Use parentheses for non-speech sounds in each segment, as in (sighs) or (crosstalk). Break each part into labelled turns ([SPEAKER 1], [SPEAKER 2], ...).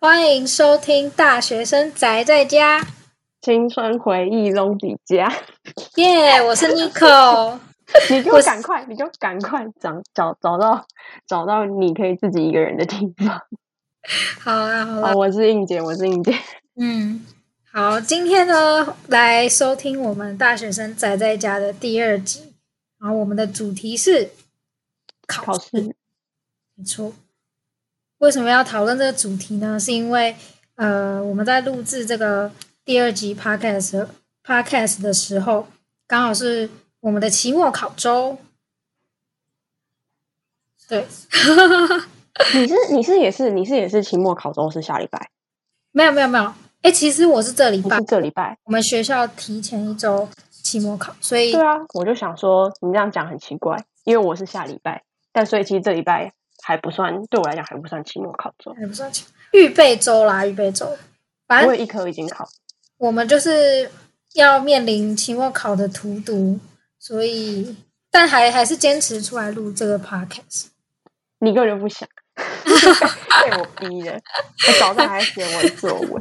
[SPEAKER 1] 欢迎收听《大学生宅在家》，
[SPEAKER 2] 青春回忆中底家，
[SPEAKER 1] 耶、我是 Nico。
[SPEAKER 2] 啊 (laughs) 你给
[SPEAKER 1] 我
[SPEAKER 2] 我
[SPEAKER 1] 是
[SPEAKER 2] 赶快，你给我赶快找找找到找到你可以自己一个人的地 (laughs) 方。
[SPEAKER 1] 好啦，好啦
[SPEAKER 2] 哦，，我是应姐，我是应姐。
[SPEAKER 1] 嗯，好，今天呢来收听我们《大学生宅在家》的第二集，然后我们的主题是考
[SPEAKER 2] 考试
[SPEAKER 1] 没错。为什么要讨论这个主题呢？是因为呃，我们在录制这个第二集 podcast 的时候 podcast 的时候，刚好是我们的期末考周。对，
[SPEAKER 2] 你是你是也是你是也是期末考周是下礼拜，
[SPEAKER 1] 没有没有没有，哎、其实我是这礼
[SPEAKER 2] 不
[SPEAKER 1] 拜
[SPEAKER 2] 是这礼拜？
[SPEAKER 1] 我们学校提前一周期末考，所以
[SPEAKER 2] 对啊，我就想说你这样讲很奇怪，因为我是下礼拜，但所以其实这礼拜还不算，对我来讲还不算期末考周，
[SPEAKER 1] 也不算期预备周啦，预备周。反
[SPEAKER 2] 我
[SPEAKER 1] 正
[SPEAKER 2] 有一科已经考，
[SPEAKER 1] 我们就是要面临期末考的荼毒，所以但还还是坚持出来录这个 podcast。
[SPEAKER 2] 你根本就不想， (laughs) 被我逼的，我早上还写我的作文。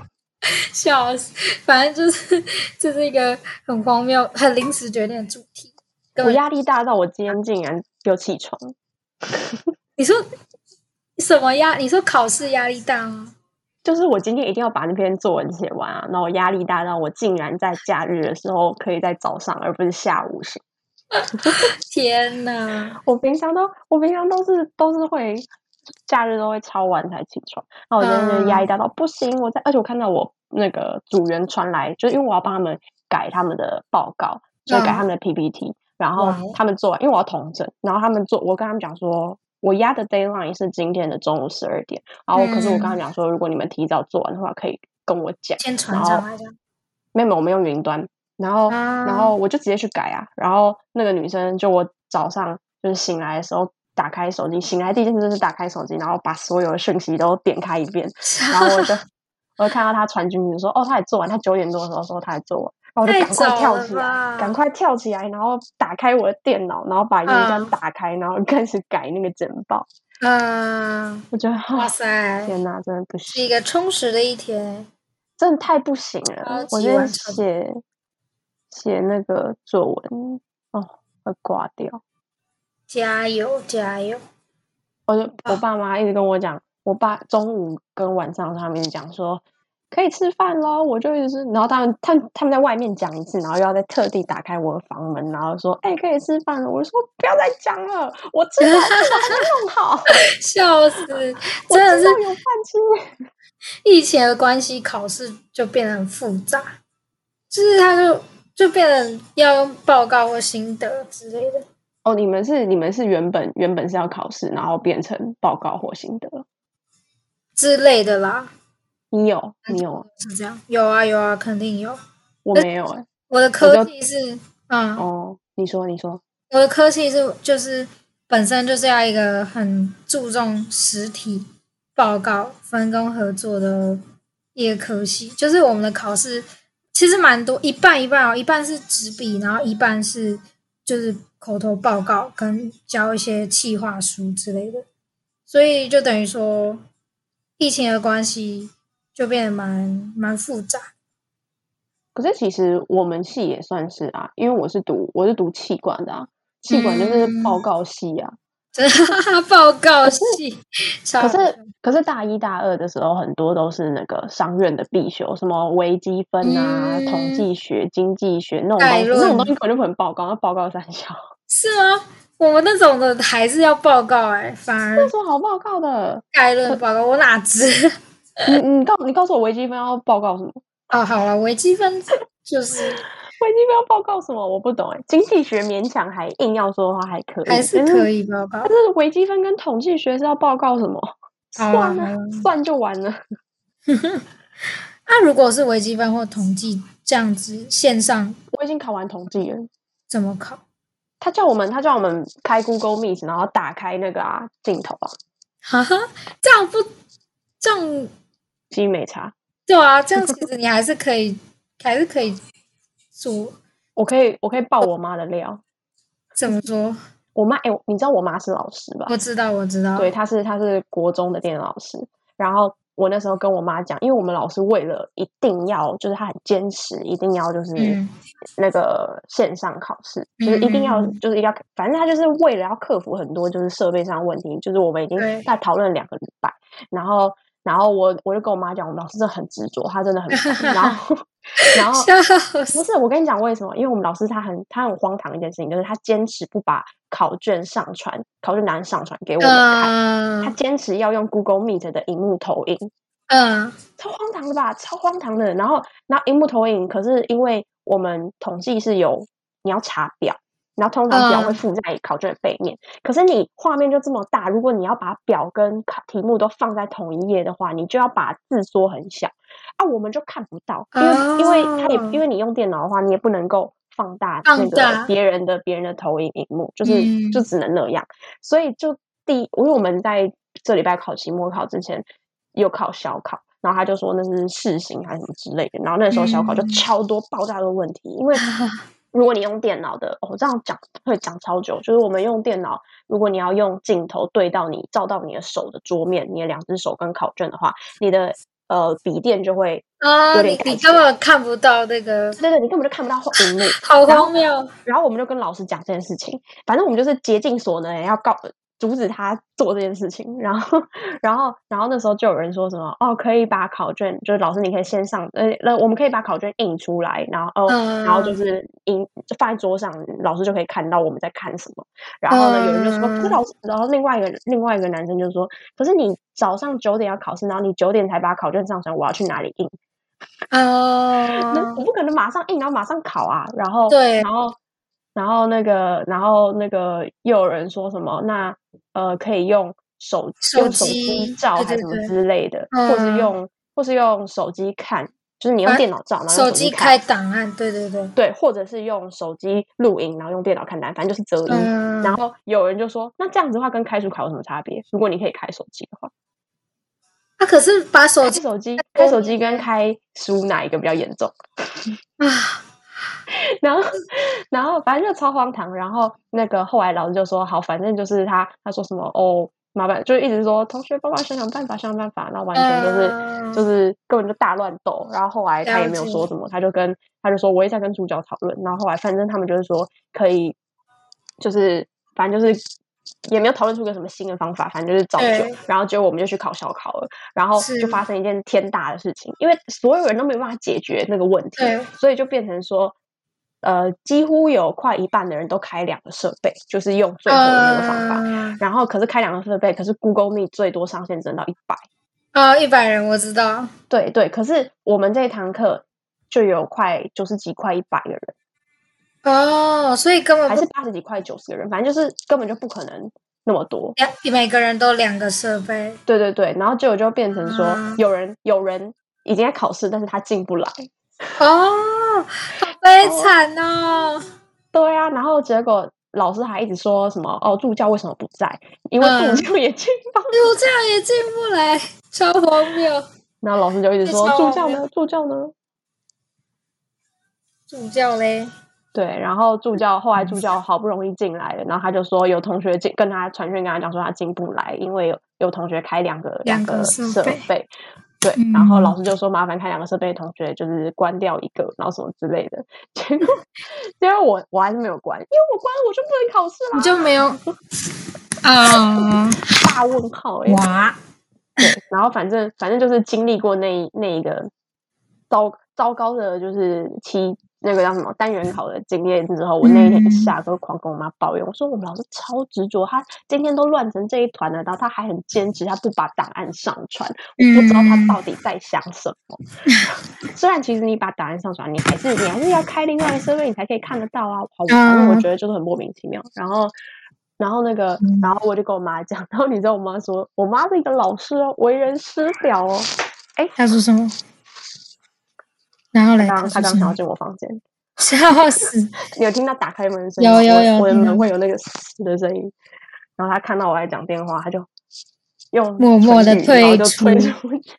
[SPEAKER 1] 笑死，反正就是这、是一个很荒谬、很临时决定的主题。根
[SPEAKER 2] 我
[SPEAKER 1] 本
[SPEAKER 2] 压力大到我今天竟然有起床，
[SPEAKER 1] 你说什么压？你说考试压力大吗？
[SPEAKER 2] 就是我今天一定要把那篇作文写完啊！然后我压力大到我竟然在假日的时候可以在早上，而不是下午写。
[SPEAKER 1] 天哪！
[SPEAKER 2] 我平常都我平常都是都是会假日都会超晚才起床，然后我今天就是压力大到不行，我在而且我看到我那个组员传来，就是因为我要帮他们改他们的报告，所以改他们的 PPT，、然
[SPEAKER 1] 哇
[SPEAKER 2] 后
[SPEAKER 1] 哦
[SPEAKER 2] 他们做完，因为我要统整，然后他们做，我跟他们讲说。我压的 deadline 是今天的中午十二点，然后可是我跟他们讲说，如果你们提早做完的话，可以跟我讲。
[SPEAKER 1] 先传上来这样。
[SPEAKER 2] 没有，没有我们用云端，然后、然
[SPEAKER 1] 啊
[SPEAKER 2] 后我就直接去改啊。然后那个女生就我早上就是醒来的时候，打开手机，醒来第一件事就是打开手机，然后把所有的讯息都点开一遍，然后我
[SPEAKER 1] (laughs)
[SPEAKER 2] 就我就看到她传进去说，哦，她也做完，她九点多的时候说她也做完，然后我就
[SPEAKER 1] 太
[SPEAKER 2] 哦赶快
[SPEAKER 1] 早
[SPEAKER 2] 跳
[SPEAKER 1] 了
[SPEAKER 2] 起来，赶
[SPEAKER 1] 吧
[SPEAKER 2] 快跳起来，然后打开我的电脑，然后把云端
[SPEAKER 1] 嗯
[SPEAKER 2] 打开，然后开始改那个简报。
[SPEAKER 1] 嗯，
[SPEAKER 2] 我觉得，
[SPEAKER 1] 哇
[SPEAKER 2] 哇
[SPEAKER 1] 塞，
[SPEAKER 2] 天哪，真的不行。
[SPEAKER 1] 是一个充实的一天。
[SPEAKER 2] 真的太不行了
[SPEAKER 1] 超。级
[SPEAKER 2] 我今天
[SPEAKER 1] 完成
[SPEAKER 2] 写写那个作文，哦，会挂掉。
[SPEAKER 1] 加油，加油！
[SPEAKER 2] 我就我
[SPEAKER 1] 啊
[SPEAKER 2] 爸妈一直跟我讲，我爸中午跟晚上他们讲说可以吃饭喽，我就一直，然后他们他们他们在外面讲一次，然后又要再特地打开我的房门，然后说哎、可以吃饭了，我就说不要再讲了，我知道弄好，
[SPEAKER 1] 笑死，
[SPEAKER 2] 我
[SPEAKER 1] (laughs) 真的
[SPEAKER 2] 知
[SPEAKER 1] 是
[SPEAKER 2] 道有饭吃。
[SPEAKER 1] 疫情的关系，考试就变得很复杂，就是它就就变得要用报告或心得之类的。
[SPEAKER 2] 哦，你们是你们是原本原本是要考试，然后变成报告或心得，
[SPEAKER 1] 之类的啦，
[SPEAKER 2] 你有
[SPEAKER 1] 嗯
[SPEAKER 2] 你有，
[SPEAKER 1] 是这样。有啊有啊，肯定有。
[SPEAKER 2] 我没有哎、
[SPEAKER 1] 我的
[SPEAKER 2] 我
[SPEAKER 1] 科
[SPEAKER 2] 就
[SPEAKER 1] 系是，嗯，
[SPEAKER 2] 哦，你说，你说，
[SPEAKER 1] 我的科系是就是本身就是要一个很注重实体报告、分工合作的一个科系，就是我们的考试其实蛮多，一半一半哦，一半是纸笔，然后一半是就是口头报告跟交一些企划书之类的，所以就等于说疫情的关系就变得蛮蛮复杂。 (laughs)
[SPEAKER 2] 可是其实我们系也算是啊，因为我是读我是读气管的啊，气管就是报
[SPEAKER 1] 嗯
[SPEAKER 2] 告系啊。
[SPEAKER 1] 真的报告系，可
[SPEAKER 2] 可是可是大一大二的时候，很多都是那个商院的必修，什么微积分啊、统
[SPEAKER 1] 嗯
[SPEAKER 2] 计学、经济学那种东
[SPEAKER 1] 概
[SPEAKER 2] 西，那
[SPEAKER 1] 论
[SPEAKER 2] 种东西可能就不能报告，那报告三小，
[SPEAKER 1] 是吗？我们那种的还是要报告哎、反
[SPEAKER 2] 那
[SPEAKER 1] 而
[SPEAKER 2] 什么好报告的？
[SPEAKER 1] 概论报告我哪知？
[SPEAKER 2] 你你告你告诉我微积分要报告什么？
[SPEAKER 1] 哦，好了，微积分就是
[SPEAKER 2] 微积分要报告什么？我不懂哎、经济学勉强还硬要说的话还可以，
[SPEAKER 1] 还是
[SPEAKER 2] 可
[SPEAKER 1] 可以报告
[SPEAKER 2] 但。是微积分跟统计学是要报告什么？
[SPEAKER 1] 好啊
[SPEAKER 2] 算
[SPEAKER 1] 好
[SPEAKER 2] 啊 (laughs)
[SPEAKER 1] 啊，
[SPEAKER 2] 算就完了。
[SPEAKER 1] 那、如果是微积分或统计这样子线上
[SPEAKER 2] 我已经考完统计了。
[SPEAKER 1] 怎么考？
[SPEAKER 2] 他叫我们，他叫我们开 Google Meet，然后打开那个啊镜头啊，
[SPEAKER 1] 哈哈，这样不这样
[SPEAKER 2] 机美差。
[SPEAKER 1] 对啊？这样其实你还是可以，还是可以做
[SPEAKER 2] 我可以，我可以爆我妈的料。
[SPEAKER 1] 怎么说？
[SPEAKER 2] 我妈，哎、你知道我妈是老师吧？
[SPEAKER 1] 我知道，我知道，
[SPEAKER 2] 对，她是她是国中的电脑老师。然后我那时候跟我妈讲，因为我们老师为了一定要，就是他很坚持，一定要就是 (laughs)
[SPEAKER 1] 嗯
[SPEAKER 2] 那个线上考试，就是一定要
[SPEAKER 1] 嗯嗯嗯
[SPEAKER 2] 就是一定要，反正他就是为了要克服很多就是设备上的问题，就是我们已经
[SPEAKER 1] 对
[SPEAKER 2] 在讨论两个礼拜，然后然后我我就跟我妈讲，我们老师真的很执着，他真的很烦，
[SPEAKER 1] (laughs)
[SPEAKER 2] 然后然后
[SPEAKER 1] 笑死
[SPEAKER 2] 不是，我跟你讲为什么？因为我们老师他很他很荒唐一件事情，就是他坚持不把考卷上传，考卷答案上传给我们看，他
[SPEAKER 1] 嗯
[SPEAKER 2] 坚持要用 Google Meet 的荧幕投影，
[SPEAKER 1] 嗯 (laughs)
[SPEAKER 2] 超荒唐的吧？超荒唐的。然后，然后荧幕投影，可是因为我们统计是有你要查表，然后通常表
[SPEAKER 1] 嗯
[SPEAKER 2] 会附在考卷的背面，可是你画面就这么大，如果你要把表跟考题目都放在同一页的话，你就要把字缩很小啊，我们就看不到，因为、因为它也
[SPEAKER 1] 哦
[SPEAKER 2] 因为你用电脑的话，你也不能够。放大
[SPEAKER 1] 放
[SPEAKER 2] 那
[SPEAKER 1] 大
[SPEAKER 2] 个别人的别人的投影荧幕，就是、
[SPEAKER 1] 嗯
[SPEAKER 2] 就只能那样，所以就第，因为我们在这礼拜考期末考之前有考小考，然后他就说那是试行还是什么之类的，然后那时候小考就
[SPEAKER 1] 嗯
[SPEAKER 2] 超多爆炸的问题，因为如果你用电脑的，我、哦、这样讲会讲超久，就是我们用电脑，如果你要用镜头对到你照到你的手的桌面，你的两只手跟考卷的话，你的呃笔电就会，
[SPEAKER 1] 啊，
[SPEAKER 2] 有点
[SPEAKER 1] 你你
[SPEAKER 2] 感觉
[SPEAKER 1] 根本看不到那个，
[SPEAKER 2] 对对，你根本就看不到后屏幕，
[SPEAKER 1] 好
[SPEAKER 2] 然后
[SPEAKER 1] 荒谬哦！
[SPEAKER 2] 然后我们就跟老师讲这件事情，反正我们就是竭尽所能要告阻止他做这件事情。然后，然后，然后那时候就有人说什么哦，可以把考卷，就是老师你可以先上，呃，那我们可以把考卷印出来，然后哦，然后就
[SPEAKER 1] 嗯
[SPEAKER 2] 是印就放在桌上，老师就可以看到我们在看什么。然后呢，有人就说，可是老师，然后另外一个另外一个男生就说，可是你早上九点要考试，然后你九点才把考卷上传，我要去哪里印？那我
[SPEAKER 1] 哦，
[SPEAKER 2] 不可能马上印，然后马上考啊，然后
[SPEAKER 1] 对
[SPEAKER 2] 然后然后那个，然后那个又有人说什么，那呃可以用手
[SPEAKER 1] 手
[SPEAKER 2] 用手
[SPEAKER 1] 机
[SPEAKER 2] 机照
[SPEAKER 1] 对
[SPEAKER 2] 还是
[SPEAKER 1] 对
[SPEAKER 2] 什么
[SPEAKER 1] 对
[SPEAKER 2] 之类的，或是
[SPEAKER 1] 嗯
[SPEAKER 2] 用或是用手机看，就是你用
[SPEAKER 1] 反
[SPEAKER 2] 电脑照，然后用
[SPEAKER 1] 手
[SPEAKER 2] 机
[SPEAKER 1] 机开档案，对对对，
[SPEAKER 2] 对，或者是用手机录音，然后用电脑看单，反正就是择一。
[SPEAKER 1] 嗯，
[SPEAKER 2] 然后有人就说，那这样子的话跟开除考有什么差别？如果你可以开手机的话，
[SPEAKER 1] 他啊可是把手
[SPEAKER 2] 开
[SPEAKER 1] 机
[SPEAKER 2] 手机
[SPEAKER 1] 开
[SPEAKER 2] 开
[SPEAKER 1] 桌
[SPEAKER 2] 手机跟
[SPEAKER 1] 面
[SPEAKER 2] 开书哪一个比较严重？
[SPEAKER 1] 啊，
[SPEAKER 2] 然后，然后反正就超荒唐。然后那个后来老师就说：“好，反正就是他，他说什么哦，麻烦，就一直说同学帮忙想想办法，想想办法。”然后完全就是、
[SPEAKER 1] 嗯
[SPEAKER 2] 就是根本就大乱斗。然后后来他
[SPEAKER 1] 了
[SPEAKER 2] 也没有
[SPEAKER 1] 解
[SPEAKER 2] 说什么，他就跟他就说我也在跟主角讨论。然后后来反正他们就是说可以，就是反正就是。也没有讨论出个什么新的方法，反正就是照旧
[SPEAKER 1] 对。
[SPEAKER 2] 然后结果我们就去考小考了，然后
[SPEAKER 1] 是
[SPEAKER 2] 就发生一件天大的事情，因为所有人都没有办法解决那个问题。
[SPEAKER 1] 对，
[SPEAKER 2] 所以就变成说，呃，几乎有快一半的人都开两个设备，就是用最后的那个方法。
[SPEAKER 1] 法
[SPEAKER 2] 然后可是开两个设备，可是 Google Meet 最多上限只能到一百。
[SPEAKER 1] 啊，一百人我知道，
[SPEAKER 2] 对对，可是我们这一堂课就有快九十几、快一百个人，
[SPEAKER 1] 哦，所以根本
[SPEAKER 2] 还
[SPEAKER 1] 不
[SPEAKER 2] 是八十几、快九十个人，反正就是根本就不可能那么多。
[SPEAKER 1] 两每个人都两个设备，
[SPEAKER 2] 对对对，然后结果就变成说
[SPEAKER 1] 啊，
[SPEAKER 2] 有人有人已经在考试，但是他进不来。
[SPEAKER 1] 哦，好悲惨哦，
[SPEAKER 2] 对啊，然后结果老师还一直说什么哦，助教为什么不在？因为
[SPEAKER 1] 嗯
[SPEAKER 2] 助教也进不
[SPEAKER 1] 哎我这样也进不来，超荒谬。
[SPEAKER 2] 然后老师就一直
[SPEAKER 1] 被
[SPEAKER 2] 说
[SPEAKER 1] 抄
[SPEAKER 2] 助
[SPEAKER 1] 了
[SPEAKER 2] 教
[SPEAKER 1] 没
[SPEAKER 2] 呢，助教呢。
[SPEAKER 1] 助教嘞，
[SPEAKER 2] 对，然后助教后来助教好不容易进来了，然后他就说有同学进跟他传讯跟他讲说他进不来，因为有有同学开两个
[SPEAKER 1] 两个
[SPEAKER 2] 个
[SPEAKER 1] 设
[SPEAKER 2] 设
[SPEAKER 1] 备
[SPEAKER 2] 备。对，然后老
[SPEAKER 1] 嗯
[SPEAKER 2] 师就说麻烦开两个设备，同学就是关掉一个，然后什么之类的。结果，结果我我还是没有关，因为我关了我就不能考试
[SPEAKER 1] 你
[SPEAKER 2] 啦。
[SPEAKER 1] 就没有啊？
[SPEAKER 2] 大问号哎、
[SPEAKER 1] 哇，
[SPEAKER 2] 对，然后反正反正就是经历过那一那一个糟糟糕的，就是期那个叫什么单元考的经验之后，我那一天
[SPEAKER 1] 嗯
[SPEAKER 2] 下课狂跟我妈抱怨，我说我们老师超执着，他今天都乱成这一团了，然后他还很坚持，他不把档案上传，我不知道他
[SPEAKER 1] 嗯
[SPEAKER 2] 到底在想什么。虽然其实你把档案上传，你还是你还是要开另外的设备，你才可以看得到啊。好，反正我
[SPEAKER 1] 嗯
[SPEAKER 2] 觉得就是很莫名其妙。然后，然后那个
[SPEAKER 1] 嗯，
[SPEAKER 2] 然后我就跟我妈讲， (laughs) 然后你知道我妈说，我妈是一个老师哦，为人师表哦。
[SPEAKER 1] 他说什么？然后嘞，
[SPEAKER 2] 刚
[SPEAKER 1] 他
[SPEAKER 2] 她
[SPEAKER 1] 说
[SPEAKER 2] 刚
[SPEAKER 1] 什
[SPEAKER 2] 想要
[SPEAKER 1] 么？
[SPEAKER 2] 进我房间，
[SPEAKER 1] 笑
[SPEAKER 2] (laughs)
[SPEAKER 1] 死！
[SPEAKER 2] 你有听到打开门的声音
[SPEAKER 1] 有
[SPEAKER 2] 吗？
[SPEAKER 1] 有有
[SPEAKER 2] 我我的
[SPEAKER 1] 听到
[SPEAKER 2] 门会有那个嘶的声音。然后她看到我在讲电话，她就用
[SPEAKER 1] 默默
[SPEAKER 2] 唇
[SPEAKER 1] 地
[SPEAKER 2] 语然后就
[SPEAKER 1] 退
[SPEAKER 2] 退
[SPEAKER 1] 出
[SPEAKER 2] 出去。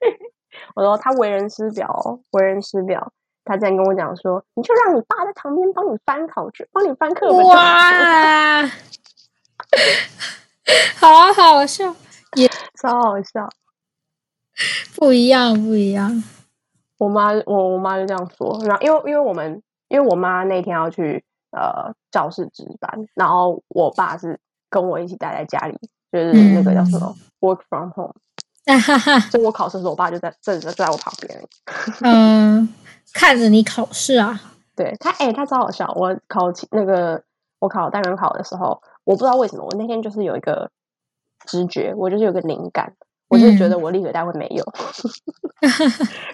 [SPEAKER 2] 我说她为人师表哦，为人师表。她竟然跟我讲说，你就让你爸在旁边帮你翻考卷，帮你翻课本就好了。
[SPEAKER 1] 哇， (laughs) 好好笑！
[SPEAKER 2] 超好笑。
[SPEAKER 1] 不一样，不一样。 (laughs)
[SPEAKER 2] 我妈我我妈就这样说，然后因为因为我们因为我妈那天要去呃教室值班，然后我爸是跟我一起待在家里，就是那个叫什么、work
[SPEAKER 1] 嗯
[SPEAKER 2] from home，
[SPEAKER 1] 哈哈哈，
[SPEAKER 2] 所以我考试的时候，我爸就在正就在我旁边。
[SPEAKER 1] 嗯，看着你考试啊，
[SPEAKER 2] 对他，哎、他超好笑。我考期那个我考单元考的时候，我不知道为什么，我那天就是有一个直觉，我就是有个灵感，我就
[SPEAKER 1] 嗯
[SPEAKER 2] 觉得我力学单位没有， (laughs)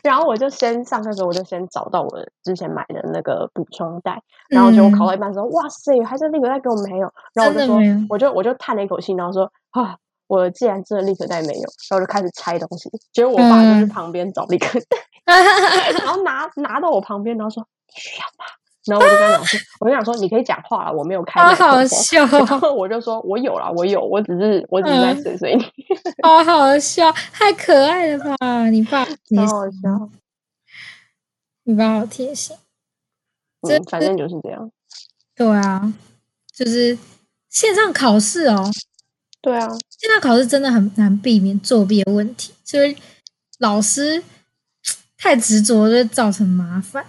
[SPEAKER 2] 然后我就先上课的时候，我就先找到我之前买的那个补充带，然后结果考到一半的时候，哇塞，还是力学带给我没有，然后我就
[SPEAKER 1] 嗯真的
[SPEAKER 2] 说
[SPEAKER 1] 没
[SPEAKER 2] (laughs)
[SPEAKER 1] 有，
[SPEAKER 2] 我就我就叹了一口气，然后说啊。我既然真的立可带没有，然后我就开始拆东西，结果我爸就去
[SPEAKER 1] 嗯
[SPEAKER 2] 旁边找立可带。
[SPEAKER 1] 哈哈哈，
[SPEAKER 2] 然后拿拿到我旁边，然后说你需要吗？然后我就跟他讲说，我就想说你可以讲话了，我没有开
[SPEAKER 1] (laughs) 好
[SPEAKER 2] 麦克
[SPEAKER 1] 好
[SPEAKER 2] 风。
[SPEAKER 1] 笑
[SPEAKER 2] 然
[SPEAKER 1] 哦，
[SPEAKER 2] 后我就说我有啦，我有，我只是我只是在
[SPEAKER 1] 嗯
[SPEAKER 2] 碎碎念，
[SPEAKER 1] (laughs) 好好笑，太可爱了吧？你爸也是，
[SPEAKER 2] 超好笑。
[SPEAKER 1] 你爸好贴心。 (laughs) 这
[SPEAKER 2] 嗯，反正就是这样。
[SPEAKER 1] 对啊，就是线上考试哦，
[SPEAKER 2] 对啊，
[SPEAKER 1] 线上考试真的很难避免作弊的问题，所以老师太执着就会造成麻烦。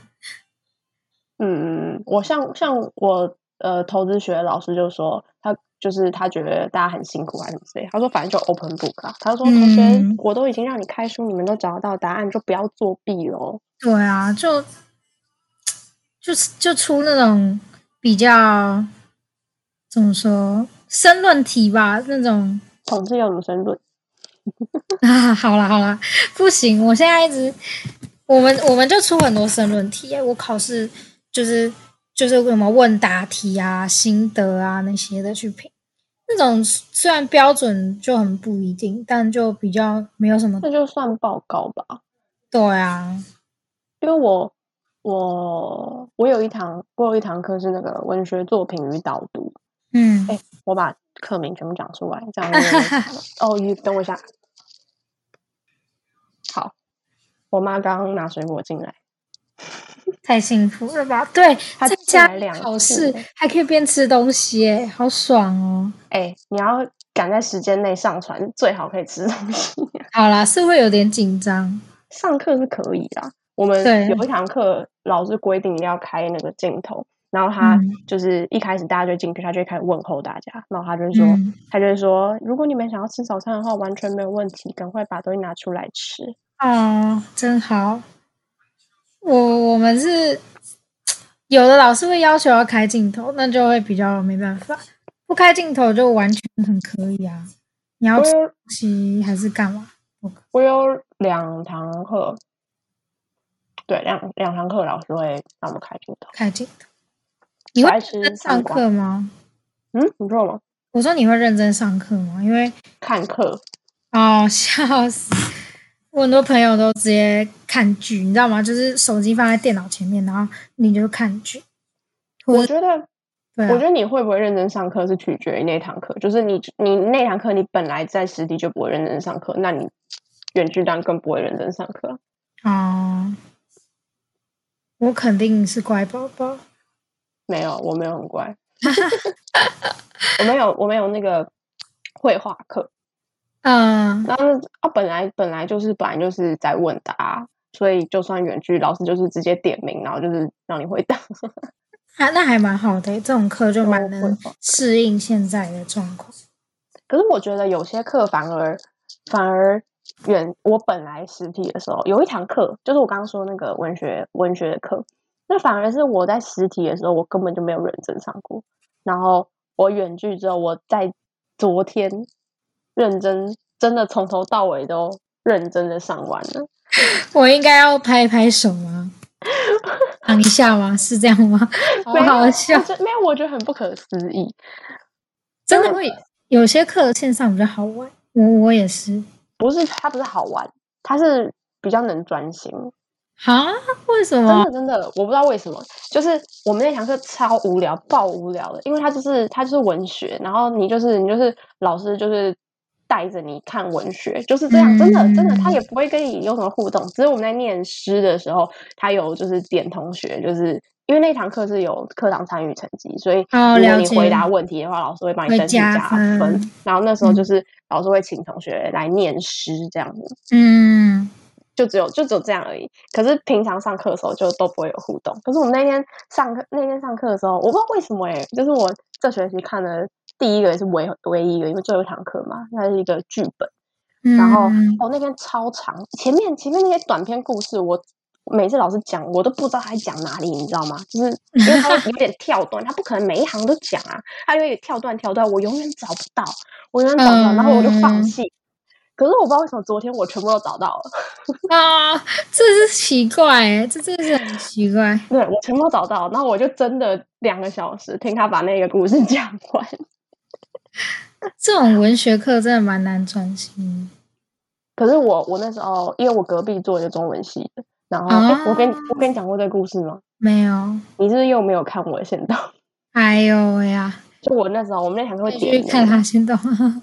[SPEAKER 2] 嗯嗯嗯，我像像我呃投资学的老师就说他。就是他觉得大家很辛苦啊什么之类，他说反正就 open book 啊，他说同学、
[SPEAKER 1] 嗯
[SPEAKER 2] 我都已经让你开书，你们都找得到答案，就不要作弊咯。
[SPEAKER 1] 对啊，就就是就出那种比较怎么说申论题吧，那种
[SPEAKER 2] 统治要怎么申论？
[SPEAKER 1] 啊， (laughs) 好啦好啦，不行，我现在一直，我们我们就出很多申论题耶，我考试就是就是什么问答题啊、心得啊那些的去评，那种虽然标准就很不一定，但就比较没有什么
[SPEAKER 2] 那就算报告吧。
[SPEAKER 1] 对啊，
[SPEAKER 2] 因为我我我有一堂我有一堂课是那个文学作品与导读，
[SPEAKER 1] 嗯，
[SPEAKER 2] 哎，我把课名全部讲出来，这样就哦，你等我一下。好，我妈刚刚拿水果进来，
[SPEAKER 1] 太幸福了吧？对，
[SPEAKER 2] 她
[SPEAKER 1] 在
[SPEAKER 2] 进
[SPEAKER 1] 家
[SPEAKER 2] 来
[SPEAKER 1] 里
[SPEAKER 2] 两
[SPEAKER 1] 考
[SPEAKER 2] 次
[SPEAKER 1] 试
[SPEAKER 2] 了，
[SPEAKER 1] 还可以边吃东西耶，好爽哦！
[SPEAKER 2] 哎，你要赶在时间内上传，最好可以吃东西。
[SPEAKER 1] 好啦，是会有点紧张，
[SPEAKER 2] 上课是可以啦，我们
[SPEAKER 1] 对
[SPEAKER 2] 有一堂课老师规定要开那个镜头，然后他
[SPEAKER 1] 嗯
[SPEAKER 2] 就是一开始大家就进去，他就会开始问候大家，然后他就说，
[SPEAKER 1] 嗯
[SPEAKER 2] 他就会说，如果你们想要吃早餐的话，完全没有问题，赶快把东西拿出来吃。
[SPEAKER 1] 哦，真好。我我们是有的老师会要求要开镜头，那就会比较没办法。不开镜头就完全很可以啊。你要
[SPEAKER 2] 我
[SPEAKER 1] 吃
[SPEAKER 2] 有
[SPEAKER 1] 东西还是干嘛？
[SPEAKER 2] 我有两堂课，对，两两堂课老师会让我们开镜头，
[SPEAKER 1] 开镜头。你
[SPEAKER 2] 我
[SPEAKER 1] 会
[SPEAKER 2] 爱吃
[SPEAKER 1] 认真
[SPEAKER 2] 三
[SPEAKER 1] 上
[SPEAKER 2] 瓜
[SPEAKER 1] 课吗？
[SPEAKER 2] 嗯，你知道吗？
[SPEAKER 1] 我说你会认真上课吗？因为
[SPEAKER 2] 看课，
[SPEAKER 1] 哦，笑死！我很多朋友都直接看剧，你知道吗？就是手机放在电脑前面，然后你就看剧。
[SPEAKER 2] 我觉得
[SPEAKER 1] 对、啊，
[SPEAKER 2] 我觉得你会不会认真上课是取决于那堂课，就是你你那堂课你本来在实体就不会认真上课，那你远距当然更不会认真上课。
[SPEAKER 1] 哦，我肯定是乖宝宝。
[SPEAKER 2] 没有，我没有很乖， (laughs) 我没有我没有那个绘画课，
[SPEAKER 1] 嗯
[SPEAKER 2] 然后啊本来本来就是本来就是在问答，啊所以就算远距，老师就是直接点名，然后就是让你回答。
[SPEAKER 1] 啊，那还蛮好的欸，这种课就蛮
[SPEAKER 2] 都会
[SPEAKER 1] 能
[SPEAKER 2] 吧
[SPEAKER 1] 适应现在的状况。
[SPEAKER 2] 可是我觉得有些课反而反而远，我本来实体的时候有一堂课，就是我刚刚说那个文学文学的课，那反而是我在实体的时候，我根本就没有认真上过。然后我远距之后，我在昨天认真真的从头到尾都认真的上完了。
[SPEAKER 1] 我应该要拍拍手
[SPEAKER 2] (laughs)
[SPEAKER 1] 吗？挡一下吗？是这样吗？好
[SPEAKER 2] 没有
[SPEAKER 1] 哦好
[SPEAKER 2] 我
[SPEAKER 1] 笑，
[SPEAKER 2] 觉得没有，我觉得很不可思议。
[SPEAKER 1] 真的会有些课线上比较好玩。我我也是
[SPEAKER 2] 不是它不是好玩，它是比较能专心。
[SPEAKER 1] 哈，为什
[SPEAKER 2] 真
[SPEAKER 1] 么？
[SPEAKER 2] 的真的，我不知道为什么，就是我们那堂课超无聊、爆无聊的，因为它就是它就是文学，然后你就是你就是老师就是带着你看文学，就是这样，真的真的，他
[SPEAKER 1] 嗯
[SPEAKER 2] 也不会跟你有什么互动，只是我们在念诗的时候，他有就是点同学，就是因为那堂课是有课堂参与成绩，所以
[SPEAKER 1] 哦
[SPEAKER 2] 如果
[SPEAKER 1] 了
[SPEAKER 2] 你回
[SPEAKER 1] 解
[SPEAKER 2] 答问题的话，老师会帮你
[SPEAKER 1] 会
[SPEAKER 2] 登记
[SPEAKER 1] 加
[SPEAKER 2] 加分，
[SPEAKER 1] 分
[SPEAKER 2] 然后那时候就
[SPEAKER 1] 嗯
[SPEAKER 2] 是老师会请同学来念诗这样子，
[SPEAKER 1] 嗯，
[SPEAKER 2] 就只有就只有这样而已。可是平常上课的时候就都不会有互动。可是我们那天上课那天上课的时候，我不知道为什么诶、就是我这学期看的第一个也是唯唯一一个，因为最后一堂课嘛，那是一个剧本。然后
[SPEAKER 1] 嗯
[SPEAKER 2] 哦，那天超长，前面前面那些短篇故事，我每次老师讲，我都不知道他在讲哪里，你知道吗？就是因为他会有点跳段，他不可能每一行都讲啊，他有点跳段跳段，我永远找不到，我永远找不到，然后我就放
[SPEAKER 1] 嗯
[SPEAKER 2] 弃。可是我不知道为什么昨天我全部都找到了，
[SPEAKER 1] 啊，这是奇怪、欸，这真的是很奇怪。
[SPEAKER 2] 对我全部都找到，然后我就真的两个小时听他把那个故事 (laughs) 讲完。
[SPEAKER 1] 这种文学课真的蛮难专心
[SPEAKER 2] 可是我我那时候因为我隔壁做一个中文系的，然后、诶我
[SPEAKER 1] 啊
[SPEAKER 2] 跟你我跟你讲过这个故事吗？
[SPEAKER 1] 的。没有，
[SPEAKER 2] 你是不是又没有看我的线动？ (laughs)
[SPEAKER 1] 哎呦喂呀，
[SPEAKER 2] 就我那时候，我们那堂课会
[SPEAKER 1] 你去
[SPEAKER 2] 点
[SPEAKER 1] 看
[SPEAKER 2] 名，
[SPEAKER 1] 他先动。 (laughs)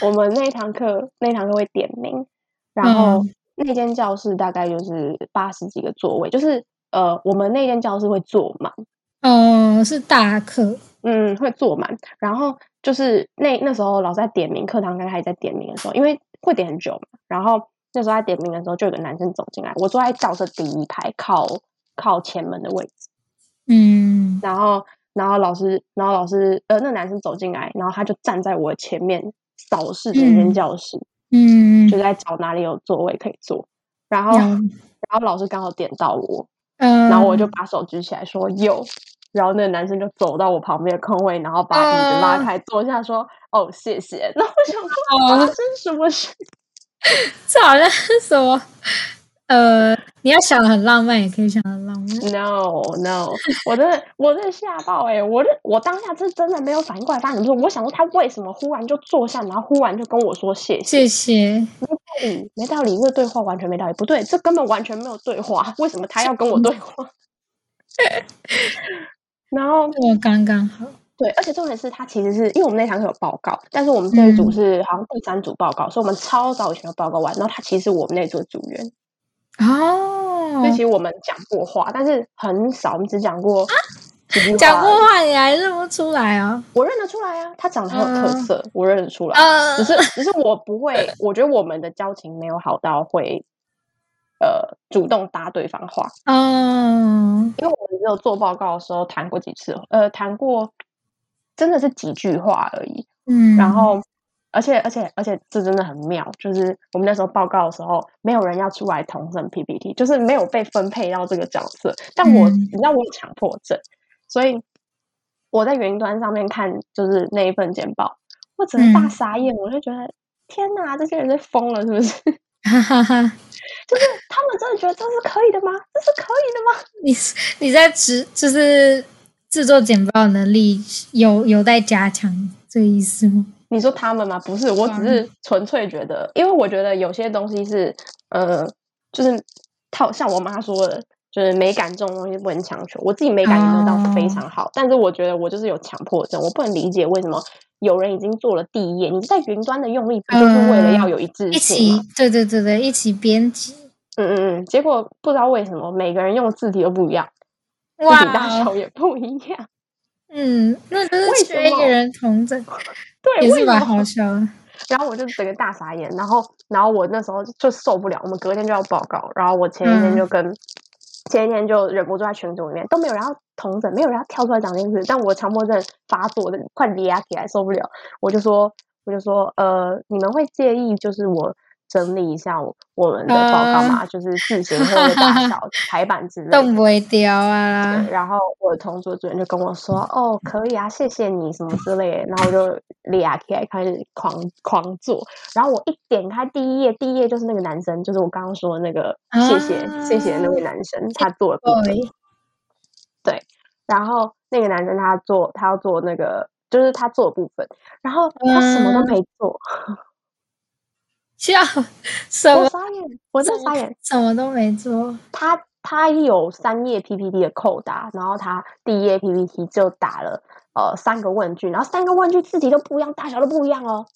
[SPEAKER 2] 我们那堂课那堂课会点名，然后
[SPEAKER 1] 嗯
[SPEAKER 2] 那间教室大概就是八十几个座位，就是呃，我们那间教室会坐满，
[SPEAKER 1] 哦，是大课，
[SPEAKER 2] 嗯，会坐满，然后就是那那时候老师在点名，课堂刚开始在点名的时候，因为会点很久嘛，然后那时候在点名的时候，就有个男生走进来，我坐在教室第一排，靠靠前门的位置。
[SPEAKER 1] 嗯，
[SPEAKER 2] 然后然后老师，然后老师，呃，那个男生走进来，然后他就站在我前面扫视整间
[SPEAKER 1] 嗯
[SPEAKER 2] 教室，
[SPEAKER 1] 嗯，
[SPEAKER 2] 就在找哪里有座位可以坐。然后，然
[SPEAKER 1] 嗯，
[SPEAKER 2] 后老师刚好点到我，
[SPEAKER 1] 嗯
[SPEAKER 2] 然后我就把手举起来说有。然后那个男生就走到我旁边的空位，然后把椅子拉
[SPEAKER 1] 啊
[SPEAKER 2] 开坐下，说：“哦，谢谢。”那我想说发
[SPEAKER 1] 哦，
[SPEAKER 2] 生什么事？
[SPEAKER 1] 这好像是什么？呃，你要想的很浪漫，也可以想的很浪漫。
[SPEAKER 2] No
[SPEAKER 1] (laughs)
[SPEAKER 2] No，我真的我真的吓到哎、欸！我这我当下是真的没有反应过来发生什么事。我想说他为什么忽然就坐下，然后忽然就跟我说谢
[SPEAKER 1] 谢
[SPEAKER 2] 谢？
[SPEAKER 1] 谢，
[SPEAKER 2] 没道理，没道理，这个对话完全没道理，不对，这根本完全没有对话。为什么他要跟我对话？ (laughs) 然后
[SPEAKER 1] 我刚刚好。
[SPEAKER 2] 对，而且重点是他其实是因为我们那堂课有报告，但是我们这一组
[SPEAKER 1] 嗯
[SPEAKER 2] 是好像第三组报告，所以我们超早以前就报告完。然后他其实是我们那一组的组员，所以其
[SPEAKER 1] 哦，
[SPEAKER 2] 实我们讲过话，但是很少，我们只讲过几句话
[SPEAKER 1] 啊讲过
[SPEAKER 2] 而已
[SPEAKER 1] 话你还认不出来哦？
[SPEAKER 2] 我认得出来啊，他长得很有特
[SPEAKER 1] 嗯
[SPEAKER 2] 色，我认得出来。
[SPEAKER 1] 呃
[SPEAKER 2] 只，是只是我不会，我觉得我们的交情没有好到会呃主动搭对方话，
[SPEAKER 1] 呃哦，
[SPEAKER 2] 因为我们只有做报告的时候谈过几次，呃，谈过真的是几句话而已。
[SPEAKER 1] 嗯，
[SPEAKER 2] 然后，而且而且而且这真的很妙，就是我们那时候报告的时候，没有人要出来同整 PPT，就是没有被分配到这个角色。但我、
[SPEAKER 1] 嗯
[SPEAKER 2] 你知道我有强迫症，所以我在云端上面看就是那一份简报，我整个大
[SPEAKER 1] 嗯
[SPEAKER 2] 傻眼，我就觉得天哪，这些人是疯了是 (laughs) 不是？
[SPEAKER 1] 哈哈哈，
[SPEAKER 2] 就是他们真的觉得这是可以的吗？这是可以的吗？
[SPEAKER 1] 你你在制就是制作简报能力有有待加强，这个意思吗？
[SPEAKER 2] 你说他们吗？不是，我只
[SPEAKER 1] 嗯
[SPEAKER 2] 是纯粹觉得，因为我觉得有些东西是，呃，就是套像我妈说的，就是美感这种东西不能强求。我自己美感也没有到非常
[SPEAKER 1] 哦
[SPEAKER 2] 好，但是我觉得我就是有强迫症，我不能理解为什么有人已经做了第一页，你在云端的用力不就是为了要有一致
[SPEAKER 1] 嗯一
[SPEAKER 2] 性
[SPEAKER 1] 起
[SPEAKER 2] 吗？，
[SPEAKER 1] 对对对对，一起编辑，
[SPEAKER 2] 嗯嗯嗯，结果不知道为什么每个人用的字体都不一样，字体大
[SPEAKER 1] 哇，哦
[SPEAKER 2] 小也不一样， (laughs)
[SPEAKER 1] 嗯，那就
[SPEAKER 2] 为
[SPEAKER 1] 是
[SPEAKER 2] 什
[SPEAKER 1] 缺一
[SPEAKER 2] 么
[SPEAKER 1] 个人同整，
[SPEAKER 2] 对，
[SPEAKER 1] 也
[SPEAKER 2] 为
[SPEAKER 1] 是
[SPEAKER 2] 什
[SPEAKER 1] 蛮
[SPEAKER 2] 么？
[SPEAKER 1] 好笑的。
[SPEAKER 2] 然后我就整个大傻眼，然后然后我那时候就受不了，我们隔天就要报告，然后我前一天就跟、前一天就忍不住在群组里面都没有人要同诊，没有人要跳出来讲这件事，但我强迫症发作的快裂起来啊受不了，我就说我就说呃，你们会介意就是我。整理一下我我们的报告嘛，就是字形或者大小、排版之类的。
[SPEAKER 1] 动不会掉啊
[SPEAKER 2] 对，
[SPEAKER 1] 啦，
[SPEAKER 2] 然后我的同桌主任就跟我说：“哦，可以啊，谢谢你什么之类的。”然后我就俩起来开始狂狂做。然后我一点开第一页，第一页就是那个男生，就是我刚刚说的那个
[SPEAKER 1] 啊
[SPEAKER 2] 谢谢、谢谢的那位男生，他做
[SPEAKER 1] 哦
[SPEAKER 2] 了 B
[SPEAKER 1] 对，
[SPEAKER 2] 然后那个男生他做他要做那个就是他做的部分，然后他什么都
[SPEAKER 1] 嗯
[SPEAKER 2] 没做，
[SPEAKER 1] 笑什
[SPEAKER 2] 我
[SPEAKER 1] 么
[SPEAKER 2] 傻眼，我真的傻眼。
[SPEAKER 1] 什么都没做，
[SPEAKER 2] 他他有三页 PPT 的扣答，然后他第一页 PPT 就打了呃三个问句，然后三个问句字体都不一样，大小都不一
[SPEAKER 1] (laughs)
[SPEAKER 2] 样哦。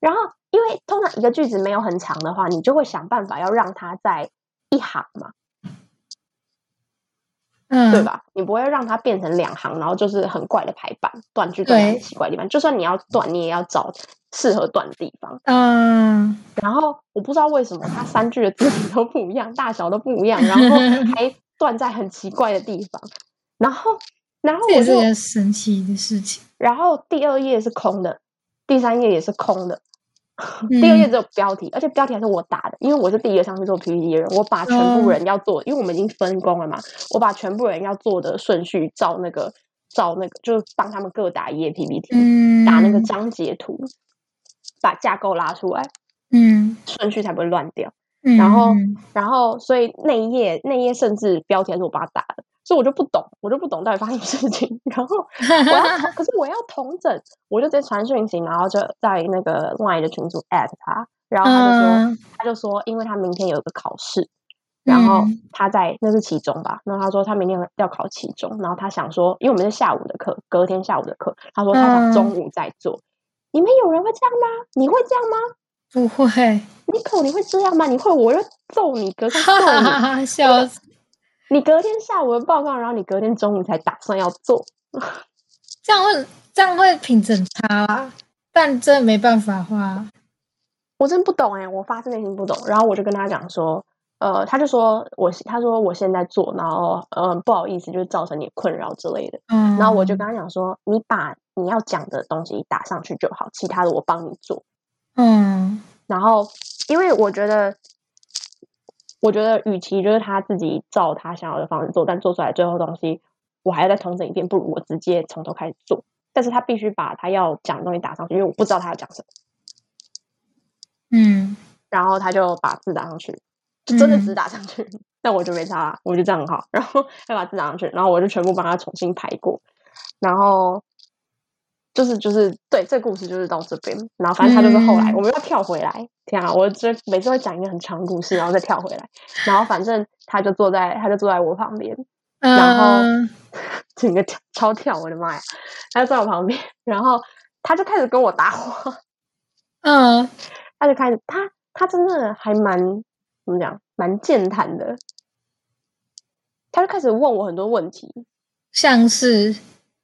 [SPEAKER 2] 然后因为通常一个句子没有很长的话，你就会想办法要让它在一行嘛，
[SPEAKER 1] 嗯，
[SPEAKER 2] 对？吧？你不会让它变成两行，然后就是很怪的排版，断句断得很
[SPEAKER 1] 对
[SPEAKER 2] 奇怪的地方。就算你要断，你也要找适合断的地方。
[SPEAKER 1] 嗯，
[SPEAKER 2] 然后我不知道为什么它三句的字体都不一样，大小都不一样，然
[SPEAKER 1] (laughs)
[SPEAKER 2] 后还断在很奇怪的地方。然后，然后
[SPEAKER 1] 这
[SPEAKER 2] 我
[SPEAKER 1] 也是
[SPEAKER 2] 就，
[SPEAKER 1] 件神奇的事情。
[SPEAKER 2] 然后第二页是空的，第三页也是空的。
[SPEAKER 1] 嗯
[SPEAKER 2] 第二页只有标题，而且标题还是我打的，因为我是第一个上去做 PPT 的人，我把全部
[SPEAKER 1] 哦
[SPEAKER 2] 人要做，因为我们已经分工了嘛，我把全部人要做的顺序照那个照那个，就是帮他们各打一页 PPT，、
[SPEAKER 1] 嗯，
[SPEAKER 2] 打那个章节图，把架构拉出来，
[SPEAKER 1] 嗯，
[SPEAKER 2] 顺序才不会乱掉。
[SPEAKER 1] 嗯，
[SPEAKER 2] 然后
[SPEAKER 1] 嗯
[SPEAKER 2] 然后所以那一页那一页甚至标题还是我帮他打的，所以我就不懂，我就不懂到底发生什么事情。 (laughs) 然后我要
[SPEAKER 1] (laughs)
[SPEAKER 2] 同，可是我要同整，我就直接传讯息，然后就在那个 LINE 的群组 at 他，然后他就说，
[SPEAKER 1] 嗯
[SPEAKER 2] 他就说，因为他明天有一个考试，然后
[SPEAKER 1] 嗯
[SPEAKER 2] 他在那是期中吧，然后他说他明天要考期中，然后他想说，因为我们是下午的课，隔天下午的课，他说他
[SPEAKER 1] 嗯
[SPEAKER 2] 想中午再做。你们有人会这样吗？你会这样吗？
[SPEAKER 1] 不会，
[SPEAKER 2] (laughs)
[SPEAKER 1] (laughs)
[SPEAKER 2] 你可你会这样吗？你会我就揍你，隔天揍
[SPEAKER 1] 哈哈
[SPEAKER 2] 你
[SPEAKER 1] 哈。哈，笑死！
[SPEAKER 2] 你隔天下午的报告，然后你隔天中午才打算要做，
[SPEAKER 1] 这样会这样会品质很差啦，但真的没办法花。
[SPEAKER 2] 我真不懂哎、我发自内心不懂。然后我就跟他讲说，呃，他就说我他说我现在做，然后嗯、呃不好意思，就是造成你困扰之类的。
[SPEAKER 1] 嗯，
[SPEAKER 2] 然后我就跟他讲说，你把你要讲的东西打上去就好，其他的我帮你做。
[SPEAKER 1] 嗯
[SPEAKER 2] 然后因为我觉得，我觉得与其就是他自己照他想要的方式做，但做出来最后东西我还要再重整一遍，不如我直接从头开始做。但是他必须把他要讲的东西打上去，因为我不知道他要讲什么，
[SPEAKER 1] 嗯
[SPEAKER 2] 然后他就把字打上去，就真的
[SPEAKER 1] 嗯
[SPEAKER 2] 只打上去。 (laughs) 那我就没差啦，我就这样很好。然后他把字打上去，然后我就全部帮他重新排过，然后。就是就是对，这故事就是到这边，然后反正他就是后来，
[SPEAKER 1] 嗯
[SPEAKER 2] 我们要跳回来。天啊，我这每次会讲一个很长的故事，然后再跳回来。然后反正他就坐在他就坐在我旁边，然后
[SPEAKER 1] 嗯，
[SPEAKER 2] 整个跳超跳，我的妈呀！他就坐在我旁边，然后他就开始跟我搭话，
[SPEAKER 1] 嗯，
[SPEAKER 2] 他就开始他他真的还蛮怎么讲，蛮健谈的。他就开始问我很多问题，
[SPEAKER 1] 像是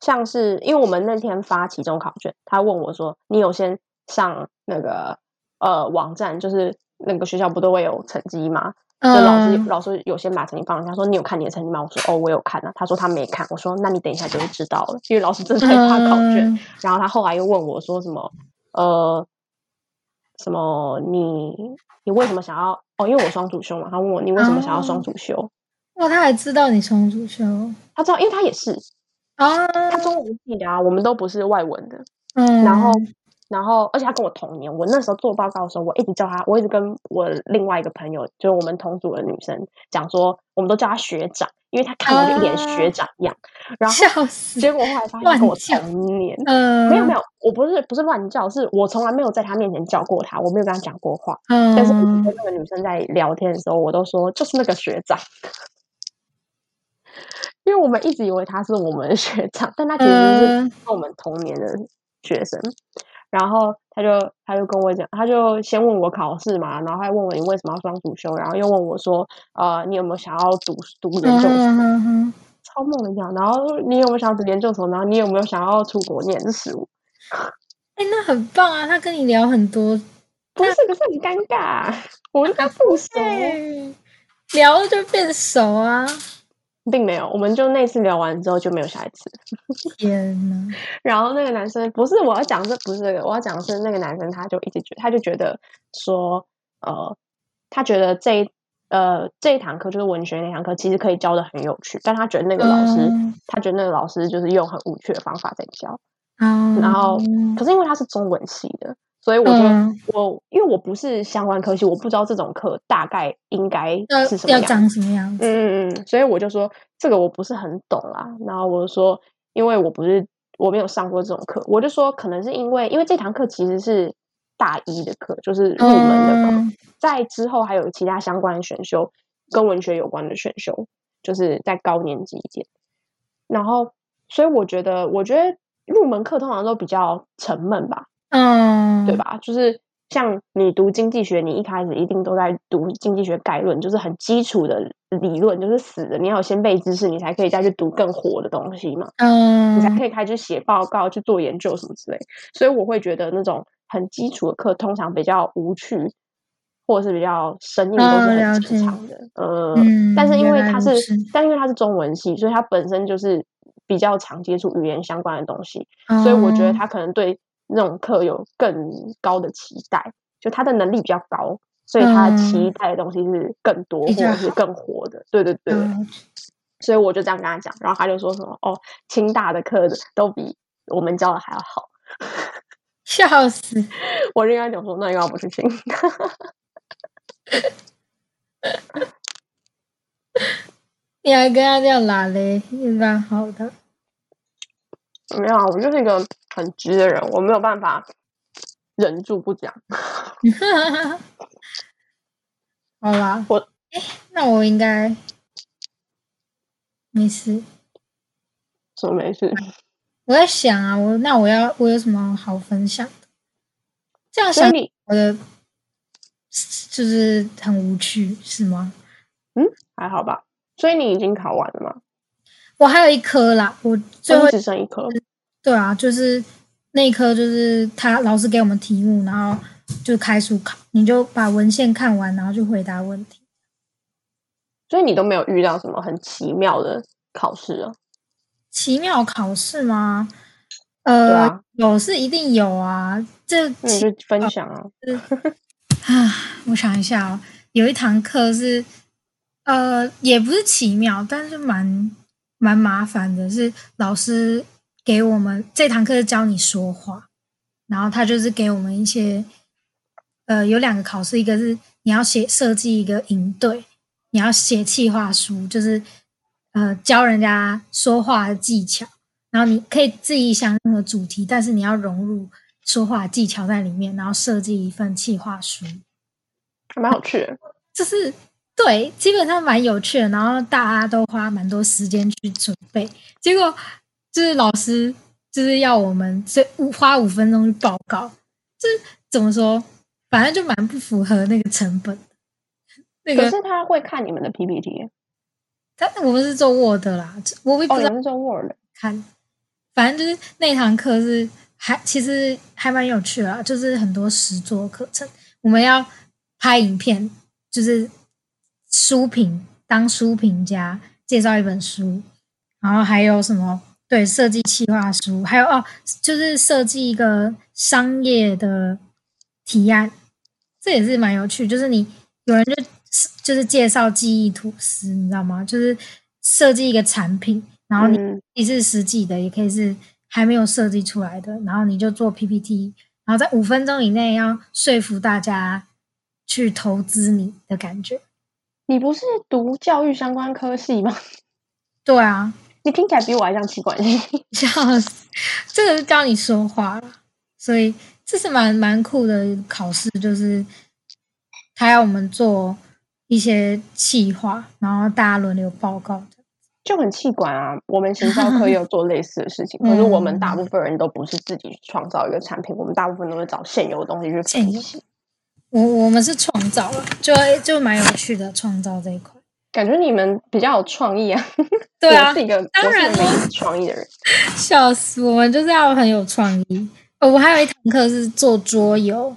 [SPEAKER 2] 像是因为我们那天发期中考卷，他问我说：“你有先上那个呃网站，就是那个学校不都会有成绩吗？”就老师
[SPEAKER 1] 嗯
[SPEAKER 2] 老师有先把成绩放上去，他说你有看你的成绩吗？我说哦，我有看啊。他说他没看，我说那你等一下就会知道了，因为老师正在发考卷。
[SPEAKER 1] 嗯
[SPEAKER 2] 然后他后来又问我说什么呃什么你你为什么想要哦？因为我双主修嘛，他问我你为什么想要双
[SPEAKER 1] 哦
[SPEAKER 2] 主修？
[SPEAKER 1] 哇，哦他还知道你重组修
[SPEAKER 2] 他知道，因为他也是
[SPEAKER 1] 啊，
[SPEAKER 2] 他中文系的啊，我们都不是外文的。
[SPEAKER 1] 嗯，
[SPEAKER 2] 然后，然后，而且他跟我同年。我那时候做报告的时候，我一直叫他，我一直跟我另外一个朋友，就是我们同组的女生讲说，我们都叫她学长，因为她看我就一脸学
[SPEAKER 1] 啊
[SPEAKER 2] 长样。然后，
[SPEAKER 1] 笑死，
[SPEAKER 2] 结果后来发现她跟
[SPEAKER 1] 乱
[SPEAKER 2] 我
[SPEAKER 1] 叫
[SPEAKER 2] 同年。
[SPEAKER 1] 嗯，
[SPEAKER 2] 没有没有，我不是不是乱叫，是我从来没有在她面前叫过她，我没有跟她讲过话。
[SPEAKER 1] 嗯，
[SPEAKER 2] 但是我跟那个女生在聊天的时候，我都说就是那个学长， (laughs) 因为我们一直以为她是我们的学长，但她其实是
[SPEAKER 1] 嗯
[SPEAKER 2] 跟我们同年的学生，然后他就他就跟我讲，他就先问我考试嘛，然后还问我你为什么要双主修，然后又问我说，呃，你有没有想要读读研究所？
[SPEAKER 1] 嗯嗯嗯
[SPEAKER 2] 超莫名其妙。然后你有没有想要读研究所？然后你有没有想要出国念？这是我，
[SPEAKER 1] 哎、那很棒啊！他跟你聊很多，
[SPEAKER 2] 不是，可是很尴尬啊，我们刚不熟，
[SPEAKER 1] 对，哎聊了就变熟啊！
[SPEAKER 2] 并没有，我们就那次聊完之后就没有下一次。
[SPEAKER 1] 天哪，
[SPEAKER 2] 然后那个男生不是我要讲这不是这个，我要讲的是那个男生他就一直觉他就觉得说呃，他觉得这一呃这一堂课就是文学那堂课其实可以教的很有趣，但他觉得那个老师、
[SPEAKER 1] 嗯
[SPEAKER 2] 他觉得那个老师就是用很无趣的方法在教，
[SPEAKER 1] 啊，
[SPEAKER 2] 然后可是因为他是中文系的，所以我就、
[SPEAKER 1] 嗯
[SPEAKER 2] 我因为我不是相关科系，我不知道这种课大概应该
[SPEAKER 1] 要
[SPEAKER 2] 是什么
[SPEAKER 1] 要
[SPEAKER 2] 样子。
[SPEAKER 1] 长什么样子？
[SPEAKER 2] 嗯嗯嗯，所以我就说这个我不是很懂啦。然后我就说，因为我不是我没有上过这种课，我就说可能是因为因为这堂课其实是大一的课，就是入门的课，
[SPEAKER 1] 嗯
[SPEAKER 2] 在之后还有其他相关的选修，跟文学有关的选修，就是在高年级一点。然后，所以我觉得，我觉得入门课通常都比较沉闷吧，
[SPEAKER 1] 嗯，
[SPEAKER 2] 对？吧？就是像你读经济学，你一开始一定都在读经济学概论，就是很基础的理论，就是死的，你要有先辈知识，你才可以再去读更火的东西嘛，你才
[SPEAKER 1] 嗯
[SPEAKER 2] 可以开始写报告、去做研究什么之类。所以我会觉得那种很基础的课，通常比较无趣，或者是比较生硬，都
[SPEAKER 1] 哦
[SPEAKER 2] 是
[SPEAKER 1] 了
[SPEAKER 2] 很
[SPEAKER 1] 解
[SPEAKER 2] 正常的。呃，
[SPEAKER 1] 嗯，
[SPEAKER 2] 但是因
[SPEAKER 1] 原
[SPEAKER 2] 为
[SPEAKER 1] 来
[SPEAKER 2] 它
[SPEAKER 1] 如
[SPEAKER 2] 是
[SPEAKER 1] 此，
[SPEAKER 2] 但因为它是中文系，所以它本身就是比较常接触语言相关的东西，所以我觉得
[SPEAKER 1] 哦
[SPEAKER 2] 他可能对那种课有更高的期待，就他的能力比较高，所以他期
[SPEAKER 1] 嗯
[SPEAKER 2] 待的东西是更多
[SPEAKER 1] 比
[SPEAKER 2] 或
[SPEAKER 1] 较嗯
[SPEAKER 2] 者是更活的。对对对，
[SPEAKER 1] 了解
[SPEAKER 2] 所以我就这样跟他讲，然后他就说什么哦，清大的课都比我们教的还要好。
[SPEAKER 1] 笑死，
[SPEAKER 2] 我就跟他讲说，那又要不去清大？ (laughs)
[SPEAKER 1] 你还跟他这样拉嘞，也蛮好的。 (laughs)
[SPEAKER 2] 没有啊，我就是一个很直的人，我没有办法忍住不讲。
[SPEAKER 1] 好啦，
[SPEAKER 2] 我
[SPEAKER 1] 那我应该没事。
[SPEAKER 2] 什么没事？
[SPEAKER 1] 我在想啊，我那我要我有什么好分享的？这样
[SPEAKER 2] 所
[SPEAKER 1] 想
[SPEAKER 2] 以，你
[SPEAKER 1] 我的就是很无趣，是吗？
[SPEAKER 2] 还好吧？所以你已经考完了吗？
[SPEAKER 1] 我还有一科啦，我最
[SPEAKER 2] 就
[SPEAKER 1] 后
[SPEAKER 2] 是只剩一科。
[SPEAKER 1] 对啊，就是那一科，就是他老师给我们题目，然后就开书考，你就把文献看完，然后就回答问题。
[SPEAKER 2] 所以你都没有遇到什么很奇妙的考试啊？
[SPEAKER 1] 奇妙考试吗？
[SPEAKER 2] 对
[SPEAKER 1] 呃，
[SPEAKER 2] 啊，嗯
[SPEAKER 1] 有是一定有啊。这
[SPEAKER 2] 那你
[SPEAKER 1] 其
[SPEAKER 2] 就分享啊。
[SPEAKER 1] 啊， (sighs) 我想一下哦，有一堂课是，呃，也不是奇妙，但是蛮蛮麻烦的，是老师给我们这堂课是教你说话，然后他就是给我们一些，呃，有两个考试，一个是你要写设计一个营队，你要写企划书，就是呃教人家说话的技巧，然后你可以自己想任何主题，但是你要融入说话技巧在里面，然后设计一份企划书，
[SPEAKER 2] 还蛮有趣的。
[SPEAKER 1] 就是对，基本上蛮有趣的。然后大家都花蛮多时间去准备，结果就是老师就是要我们这五花五分钟去报告，就是怎么说，反正就蛮不符合那个成本。那
[SPEAKER 2] 可
[SPEAKER 1] 个
[SPEAKER 2] 是他会看你们的 PPT 耶
[SPEAKER 1] 他我们是做 Word 啦，我也不
[SPEAKER 2] 哦，
[SPEAKER 1] 知
[SPEAKER 2] 你
[SPEAKER 1] 道
[SPEAKER 2] 们是做 Word 的
[SPEAKER 1] 看，反正就是那堂课是还其实还蛮有趣的啦，就是很多实作课程，我们要拍影片，就是书评当书评家介绍一本书，然后还有什么对设计企划书，还有哦就是设计一个商业的提案，这也是蛮有趣，就是你有人就是就是介绍记忆吐司，你知道吗？就是设计一个产品，然后你
[SPEAKER 2] 嗯
[SPEAKER 1] 你是实际的，也可以是还没有设计出来的，然后你就做 PPT，然后在五分钟以内要说服大家去投资你的感觉。
[SPEAKER 2] 你不是读教育相关科系吗？
[SPEAKER 1] 对啊，
[SPEAKER 2] 你听起来比我还像气管系。
[SPEAKER 1] 笑死，这个是教你说话了，所以这是蛮蛮酷的考试，就是他要我们做一些企划，然后大家轮流报告的。
[SPEAKER 2] 就很气管啊！我们行销科也有做类似的事
[SPEAKER 1] (laughs)
[SPEAKER 2] 情，可是我
[SPEAKER 1] 嗯
[SPEAKER 2] 们大部分人都不是自己创造一个产品，我们大部分都是找现有的东西去
[SPEAKER 1] 现
[SPEAKER 2] 分
[SPEAKER 1] 有
[SPEAKER 2] 析。
[SPEAKER 1] 我我们是创造了，就就蛮有趣的创造这一块。
[SPEAKER 2] 感觉你们比较有创意啊！ (laughs)
[SPEAKER 1] 对啊
[SPEAKER 2] 我是，一个
[SPEAKER 1] 当
[SPEAKER 2] 我是一
[SPEAKER 1] 然啊
[SPEAKER 2] 个没
[SPEAKER 1] 咯
[SPEAKER 2] 什么创意的人。
[SPEAKER 1] 笑死，我们就是要很有创意。哦，我还有一堂课是做桌游，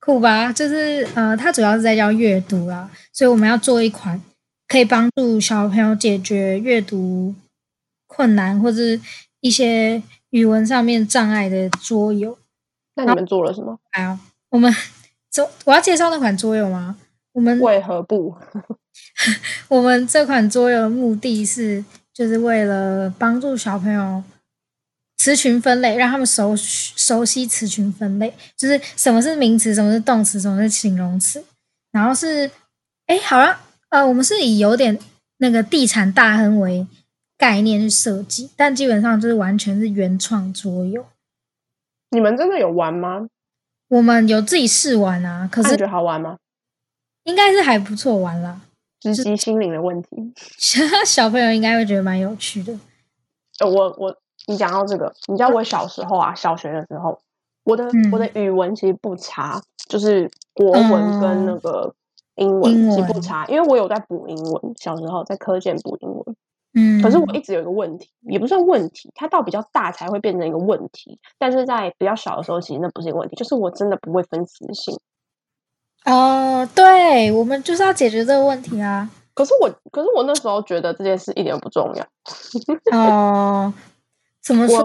[SPEAKER 1] 酷吧？就是呃，它主要是在教阅读啦，所以我们要做一款可以帮助小朋友解决阅读困难或是一些语文上面障碍的桌游。
[SPEAKER 2] 那你们做了什么？
[SPEAKER 1] 哎呀，我们桌我要介绍那款桌游吗？我们
[SPEAKER 2] 为何不？
[SPEAKER 1] 我们这款桌游的目的是，就是为了帮助小朋友词群分类，让他们熟熟悉词群分类，就是什么是名词，什么是动词，什么是形容词。然后是，哎，好像呃，我们是以有点那个地产大亨为概念去设计，但基本上就是完全是原创桌游。
[SPEAKER 2] 你们真的有玩吗？
[SPEAKER 1] 我们有自己试玩啊，可
[SPEAKER 2] 那你
[SPEAKER 1] 是
[SPEAKER 2] 觉得好玩吗？
[SPEAKER 1] 应该是还不错玩啦。 (laughs)
[SPEAKER 2] 直击心灵的问题。
[SPEAKER 1] 小朋友应该会觉得蛮有趣的。
[SPEAKER 2] 呃我我你讲到这个，你知道我小时候啊，小学的时候，我的、
[SPEAKER 1] 嗯
[SPEAKER 2] 我的语文其实不差，就是国文跟那个
[SPEAKER 1] 嗯
[SPEAKER 2] 英
[SPEAKER 1] 英
[SPEAKER 2] 文
[SPEAKER 1] 文
[SPEAKER 2] 其实不差，因为我有在补英文，小时候在科建补英文。
[SPEAKER 1] 嗯，
[SPEAKER 2] 可是我一直有一个问题，也不算问题，它到比较大才会变成一个问题，但是在比较小的时候，其实那不是一个问题，就是我真的不会分词性。
[SPEAKER 1] 哦，对，我们就是要解决这个问题啊。
[SPEAKER 2] 可是我，可是我那时候觉得这件事一点都不重要。
[SPEAKER 1] 哦，怎么说？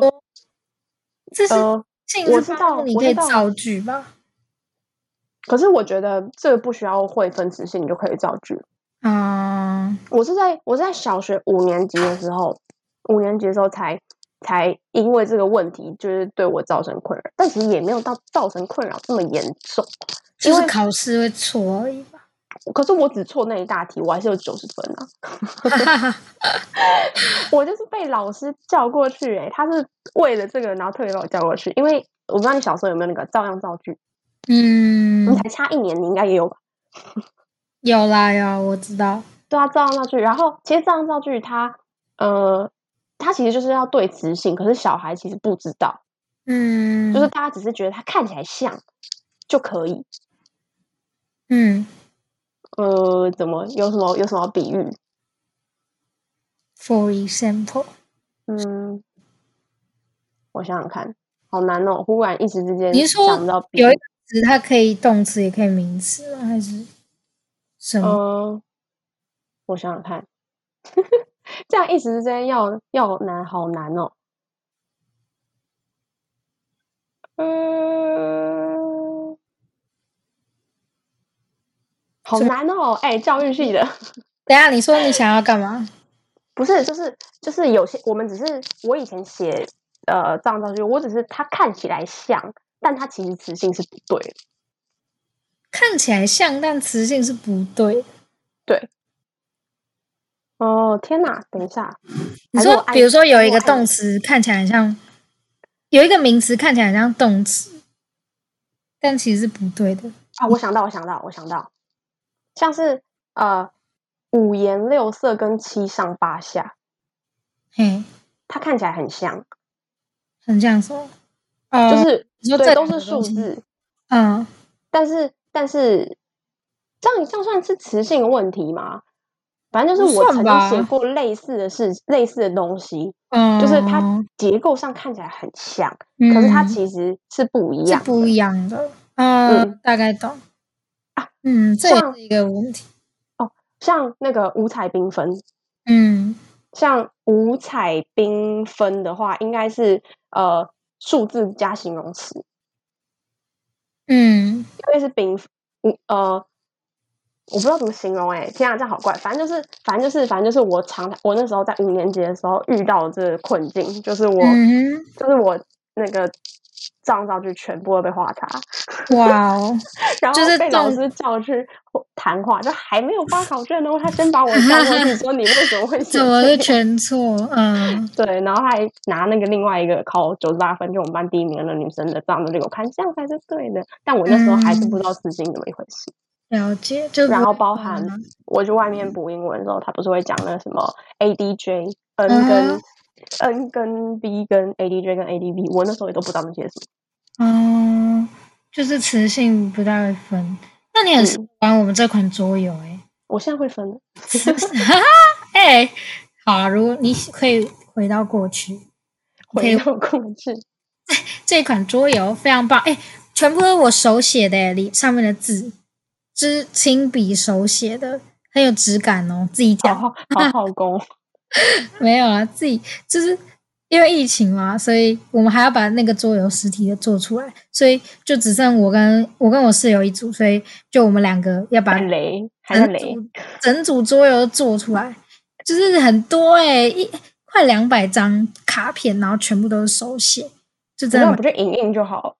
[SPEAKER 1] 这是
[SPEAKER 2] 呃，
[SPEAKER 1] 性
[SPEAKER 2] 我
[SPEAKER 1] 是
[SPEAKER 2] 知
[SPEAKER 1] 帮
[SPEAKER 2] 道
[SPEAKER 1] 助你
[SPEAKER 2] 我
[SPEAKER 1] 可以
[SPEAKER 2] 知道
[SPEAKER 1] 造句吧？
[SPEAKER 2] 可是我觉得这个不需要会分词性，你就可以造句。
[SPEAKER 1] 啊，
[SPEAKER 2] 我是在我是在小学五年级的时候，五年级的时候才才因为这个问题，就是对我造成困扰，但其实也没有到造成困扰这么严重。因
[SPEAKER 1] 就是
[SPEAKER 2] 为
[SPEAKER 1] 考试会错而已吧？
[SPEAKER 2] 可是我只错那一大题，我还是有九十分啊！ (laughs)
[SPEAKER 1] 哈哈哈。
[SPEAKER 2] 我就是被老师叫过去、欸，他是为了这个，然后特别把我叫过去，因为我不知道你小时候有没有那个照样造句，你
[SPEAKER 1] 嗯，
[SPEAKER 2] 才差一年，你应该也有吧？
[SPEAKER 1] 有啦有啦，我知道。
[SPEAKER 2] 对啊，照样造句。然后其实照样造句它，呃，它其实就是要对词性，可是小孩其实不知道，
[SPEAKER 1] 嗯，
[SPEAKER 2] 就是大家只是觉得它看起来像就可以。
[SPEAKER 1] 嗯，
[SPEAKER 2] 呃，怎么有什么有什么比喻？
[SPEAKER 1] For example，
[SPEAKER 2] 嗯，我想想看，好难哦！忽然一时之间
[SPEAKER 1] 你是说
[SPEAKER 2] 想不到比喻
[SPEAKER 1] 有一个词它可以动词也可以名词吗？还是什么？
[SPEAKER 2] 嗯，我想想看， (laughs) 这样一时之间要要难，好难哦。嗯，好
[SPEAKER 1] 怎么
[SPEAKER 2] 难哦！哎、教育系的
[SPEAKER 1] 等一下你说你想要干嘛？
[SPEAKER 2] 不是，就是就是有些我们只是我以前写呃这样造句，我只是它看起来像，但它其实词性是不对的。
[SPEAKER 1] 看起来像，但词性是不对的。
[SPEAKER 2] 哦天哪！等一下，
[SPEAKER 1] 你
[SPEAKER 2] 还是我
[SPEAKER 1] 说，
[SPEAKER 2] 按
[SPEAKER 1] 比如说有一个
[SPEAKER 2] 我按
[SPEAKER 1] 动词看起来很像，有一个名词看起来很像动词，但其实是不对的。
[SPEAKER 2] 啊，我想到，我想到，我想到，像是呃五颜六色跟七上八下，
[SPEAKER 1] 嘿，
[SPEAKER 2] 它看起来很像，
[SPEAKER 1] 很像什么？哦，
[SPEAKER 2] 就是、
[SPEAKER 1] 你说这
[SPEAKER 2] 对都
[SPEAKER 1] 两
[SPEAKER 2] 是
[SPEAKER 1] 个
[SPEAKER 2] 数
[SPEAKER 1] 东西
[SPEAKER 2] 字，
[SPEAKER 1] 嗯，
[SPEAKER 2] 但是但是这样这样算是词性问题吗？反正就
[SPEAKER 1] 不
[SPEAKER 2] 是我
[SPEAKER 1] 算
[SPEAKER 2] 曾经写
[SPEAKER 1] 吧
[SPEAKER 2] 过类似的事，类似的东西，
[SPEAKER 1] 嗯，
[SPEAKER 2] 就是它结构上看起来很像，
[SPEAKER 1] 嗯，
[SPEAKER 2] 可是它其实是不一
[SPEAKER 1] 是
[SPEAKER 2] 样的。
[SPEAKER 1] 不一样的。嗯，
[SPEAKER 2] 嗯
[SPEAKER 1] 大概懂。
[SPEAKER 2] 啊
[SPEAKER 1] 嗯，这也
[SPEAKER 2] 像
[SPEAKER 1] 是一个问题。
[SPEAKER 2] 像那个五彩缤纷，
[SPEAKER 1] 嗯，
[SPEAKER 2] 像五彩缤纷的话，应该是呃数字加形容词，
[SPEAKER 1] 嗯，
[SPEAKER 2] 因为是缤纷嗯呃，我不知道怎么形容哎、天啊，这样好怪。反正就是，反正就是，反正就是我常我那时候在五年级的时候遇到这个困境，就是我、
[SPEAKER 1] 嗯
[SPEAKER 2] 就是我那个账上去全部都被画叉，
[SPEAKER 1] 哼，哇
[SPEAKER 2] (laughs)
[SPEAKER 1] 哦，
[SPEAKER 2] 然后
[SPEAKER 1] 就是
[SPEAKER 2] 被老
[SPEAKER 1] 动
[SPEAKER 2] 师叫去谈话，就还没有发考卷呢，他先把我叫过去说你为什么会写
[SPEAKER 1] 怎么
[SPEAKER 2] 这
[SPEAKER 1] 是
[SPEAKER 2] 个
[SPEAKER 1] 全错？嗯，
[SPEAKER 2] 对，然后还拿那个另外一个考九十八分，就我们班第一名的女生的这样的给我看，这样才是对的。但我那时候还是不知道事情怎么一回事。
[SPEAKER 1] 了解，就嗯
[SPEAKER 2] 然
[SPEAKER 1] 不
[SPEAKER 2] 后
[SPEAKER 1] 会
[SPEAKER 2] 包
[SPEAKER 1] 懂
[SPEAKER 2] 含
[SPEAKER 1] 了
[SPEAKER 2] 我去外面补英文的时候，他不是会讲那个什么 ADJ N
[SPEAKER 1] 嗯
[SPEAKER 2] 跟、
[SPEAKER 1] 哼
[SPEAKER 2] N 跟 B 跟 ADJ 跟 ADB，我那时候也都不知道那些是什
[SPEAKER 1] 嗯，就是磁性不太会分。那你很适
[SPEAKER 2] 嗯
[SPEAKER 1] 合玩我们这款桌游哎、
[SPEAKER 2] 么。我现在会分了，
[SPEAKER 1] 欸， (laughs) 哈哈，哎，好啊，如果你可以回到过去，
[SPEAKER 2] 回到过去。
[SPEAKER 1] 这款桌游非常棒哎、全部都是我手写的、欸，里上面的字，之亲笔手写的，很有质感哦，自己
[SPEAKER 2] 好
[SPEAKER 1] 讲。
[SPEAKER 2] 好好好功，
[SPEAKER 1] 没有啊，自己就是因为疫情嘛，所以我们还要把那个桌游实体的做出来，所以就只剩我跟我跟我室友一组，所以就我们两个要把
[SPEAKER 2] 还雷还在
[SPEAKER 1] 整
[SPEAKER 2] 雷，
[SPEAKER 1] 组整组桌游都做出来，就是很多哎、一快两百张卡片，然后全部都是手写，就
[SPEAKER 2] 你
[SPEAKER 1] 真的
[SPEAKER 2] 要
[SPEAKER 1] 蛮
[SPEAKER 2] 不去影印就好，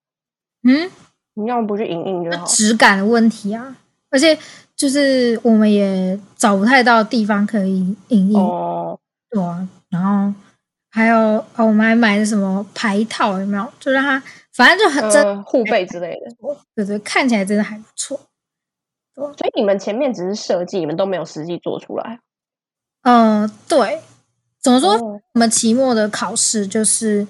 [SPEAKER 1] 嗯
[SPEAKER 2] 你要不去影印就好。
[SPEAKER 1] 质感的问题啊，而且就是我们也找不太到地方可以影印。
[SPEAKER 2] 哦，
[SPEAKER 1] 对啊，然后还有哦，我们还买了什么牌套，有没有？就让它，反正就很真，
[SPEAKER 2] 呃，护背之类的。
[SPEAKER 1] 对对，看起来真的还不错。
[SPEAKER 2] 所以你们前面只是设计，你们都没有实际做出来。
[SPEAKER 1] 呃嗯、对，怎么说？
[SPEAKER 2] 哦
[SPEAKER 1] 我们期末的考试就是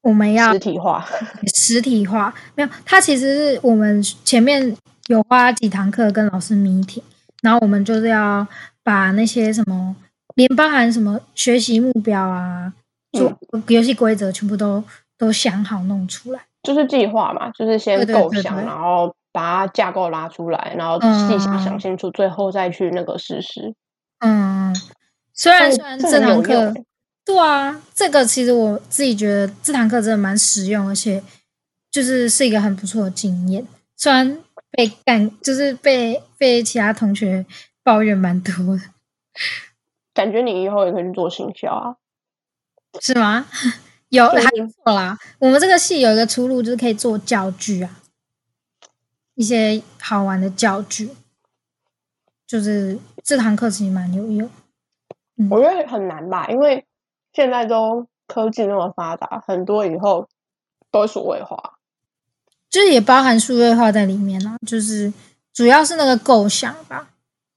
[SPEAKER 1] 我们要
[SPEAKER 2] 实体化，
[SPEAKER 1] 实体化，没有，它其实是我们前面有花几堂课跟老师 meeting，然后我们就是要把那些什么，连包含什么学习目标啊，
[SPEAKER 2] 嗯
[SPEAKER 1] 做游戏规则全部都都想好弄出来。
[SPEAKER 2] 就是计划嘛，就是先
[SPEAKER 1] 对对
[SPEAKER 2] 构
[SPEAKER 1] 对
[SPEAKER 2] 想，
[SPEAKER 1] 对
[SPEAKER 2] 然后把它架构拉出来，然后
[SPEAKER 1] 嗯
[SPEAKER 2] 细想想清楚，最后再去那个实施。
[SPEAKER 1] 嗯，虽然
[SPEAKER 2] 哦
[SPEAKER 1] 虽然
[SPEAKER 2] 这
[SPEAKER 1] 这
[SPEAKER 2] 很
[SPEAKER 1] 堂
[SPEAKER 2] 有用
[SPEAKER 1] 课
[SPEAKER 2] 欸，
[SPEAKER 1] 对啊，这个其实我自己觉得这堂课真的蛮实用，而且就是是一个很不错的经验。虽然被干，就是被被其他同学抱怨蛮多的，
[SPEAKER 2] 感觉你以后也可以去做行销啊，
[SPEAKER 1] 是吗？ (laughs) 有
[SPEAKER 2] 就
[SPEAKER 1] 还
[SPEAKER 2] 是
[SPEAKER 1] 错啦，我们这个系有一个出路，就是可以做教具啊，一些好玩的教具，就是这堂课其实蛮有用。
[SPEAKER 2] 我觉得很难吧，因为现在都科技那么发达，很多以后都会数位化。
[SPEAKER 1] 就是也包含数位化在里面啊，就是主要是那个构想吧，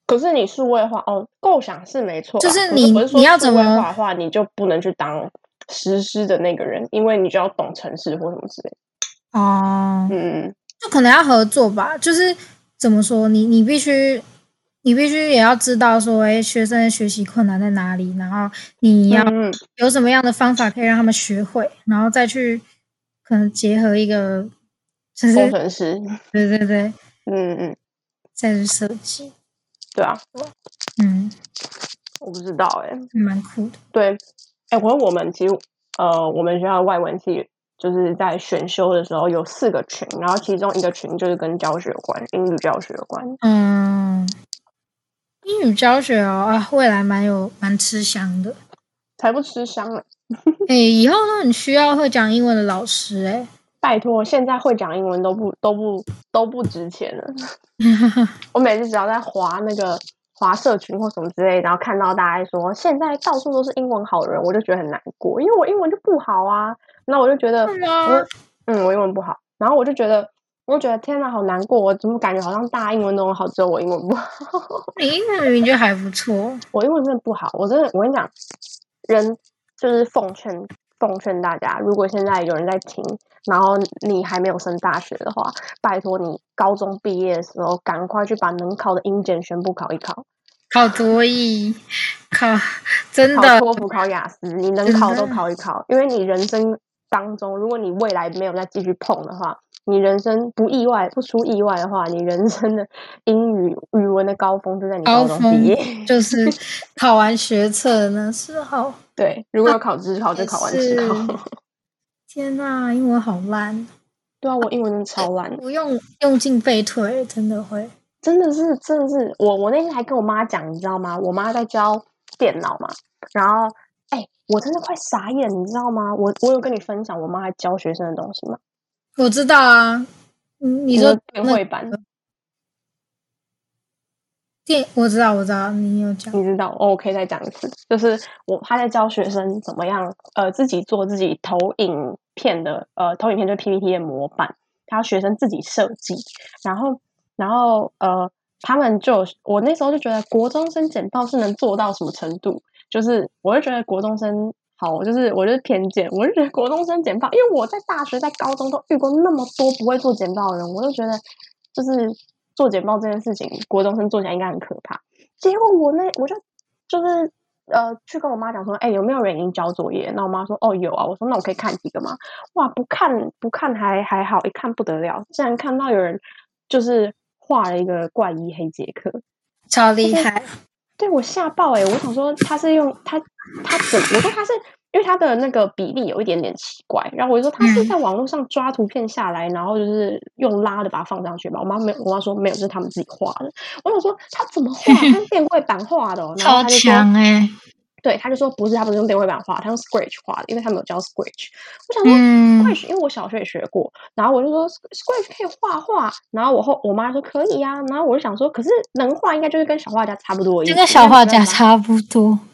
[SPEAKER 2] 可是你数位化哦，构想是没错啦，
[SPEAKER 1] 就是
[SPEAKER 2] 可
[SPEAKER 1] 你
[SPEAKER 2] 不是说
[SPEAKER 1] 你要怎么
[SPEAKER 2] 数位化的话，你就不能去当实施的那个人，因为你就要懂城市或什么之类的。
[SPEAKER 1] 哦、
[SPEAKER 2] 嗯，
[SPEAKER 1] 就可能要合作吧，就是怎么说，你你必须你必须也要知道说，哎，学生的学习困难在哪里，然后你要
[SPEAKER 2] 嗯
[SPEAKER 1] 有什么样的方法可以让他们学会，然后再去可能结合一个，就是
[SPEAKER 2] 工程师，
[SPEAKER 1] 对对对，
[SPEAKER 2] 嗯嗯，
[SPEAKER 1] 再去设计，
[SPEAKER 2] 对啊，
[SPEAKER 1] 嗯，
[SPEAKER 2] 我不知道哎、
[SPEAKER 1] 还蛮酷的，
[SPEAKER 2] 对，哎、我我们其实呃，我们学校的外文系就是在选修的时候有四个群，然后其中一个群就是跟教学有关，英语教学有关。
[SPEAKER 1] 嗯。英语教学哦，啊，未来蛮有蛮吃香的。
[SPEAKER 2] 才不吃香呢！
[SPEAKER 1] 哎、以后都很需要会讲英文的老师哎、
[SPEAKER 2] 拜托，现在会讲英文都不都不都不值钱了。我每次只要在划那个划社群或什么之类，然后看到大家说现在到处都是英文好人，我就觉得很难过，因为我英文就不好啊。那我就觉得
[SPEAKER 1] 是吗
[SPEAKER 2] 我嗯，我英文不好，然后我就觉得。我就觉得天哪，好难过！我怎么感觉好像大家英文都很好，只有我英文不好？
[SPEAKER 1] 你英文明明就还不错，
[SPEAKER 2] 我英文真的不好，我真的我跟你讲，人就是奉劝奉劝大家，如果现在有人在听，然后你还没有升大学的话，拜托你高中毕业的时候，赶快去把能考的英检全部考一考，
[SPEAKER 1] 考多艺，考真
[SPEAKER 2] 考
[SPEAKER 1] 的嗯
[SPEAKER 2] 托福、考雅思，你能考都考一考，因为你人生当中，如果你未来没有再继续碰的话。你人生不意外，不出意外的话，你人生的英语语文的高峰就在你
[SPEAKER 1] 高
[SPEAKER 2] 高中毕
[SPEAKER 1] 峰
[SPEAKER 2] 业。
[SPEAKER 1] 就是考完学测的那时候。
[SPEAKER 2] 对，如果要考职考，就考完职
[SPEAKER 1] 也
[SPEAKER 2] 考。 (laughs)
[SPEAKER 1] 是天呐，英文好烂，
[SPEAKER 2] 对啊，我英文真的超烂的，
[SPEAKER 1] 不用用进废退，真的会。
[SPEAKER 2] 真的是，真的是，我我那天还跟我妈讲，你知道吗？我妈在教电脑嘛，然后，哎、我真的快傻眼，你知道吗？我我有跟你分享我妈在教学生的东西吗？
[SPEAKER 1] 我知道啊，你你
[SPEAKER 2] 你
[SPEAKER 1] 说
[SPEAKER 2] 电
[SPEAKER 1] 那
[SPEAKER 2] 绘班，
[SPEAKER 1] 电，我知道我知道，你有讲，
[SPEAKER 2] 你知道哦我可以再讲一次，就是我她在教学生怎么样，呃，自己做自己投影片的，呃，投影片就是 PPT 的模板，她要学生自己设计，然后，然后，呃，他们就有我那时候就觉得国中生简报是能做到什么程度，就是我就觉得国中生好，就是我就是偏见，我就觉得国中生简报，因为我在大学在高中都遇过那么多不会做简报的人，我就觉得就是做简报这件事情，国中生做起来应该很可怕。结果我那我就就是呃去跟我妈讲说，哎、有没有人已经交作业？那我妈说，哦有啊。我说那我可以看几个吗？哇，不看不看还还好，一看不得了，竟然看到有人就是画了一个怪医黑杰克，
[SPEAKER 1] 超厉害，
[SPEAKER 2] 对我吓爆哎、我想说他是用他他怎我说他是因为他的那个比例有一点点奇怪，然后我就说他是
[SPEAKER 1] 嗯
[SPEAKER 2] 在网络上抓图片下来，然后就是用拉的把它放上去吧。我妈没有，我妈说没有，是他们自己画的。我想说他怎么画？他是电绘版画的、哦，然后
[SPEAKER 1] 超
[SPEAKER 2] 他就说
[SPEAKER 1] 强哎、
[SPEAKER 2] 对，他就说不是，他不是用电绘板画，他用 Scratch 画的，因为他们有教 Scratch。我想说、
[SPEAKER 1] 嗯，
[SPEAKER 2] Scratch，因为我小学也学过，然后我就说 Scratch 可以画画，然后我后我妈说可以呀、然后我就想说，可是能画应该就是跟小画家差不多的意思，
[SPEAKER 1] 就跟小画
[SPEAKER 2] 应
[SPEAKER 1] 家
[SPEAKER 2] 该没办法
[SPEAKER 1] 差不多。 (laughs)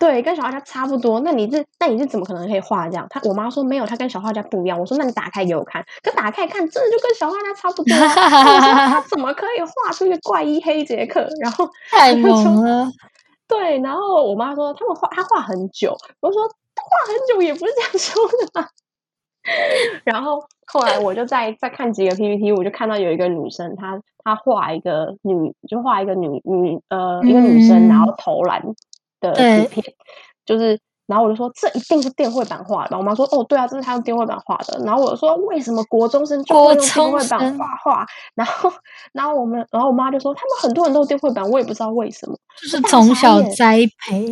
[SPEAKER 2] 对，跟小画家差不多。那你是那你是怎么可能可以画这样？他我妈说没有，他跟小画家不一样。我说那你打开给我看，可打开看，真的就跟小画家差不多、啊。 (laughs) 那我说他怎么可以画出一个怪医黑杰克？然后
[SPEAKER 1] 太猛了！
[SPEAKER 2] 对，然后我妈说他们画他画很久，我说画很久也不是这样说的、啊。 (laughs) 然后后来我就再再看几个 PPT，我就看到有一个女生，她她画一个女，就画一个女女呃一个女生，然后投篮的
[SPEAKER 1] 嗯对
[SPEAKER 2] 图片，就是。然后我就说，这一定是电绘板画的吧。我妈说，哦，对啊，这是她用电绘板画的。然后我就说，为什么国中生就会
[SPEAKER 1] 国
[SPEAKER 2] 用电
[SPEAKER 1] 中
[SPEAKER 2] 绘板
[SPEAKER 1] 生
[SPEAKER 2] 画画？ (laughs) 然后，然后我们，然后我妈就说，他们很多人都有电绘板，我也不知道为什么，
[SPEAKER 1] 就是
[SPEAKER 2] 大
[SPEAKER 1] 从
[SPEAKER 2] 傻
[SPEAKER 1] 小
[SPEAKER 2] 眼
[SPEAKER 1] 栽培，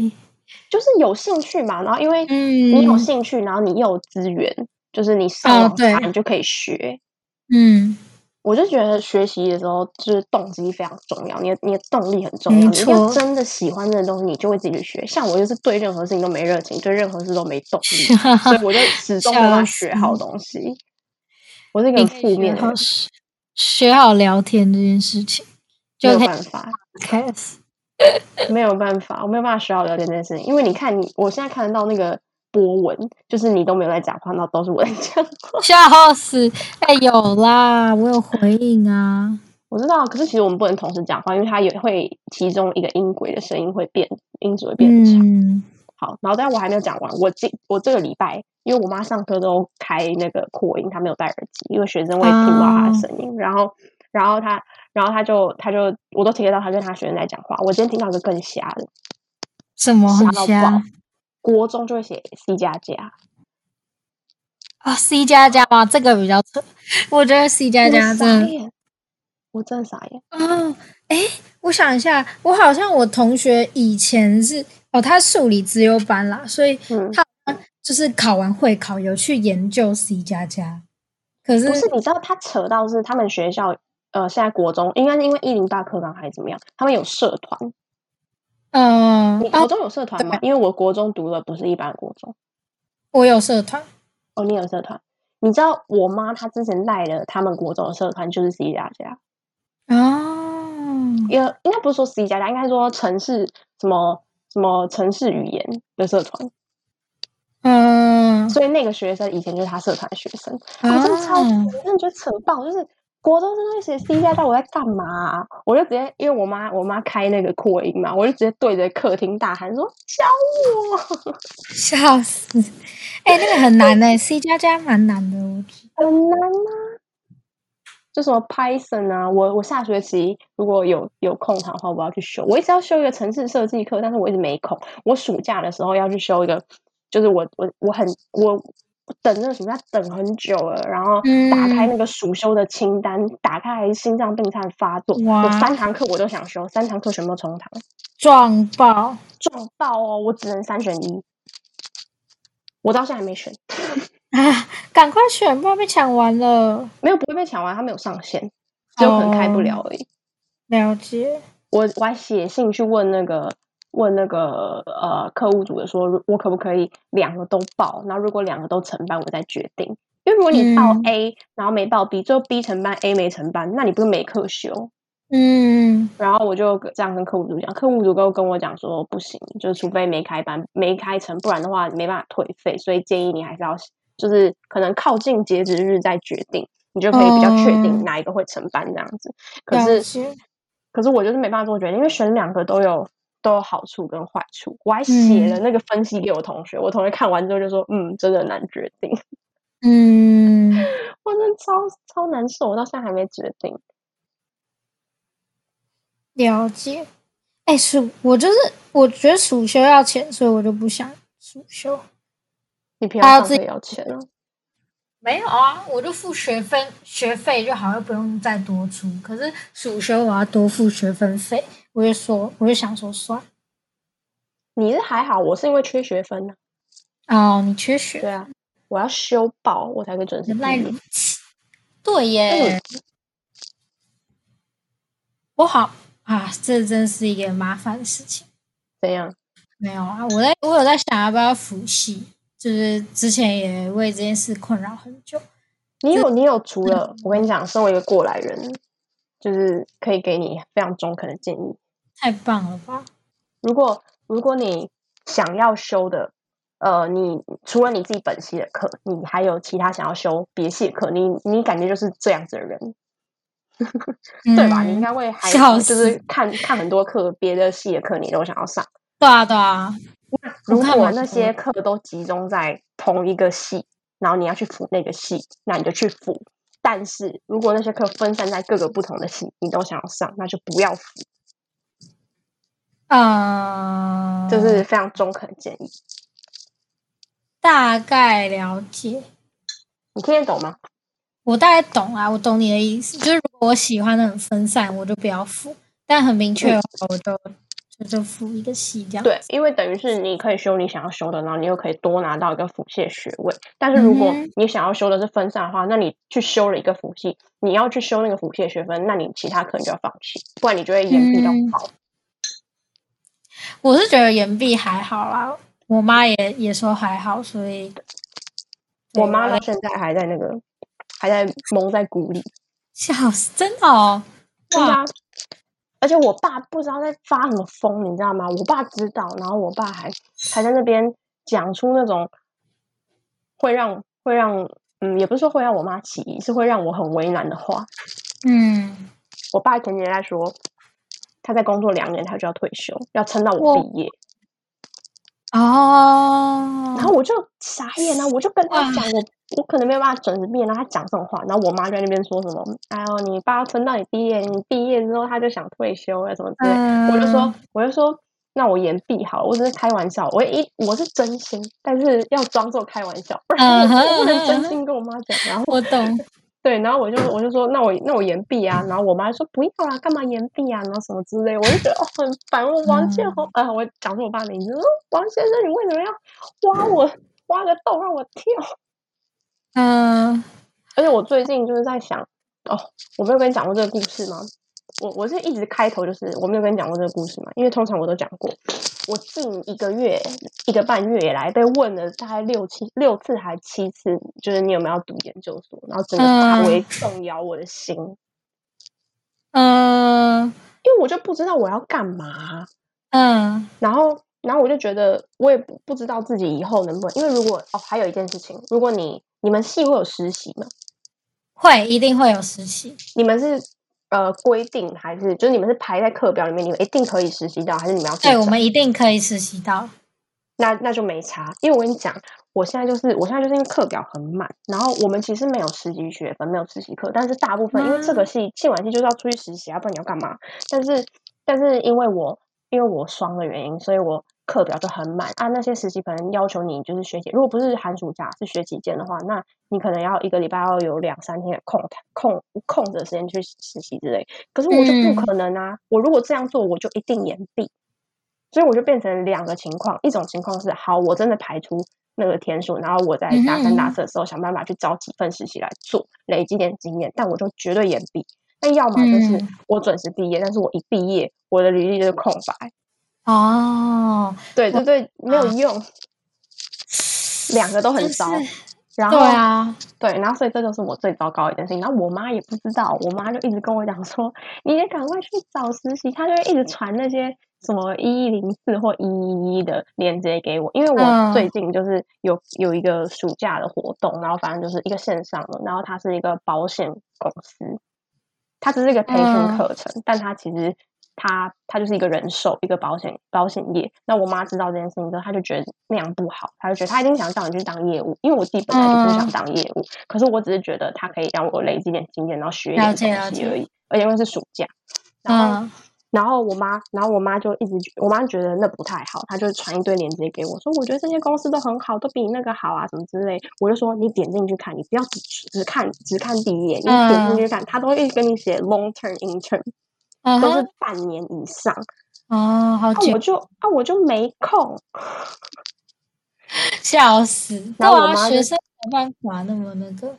[SPEAKER 2] 就是有兴趣嘛。然后因为你有
[SPEAKER 1] 嗯
[SPEAKER 2] 兴趣，然后你又有资源，就是你上
[SPEAKER 1] 哦
[SPEAKER 2] 网查
[SPEAKER 1] 对
[SPEAKER 2] 你就可以学。
[SPEAKER 1] 嗯，
[SPEAKER 2] 我就觉得学习的时候，就是动机非常重要，你的你的动力很重要。
[SPEAKER 1] 没
[SPEAKER 2] 你一定要
[SPEAKER 1] 错
[SPEAKER 2] 真的喜欢这个东西，你就会自己去学。像我就是对任何事情都没热情，对任何事都没动力，嗯所以我就始终没有办法
[SPEAKER 1] 笑
[SPEAKER 2] 学
[SPEAKER 1] 死
[SPEAKER 2] 好东西。我是一个
[SPEAKER 1] 你
[SPEAKER 2] 很
[SPEAKER 1] 可以
[SPEAKER 2] 负
[SPEAKER 1] 学
[SPEAKER 2] 面的
[SPEAKER 1] 好
[SPEAKER 2] 人，
[SPEAKER 1] 学好聊天这件事情，
[SPEAKER 2] 没
[SPEAKER 1] 就
[SPEAKER 2] 有
[SPEAKER 1] 可以
[SPEAKER 2] 办法，
[SPEAKER 1] 开始
[SPEAKER 2] 没有办法，我没有办法学好聊天这件事情。因为你看你，我现在看得到那个波纹，就是你都没有在讲话，那都是我在讲话。
[SPEAKER 1] 笑
[SPEAKER 2] (laughs)
[SPEAKER 1] 死！哎、有啦，我有回应啊。
[SPEAKER 2] 我知道，可是其实我们不能同时讲话，因为它也会其中一个音轨的声音会变，音质会变差。
[SPEAKER 1] 嗯，
[SPEAKER 2] 好，然后但我还没有讲完，我这我这个礼拜，因为我妈上课都开那个扩音，她没有戴耳机，因为学生会听不到
[SPEAKER 1] 哦
[SPEAKER 2] 她的声音。然后，然后她，然后她就她就我都听得到她跟她学生在讲话。我今天听到一个更瞎的，
[SPEAKER 1] 什么
[SPEAKER 2] 瞎
[SPEAKER 1] 很
[SPEAKER 2] 到
[SPEAKER 1] 瞎
[SPEAKER 2] 爆。国中就会写 C 加加，
[SPEAKER 1] 啊、c 加加吗？这个比较扯，我觉得 C 加
[SPEAKER 2] 我
[SPEAKER 1] 加
[SPEAKER 2] 傻
[SPEAKER 1] 真的
[SPEAKER 2] 眼，我真的傻眼。
[SPEAKER 1] 哦，哎，我想一下，我好像我同学以前是哦，他数理资优班啦，所以
[SPEAKER 2] 嗯，
[SPEAKER 1] 他就是考完会考有去研究 C 加加，可是
[SPEAKER 2] 不是，你知道他扯到是他们学校，呃，现在国中应该是因为一零八课纲还是怎么样，他们有社团。
[SPEAKER 1] 呃
[SPEAKER 2] 你国
[SPEAKER 1] 哦，
[SPEAKER 2] 中有社团吗
[SPEAKER 1] 对？
[SPEAKER 2] 因为我国中读的不是一般的国中，
[SPEAKER 1] 我有社团，
[SPEAKER 2] 哦，你有社团。你知道我妈她之前赖了他们国中的社团就是 C 加加，
[SPEAKER 1] 哦，
[SPEAKER 2] 也应该不是说 C 加加，应该说城市什么什么城市语言的社团，
[SPEAKER 1] 嗯、
[SPEAKER 2] 所以那个学生以前就是他社团的学生，我真的
[SPEAKER 1] 啊，
[SPEAKER 2] 超，我真的觉得扯爆，就是国中生会写 C 加加，我在干嘛啊、我就直接因为我妈我妈开那个扩音嘛，我就直接对着客厅大喊说教我，
[SPEAKER 1] 笑死！哎、那个很难哎、c 加加蛮难的，我觉得。
[SPEAKER 2] 很难吗、就什么 Python 啊，我我下学期如果有有空堂的话，我要去修。我一直要修一个城市设计课，但是我一直没空。我暑假的时候要去修一个，就是我我我很我我等那个暑假等很久了，然后打开
[SPEAKER 1] 嗯
[SPEAKER 2] 那个暑修的清单，打开还是心脏病差点发作，我
[SPEAKER 1] 哇
[SPEAKER 2] 三堂课我都想修，三堂课全部都重堂，
[SPEAKER 1] 撞爆！
[SPEAKER 2] 撞到哦，我只能三选一。我到现在还没选，
[SPEAKER 1] 啊，赶快选，不然被抢完了。
[SPEAKER 2] 没有不会被抢完，它没有上线，只有可能开不
[SPEAKER 1] 哦
[SPEAKER 2] 了而已。
[SPEAKER 1] 了解。
[SPEAKER 2] 我我还写信去问那个问那个呃客户组的说，如我可不可以两个都报？然后如果两个都承办，我再决定。因为如果你报
[SPEAKER 1] 嗯
[SPEAKER 2] A，、然后没报 B，最后 B 承办 A 没承办，那你不是没课修？
[SPEAKER 1] 嗯，
[SPEAKER 2] 然后我就跟这样跟客户组讲，客户组跟跟我讲说不行，就是除非没开班没开成，不然的话没办法退费，所以建议你还是要就是可能靠近截止日再决定，你就可以比较确定
[SPEAKER 1] 嗯
[SPEAKER 2] 哪一个会承办这样子。可
[SPEAKER 1] 了
[SPEAKER 2] 是
[SPEAKER 1] 解。
[SPEAKER 2] 可是我就是没办法做决定，因为选两个都有都有好处跟坏处。我还写
[SPEAKER 1] 嗯
[SPEAKER 2] 了那个分析给我同学，我同学看完之后就说：“嗯，真的很难决定。 (laughs)
[SPEAKER 1] 嗯，”
[SPEAKER 2] 我真的超超难受，我到现在还没决定。
[SPEAKER 1] 了解。哎、暑我就是我觉得暑修要钱，所以我就不想暑修。
[SPEAKER 2] 你平
[SPEAKER 1] 他要
[SPEAKER 2] 常上
[SPEAKER 1] 自己
[SPEAKER 2] 课也要钱啊？
[SPEAKER 1] 没有啊，我就付学分学费就好，又不用再多出。可是暑修我要多付学分费，我就说，我就想说算了。
[SPEAKER 2] 你是还好，我是因为缺学分呢、啊
[SPEAKER 1] 哦，你缺血，
[SPEAKER 2] 对啊，我要修爆，我才可以准时
[SPEAKER 1] 原
[SPEAKER 2] 毕
[SPEAKER 1] 来
[SPEAKER 2] 业
[SPEAKER 1] 如。此。对
[SPEAKER 2] 但是我
[SPEAKER 1] 耶，我好啊，这真是一个麻烦的事情。
[SPEAKER 2] 怎样？
[SPEAKER 1] 没有啊，我在我有在想要不要复习，就是之前也为这件事困扰很久。
[SPEAKER 2] 你有你有
[SPEAKER 1] 嗯
[SPEAKER 2] 除了我跟你讲，身为一个过来人，就是可以给你非常中肯的建议。
[SPEAKER 1] 太棒了吧？
[SPEAKER 2] 如果如果你想要修的，呃，你除了你自己本系的课，你还有其他想要修别系的课，你你感觉就是这样子的人，对吧？你
[SPEAKER 1] 嗯
[SPEAKER 2] 应该会还
[SPEAKER 1] 笑
[SPEAKER 2] 就
[SPEAKER 1] 死
[SPEAKER 2] 是看看很多课，别的系的课你都想要上。
[SPEAKER 1] 对啊，对啊，我
[SPEAKER 2] 如
[SPEAKER 1] 看
[SPEAKER 2] 果
[SPEAKER 1] 完
[SPEAKER 2] 那些课都集中在同一个系，然后你要去辅那个系，那你就去辅。但是如果那些课分散在各个不同的系，你都想要上，那就不要辅，
[SPEAKER 1] 嗯，
[SPEAKER 2] 这是非常中肯的建议。
[SPEAKER 1] 大概了解，
[SPEAKER 2] 你听得懂吗？
[SPEAKER 1] 我大概懂啊，我懂你的意思，就是如果我喜欢的很分散，我就不要付，但很明
[SPEAKER 2] 嗯
[SPEAKER 1] 确的话，我就就就付一个系这样。
[SPEAKER 2] 对，因为等于是你可以修你想要修的，然后你又可以多拿到一个辅系的学位。但是如果
[SPEAKER 1] 嗯哼
[SPEAKER 2] 你想要修的是分散的话，那你去修了一个辅系，你要去修那个辅系的学分，那你其他课你就要放弃，不然你就会延毕到
[SPEAKER 1] 嗯
[SPEAKER 2] 爆。
[SPEAKER 1] 我是觉得岩壁还好啦，我妈也也说还好，所以
[SPEAKER 2] 我妈
[SPEAKER 1] 对
[SPEAKER 2] 到现在还在那个，还在蒙在鼓里，
[SPEAKER 1] 笑死，真的哦，
[SPEAKER 2] 对啊。而且我爸不知道在发什么疯，你知道吗？我爸知道，然后我爸还还在那边讲出那种会让会让嗯，也不是说会让我妈起疑，是会让我很为难的话。
[SPEAKER 1] 嗯，
[SPEAKER 2] 我爸前几天在说，他在工作两年，他就要退休，要撑到
[SPEAKER 1] 哇
[SPEAKER 2] 我毕业。
[SPEAKER 1] 哦，
[SPEAKER 2] 然后我就傻眼啊！我就跟他
[SPEAKER 1] 哇
[SPEAKER 2] 讲，我我可能没有办法准时毕业，然后他讲这种话，然后我妈就在那边说什么：“哎呦，你爸要撑到你毕业，你毕业之后他就想退休啊，什么之类。”
[SPEAKER 1] 嗯
[SPEAKER 2] 我就说，我就说，那我延毕好了，我只是开玩笑，我一我是真心，但是要装作开玩笑，不然
[SPEAKER 1] 嗯哼
[SPEAKER 2] 我不能
[SPEAKER 1] 嗯
[SPEAKER 2] 真
[SPEAKER 1] 哼
[SPEAKER 2] 心跟我妈讲。啊然后
[SPEAKER 1] 我懂，
[SPEAKER 2] 对，然后我就我就说，那我那我延毕啊，然后我妈说不要啦，干嘛延毕啊，然后什么之类，我就觉得哦很烦。我王建宏，呃，我讲出我爸名字，哦王先生，你为什么要挖我挖个洞让我跳？ (laughs)
[SPEAKER 1] 嗯
[SPEAKER 2] 而且我最近就是在想，哦，我没有跟你讲过这个故事吗？我我是一直开头就是我没有跟你讲过这个故事嘛，因为通常我都讲过。我近一个月一个半月以来被问了大概六七六次还七次，就是你有没有要读研究所，然后整个大为动摇我的心，
[SPEAKER 1] 嗯
[SPEAKER 2] 因为我就不知道我要干嘛，
[SPEAKER 1] 嗯
[SPEAKER 2] 然后然后我就觉得我也不不知道自己以后能不能，因为如果哦还有一件事情，如果你你们系会有实习吗？
[SPEAKER 1] 会一定会有实习，
[SPEAKER 2] 你们是呃规定还是就是你们是排在课表里面，你们一定可以实习到，还是你们要自己
[SPEAKER 1] 对我
[SPEAKER 2] 找
[SPEAKER 1] 们一定可以实习到，
[SPEAKER 2] 那那就没差，因为我跟你讲，我现在就是我现在就是因为课表很满，然后我们其实没有实习学分，没有实习课，但是大部分因为这个系系完系就是要出去实习啊，不然你要干嘛？但是但是因为我因为我双的原因，所以我课表就很满啊。那些实习可能要求你就是学姐，如果不是寒暑假是学期间的话，那你可能要一个礼拜要有两三天的空空空着时间去实习之类。可是我就
[SPEAKER 1] 嗯
[SPEAKER 2] 不可能啊，我如果这样做，我就一定延毕。所以我就变成两个情况，一种情况是好，我真的排出那个天数，然后我在大三、
[SPEAKER 1] 嗯
[SPEAKER 2] 大
[SPEAKER 1] 哼
[SPEAKER 2] 四的时候想办法去找几份实习来做，累积点经验，但我就绝对延毕。那要么就是
[SPEAKER 1] 嗯
[SPEAKER 2] 我准时毕业，但是我一毕业，我的履历就是空白，
[SPEAKER 1] 哦，
[SPEAKER 2] 对，这对没有用，两个都很
[SPEAKER 1] 啊就是
[SPEAKER 2] 糟。然后
[SPEAKER 1] 对啊，
[SPEAKER 2] 对，然后所以这就是我最糟糕的一件事情。然后我妈也不知道，我妈就一直跟我讲说，你得赶快去找实习。她就会一直传那些什么一一零四或一一一的链接给我，因为我
[SPEAKER 1] 嗯
[SPEAKER 2] 最近就是有、有一个暑假的活动，然后反正就是一个线上的，然后它是一个保险公司，它只是一个培训
[SPEAKER 1] 嗯
[SPEAKER 2] 课程，但它其实它它就是一个人寿，一个保险保险业。那我妈知道这件事情之后，她就觉得那样不好，她就觉得她一定想叫你去当业务，因为我自己本来就不是想
[SPEAKER 1] 嗯
[SPEAKER 2] 当业务，可是我只是觉得她可以让我累积点经验，然后学一
[SPEAKER 1] 了
[SPEAKER 2] 点
[SPEAKER 1] 解
[SPEAKER 2] 东
[SPEAKER 1] 了
[SPEAKER 2] 西
[SPEAKER 1] 解
[SPEAKER 2] 而已，而且因为是暑假，然后。
[SPEAKER 1] 嗯
[SPEAKER 2] 然后我妈，然后我妈就一直觉，我妈觉得那不太好，她就传一堆链接给我，说我觉得这些公司都很好，都比你那个好啊，什么之类。我就说你点进去看，你不要只只看只看第一眼，你点进去看，他都会跟你写 long term intern，
[SPEAKER 1] 嗯
[SPEAKER 2] 都是
[SPEAKER 1] 哼，
[SPEAKER 2] 半年以上。
[SPEAKER 1] 哦，好
[SPEAKER 2] 啊，
[SPEAKER 1] 久
[SPEAKER 2] 我就啊我就没空，
[SPEAKER 1] 笑死，对
[SPEAKER 2] 然后我
[SPEAKER 1] 啊，
[SPEAKER 2] 妈
[SPEAKER 1] 学
[SPEAKER 2] 就
[SPEAKER 1] 生没办法那么那个，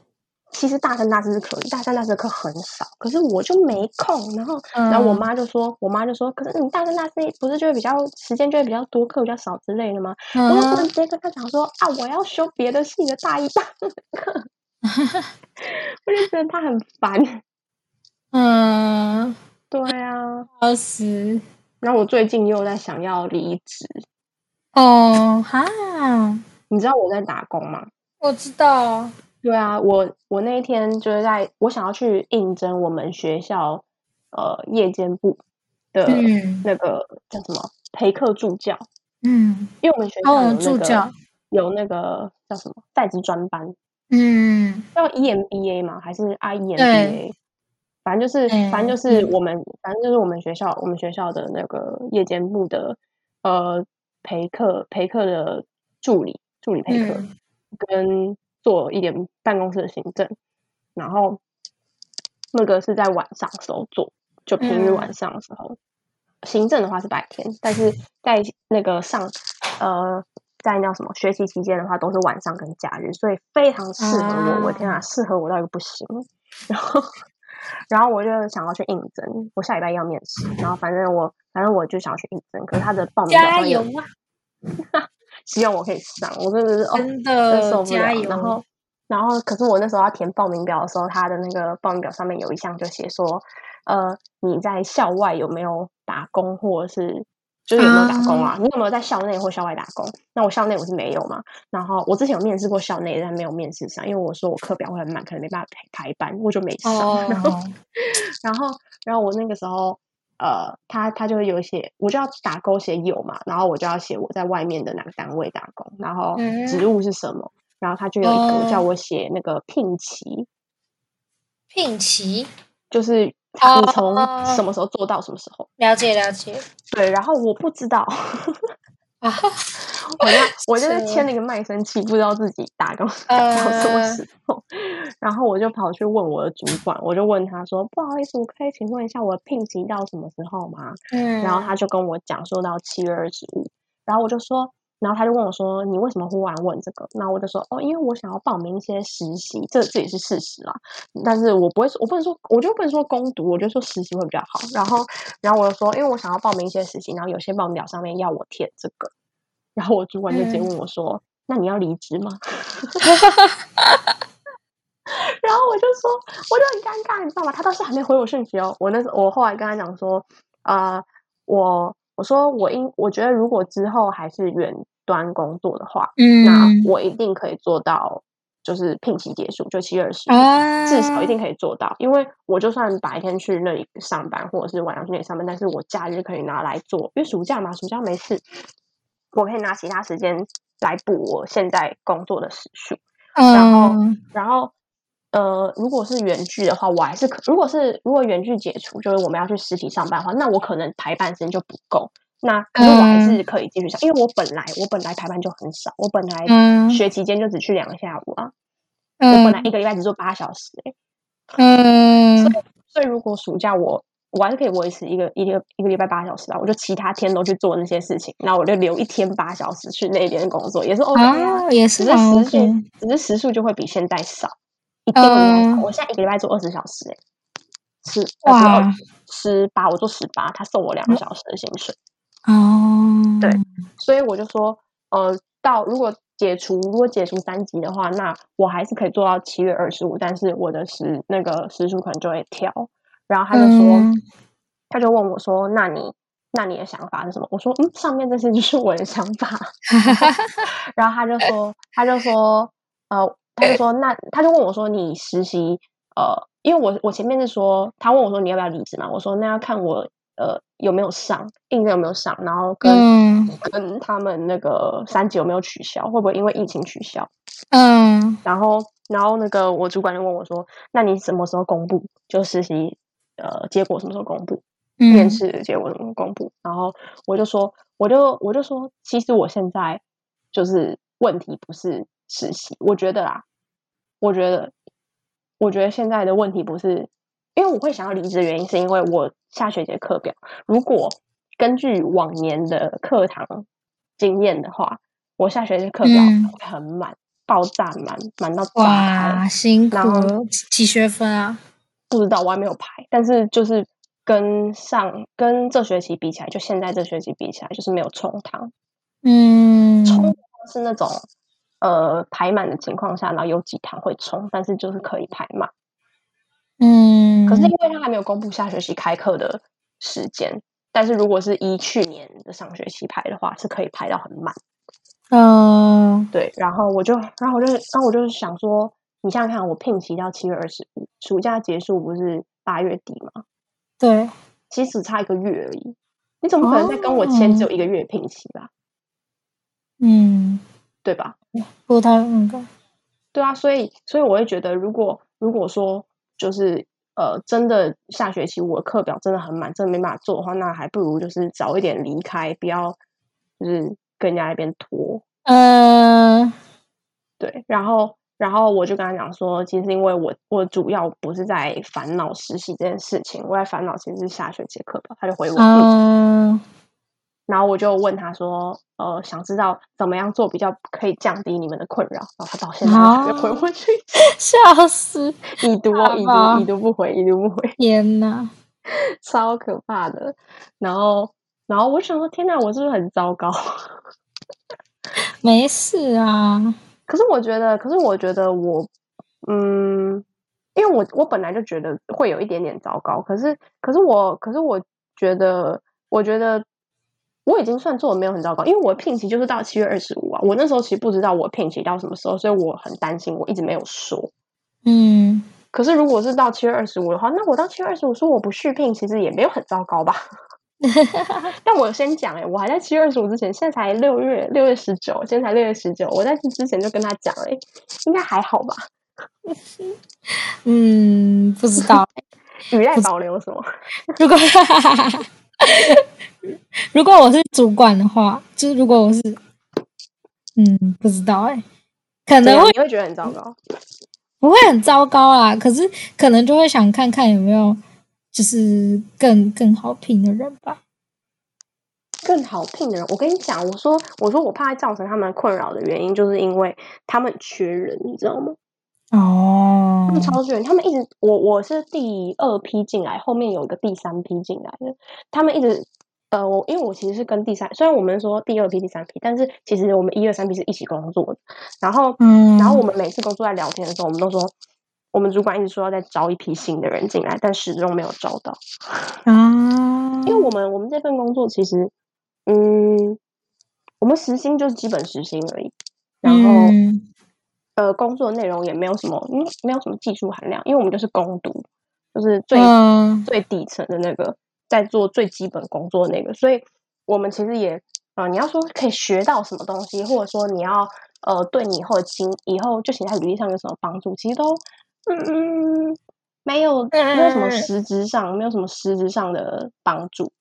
[SPEAKER 2] 其实大三、大四是可以，大三、大四的课很少，可是我就没空。然后，然后我
[SPEAKER 1] 嗯
[SPEAKER 2] 妈就说，我妈就说，可是你大三、大四不是就会比较时间就会比较多，课比较少之类的吗？我就不
[SPEAKER 1] 嗯
[SPEAKER 2] 能直接跟她讲说啊，我要修别的系的大一、大二的
[SPEAKER 1] (laughs)
[SPEAKER 2] 课，我就觉得她很烦。
[SPEAKER 1] 嗯，
[SPEAKER 2] 对啊，
[SPEAKER 1] 笑死，
[SPEAKER 2] 然后我最近又在想要离职，
[SPEAKER 1] 哦哈，
[SPEAKER 2] 你知道我在打工吗？
[SPEAKER 1] 我知道，
[SPEAKER 2] 对啊，我我那一天就是在我想要去应征我们学校呃夜间部的
[SPEAKER 1] 嗯
[SPEAKER 2] 那个叫什么陪课助教，
[SPEAKER 1] 嗯，
[SPEAKER 2] 因为我们学
[SPEAKER 1] 哦，
[SPEAKER 2] 校有
[SPEAKER 1] 助
[SPEAKER 2] 那
[SPEAKER 1] 教
[SPEAKER 2] 个有那个叫什么在职专班，E
[SPEAKER 1] 嗯，
[SPEAKER 2] 叫 EMBA 吗？还是 E IEMBA？
[SPEAKER 1] 对
[SPEAKER 2] 反正就是，
[SPEAKER 1] 嗯
[SPEAKER 2] 反正就是
[SPEAKER 1] 嗯
[SPEAKER 2] 我们，反正就是我们学校，我们学校的那个夜间部的呃陪课陪课的助理，助理陪课，
[SPEAKER 1] 嗯
[SPEAKER 2] 跟做一点办公室的行政，然后那个是在晚上时候做，就平日晚上的时候。行政的话是白天，但是在那个上呃，在那叫什么学习期间的话，都是晚上跟假日，所以非常适合我。我天啊，适合我到一个不行。然后，然后我就想要去应征，我下礼拜要面试，然后反正我反正我就想要去应征，可是他的报名表
[SPEAKER 1] 加
[SPEAKER 2] 上
[SPEAKER 1] 油
[SPEAKER 2] 有
[SPEAKER 1] 啊！
[SPEAKER 2] 希望我可以上，我真的是哦，
[SPEAKER 1] 真
[SPEAKER 2] 真
[SPEAKER 1] 的
[SPEAKER 2] 受不
[SPEAKER 1] 加
[SPEAKER 2] 了。
[SPEAKER 1] 油！
[SPEAKER 2] 然后，然后可是我那时候要填报名表的时候，他的那个报名表上面有一项就写说，呃，你在校外有没有打工，或者是就是有没有打工啊？你有没有在校内或校外打工？那我校内我是没有嘛。然后我之前有面试过校内，但没有面试上，因为我说我课表会很满，可能没办法排排班，我就没上。然后
[SPEAKER 1] 哦，
[SPEAKER 2] 然后，然后我那个时候，呃，他他就有写，我就要打勾写有嘛，然后我就要写我在外面的哪个单位打工，然后职
[SPEAKER 1] 嗯
[SPEAKER 2] 务是什么，然后他就有一个叫
[SPEAKER 1] 哦
[SPEAKER 2] 我写那个聘期，
[SPEAKER 1] 聘期，
[SPEAKER 2] 就是
[SPEAKER 1] 哦
[SPEAKER 2] 你从什么时候做到什么时候，
[SPEAKER 1] 了解了
[SPEAKER 2] (laughs)
[SPEAKER 1] 解。
[SPEAKER 2] 对，然后我不知道，
[SPEAKER 1] 啊，(laughs)
[SPEAKER 2] 我就我就是
[SPEAKER 1] 是
[SPEAKER 2] 签了一个卖身契，不知道自己打工打到什哦么
[SPEAKER 1] 呃，
[SPEAKER 2] 时候，然后我就跑去问我的主管，我就问他说，不好意思，我可以请问一下我的聘期到什么时候吗？
[SPEAKER 1] 嗯，
[SPEAKER 2] 然后他就跟我讲说到七月二十五，然后我就说，然后他就问我说，你为什么忽然问这个？然后我就说，哦，因为我想要报名一些实习，这这也是事实啦。但是我不会说，我不能说，我就不能说攻读，我就说实习会比较好。然后，然后我就说，因为我想要报名一些实习，然后有些报名表上面要我填这个，然后我主管就直接问我说，那你要离职吗？ (laughs) 然后我就说，我就很尴尬，你知道吗？他当时还没回我讯息哦。我那时我后来跟他讲说，啊，我我说我应我觉得如果之后还是远端工作的话，那
[SPEAKER 1] 嗯
[SPEAKER 2] 我一定可以做到，就是聘期结束就七月二十
[SPEAKER 1] 啊，
[SPEAKER 2] 至少一定可以做到。因为我就算白天去那里上班，或者是晚上去那里上班，但是我假日可以拿来做，因为暑假嘛，暑假没事，我可以拿其他时间来补我现在工作的时数。然后
[SPEAKER 1] 嗯
[SPEAKER 2] 然后呃，如果是远距的话，我还是可；如果是如果远距解除，就是我们要去实体上班的话，那我可能排班时间就不够。那可是我还
[SPEAKER 1] 嗯
[SPEAKER 2] 是可以继续上，因为我本来我本来排班就很少，我本来
[SPEAKER 1] 嗯
[SPEAKER 2] 学期间就只去两个下午啊，我本来一
[SPEAKER 1] 嗯
[SPEAKER 2] 个礼拜只做八小时、欸，
[SPEAKER 1] 嗯，
[SPEAKER 2] 所以如果暑假我我还是可以维持一个一个一个礼拜八小时啊，我就其他天都去做那些事情，那我就留一天八小时去那边工作也是 OK 啊，
[SPEAKER 1] 啊，也是
[SPEAKER 2] 只是
[SPEAKER 1] 蛮
[SPEAKER 2] 时
[SPEAKER 1] OK
[SPEAKER 2] 数只是时数就会比现在少，一定会比现在少。
[SPEAKER 1] 嗯
[SPEAKER 2] 我现在一个礼拜做二十小时、欸，十
[SPEAKER 1] 哇嗯
[SPEAKER 2] 二十八，我做十八，他送我两个小时的薪水。
[SPEAKER 1] 哦，
[SPEAKER 2] 对所以我就说，呃，到如果解除如果解除三级的话，那我还是可以做到七月二十五，但是我的时那个时数可能就会调。然后他就说，
[SPEAKER 1] 嗯
[SPEAKER 2] 他就问我说，那你那你的想法是什么？我说，嗯，上面这些就是我的想法。 (laughs) 然后他就说，他就说，呃，他就说，那他就问我说，你实习，呃，因为我我前面是说，他问我说你要不要离职嘛，我说那要看我呃有没有上，应征有没有上，然后跟、
[SPEAKER 1] 嗯
[SPEAKER 2] 跟他们那个三级有没有取消，会不会因为疫情取消？
[SPEAKER 1] 嗯
[SPEAKER 2] 然后然后那个我主管就问我说，那你什么时候公布？就实习呃结果什么时候公布？面
[SPEAKER 1] 嗯
[SPEAKER 2] 试的结果怎么公布？然后我就说，我就我就说，其实我现在就是问题不是实习，我觉得啦，我觉得，我觉得现在的问题不是，因为我会想要离职的原因，是因为我下学期的课表，如果根据往年的课堂经验的话，我下学期的课表
[SPEAKER 1] 嗯
[SPEAKER 2] 会很满，爆炸满，满到炸开。
[SPEAKER 1] 哇，辛苦
[SPEAKER 2] 然后
[SPEAKER 1] 了，几学分啊？
[SPEAKER 2] 不知道，我还没有排，但是就是跟上跟这学期比起来，就现在这学期比起来，就是没有冲堂，
[SPEAKER 1] 嗯
[SPEAKER 2] 冲堂是那种呃排满的情况下，然后有几堂会冲，但是就是可以排满。可是因
[SPEAKER 1] 嗯
[SPEAKER 2] 为他还没有公布下学期开课的时间，但是如果是依去年的上学期排的话，是可以排到很满。
[SPEAKER 1] 嗯
[SPEAKER 2] 对，然后我就，然后我就，然后我就想说，你想想看，我聘期到七月二十五，暑假结束不是八月底吗？
[SPEAKER 1] 对
[SPEAKER 2] 其实只差一个月而已。你怎么可能在跟我签只
[SPEAKER 1] 哦
[SPEAKER 2] 有一个月的聘期吧？
[SPEAKER 1] 嗯，
[SPEAKER 2] 对吧？
[SPEAKER 1] 不太那个
[SPEAKER 2] 对啊，所以所以我会觉得，如果如果说就是呃，真的下学期我的课表真的很满，真的没办法做的话，那还不如就是早一点离开，不要就是跟人家那边拖。
[SPEAKER 1] 嗯，
[SPEAKER 2] 对，然后然后我就跟他讲说，其实因为我我主要不是在烦恼实习这件事情，我在烦恼其实是下学期的课表。他就回我，嗯，
[SPEAKER 1] 哦，
[SPEAKER 2] 然后我就问他说，呃，想知道怎么样做比较可以降低你们的困扰。然后他到现在还没回我去，
[SPEAKER 1] (laughs) 笑死！
[SPEAKER 2] 已读哦，已
[SPEAKER 1] 哦好吧
[SPEAKER 2] 读，已读不回，已读不回， (laughs)
[SPEAKER 1] 天哪，
[SPEAKER 2] 超可怕的。然后，然后我想说，天哪，我是不是很糟糕？
[SPEAKER 1] 没事啊，
[SPEAKER 2] 可是我觉得，可是我觉得我，嗯，因为我我本来就觉得会有一点点糟糕，可是可是我可是我觉得，我觉得我已经算做的没有很糟糕，因为我的聘期就是到七月二十五啊，我那时候其实不知道我聘期到什么时候，所以我很担心，我一直没有说。
[SPEAKER 1] 嗯，
[SPEAKER 2] 可是如果是到七月二十五的话，那我到七月二十五说我不续聘，其实也没有很糟
[SPEAKER 1] (laughs)
[SPEAKER 2] 糕吧。但我先讲哎、我还在七月二十五之前，现在才六月六月十九，现在才六月十九，我在这之前就跟他讲哎、应该还好吧。
[SPEAKER 1] 嗯，不知道。 (laughs)
[SPEAKER 2] 语带保留什么？
[SPEAKER 1] 如果 (laughs) 如果我是主管的话，就是如果我是，嗯，不知道哎、可
[SPEAKER 2] 怎
[SPEAKER 1] 能
[SPEAKER 2] 样
[SPEAKER 1] 会
[SPEAKER 2] 啊
[SPEAKER 1] 嗯
[SPEAKER 2] 你会觉得很糟糕。
[SPEAKER 1] 不会很糟糕啦，可是可能就会想看看有没有就是更更好评的人吧。
[SPEAKER 2] 更好聘的人，我跟你讲，我说我说我怕造成他们困扰的原因，就是因为他们缺人，你知道吗？
[SPEAKER 1] 哦
[SPEAKER 2] 他们超缺人，他们一直我我是第二批进来，后面有一个第三批进来的，他们一直呃，我因为我其实是跟第三，虽然我们说第二批、第三批，但是其实我们一二三批是一起工作的。然后，
[SPEAKER 1] 嗯
[SPEAKER 2] 然后我们每次工作在聊天的时候，我们都说，我们主管一直说要再招一批新的人进来，但始终没有招到。
[SPEAKER 1] 啊，
[SPEAKER 2] 因为我们我们这份工作其实，嗯，我们时薪就是基本时薪而已，然后、
[SPEAKER 1] 嗯
[SPEAKER 2] 呃，工作内容也没有什么，嗯，没有什么技术含量，因为我们就是工读，就是最、
[SPEAKER 1] 嗯
[SPEAKER 2] 最底层的那个，在做最基本工作的那个，所以我们其实也，呃，你要说可以学到什么东西，或者说你要呃，对你以后的经以后就写在履历上有什么帮助，其实都，嗯嗯，没有没有什么
[SPEAKER 1] 嗯
[SPEAKER 2] 实质上没有什么实质上的帮助。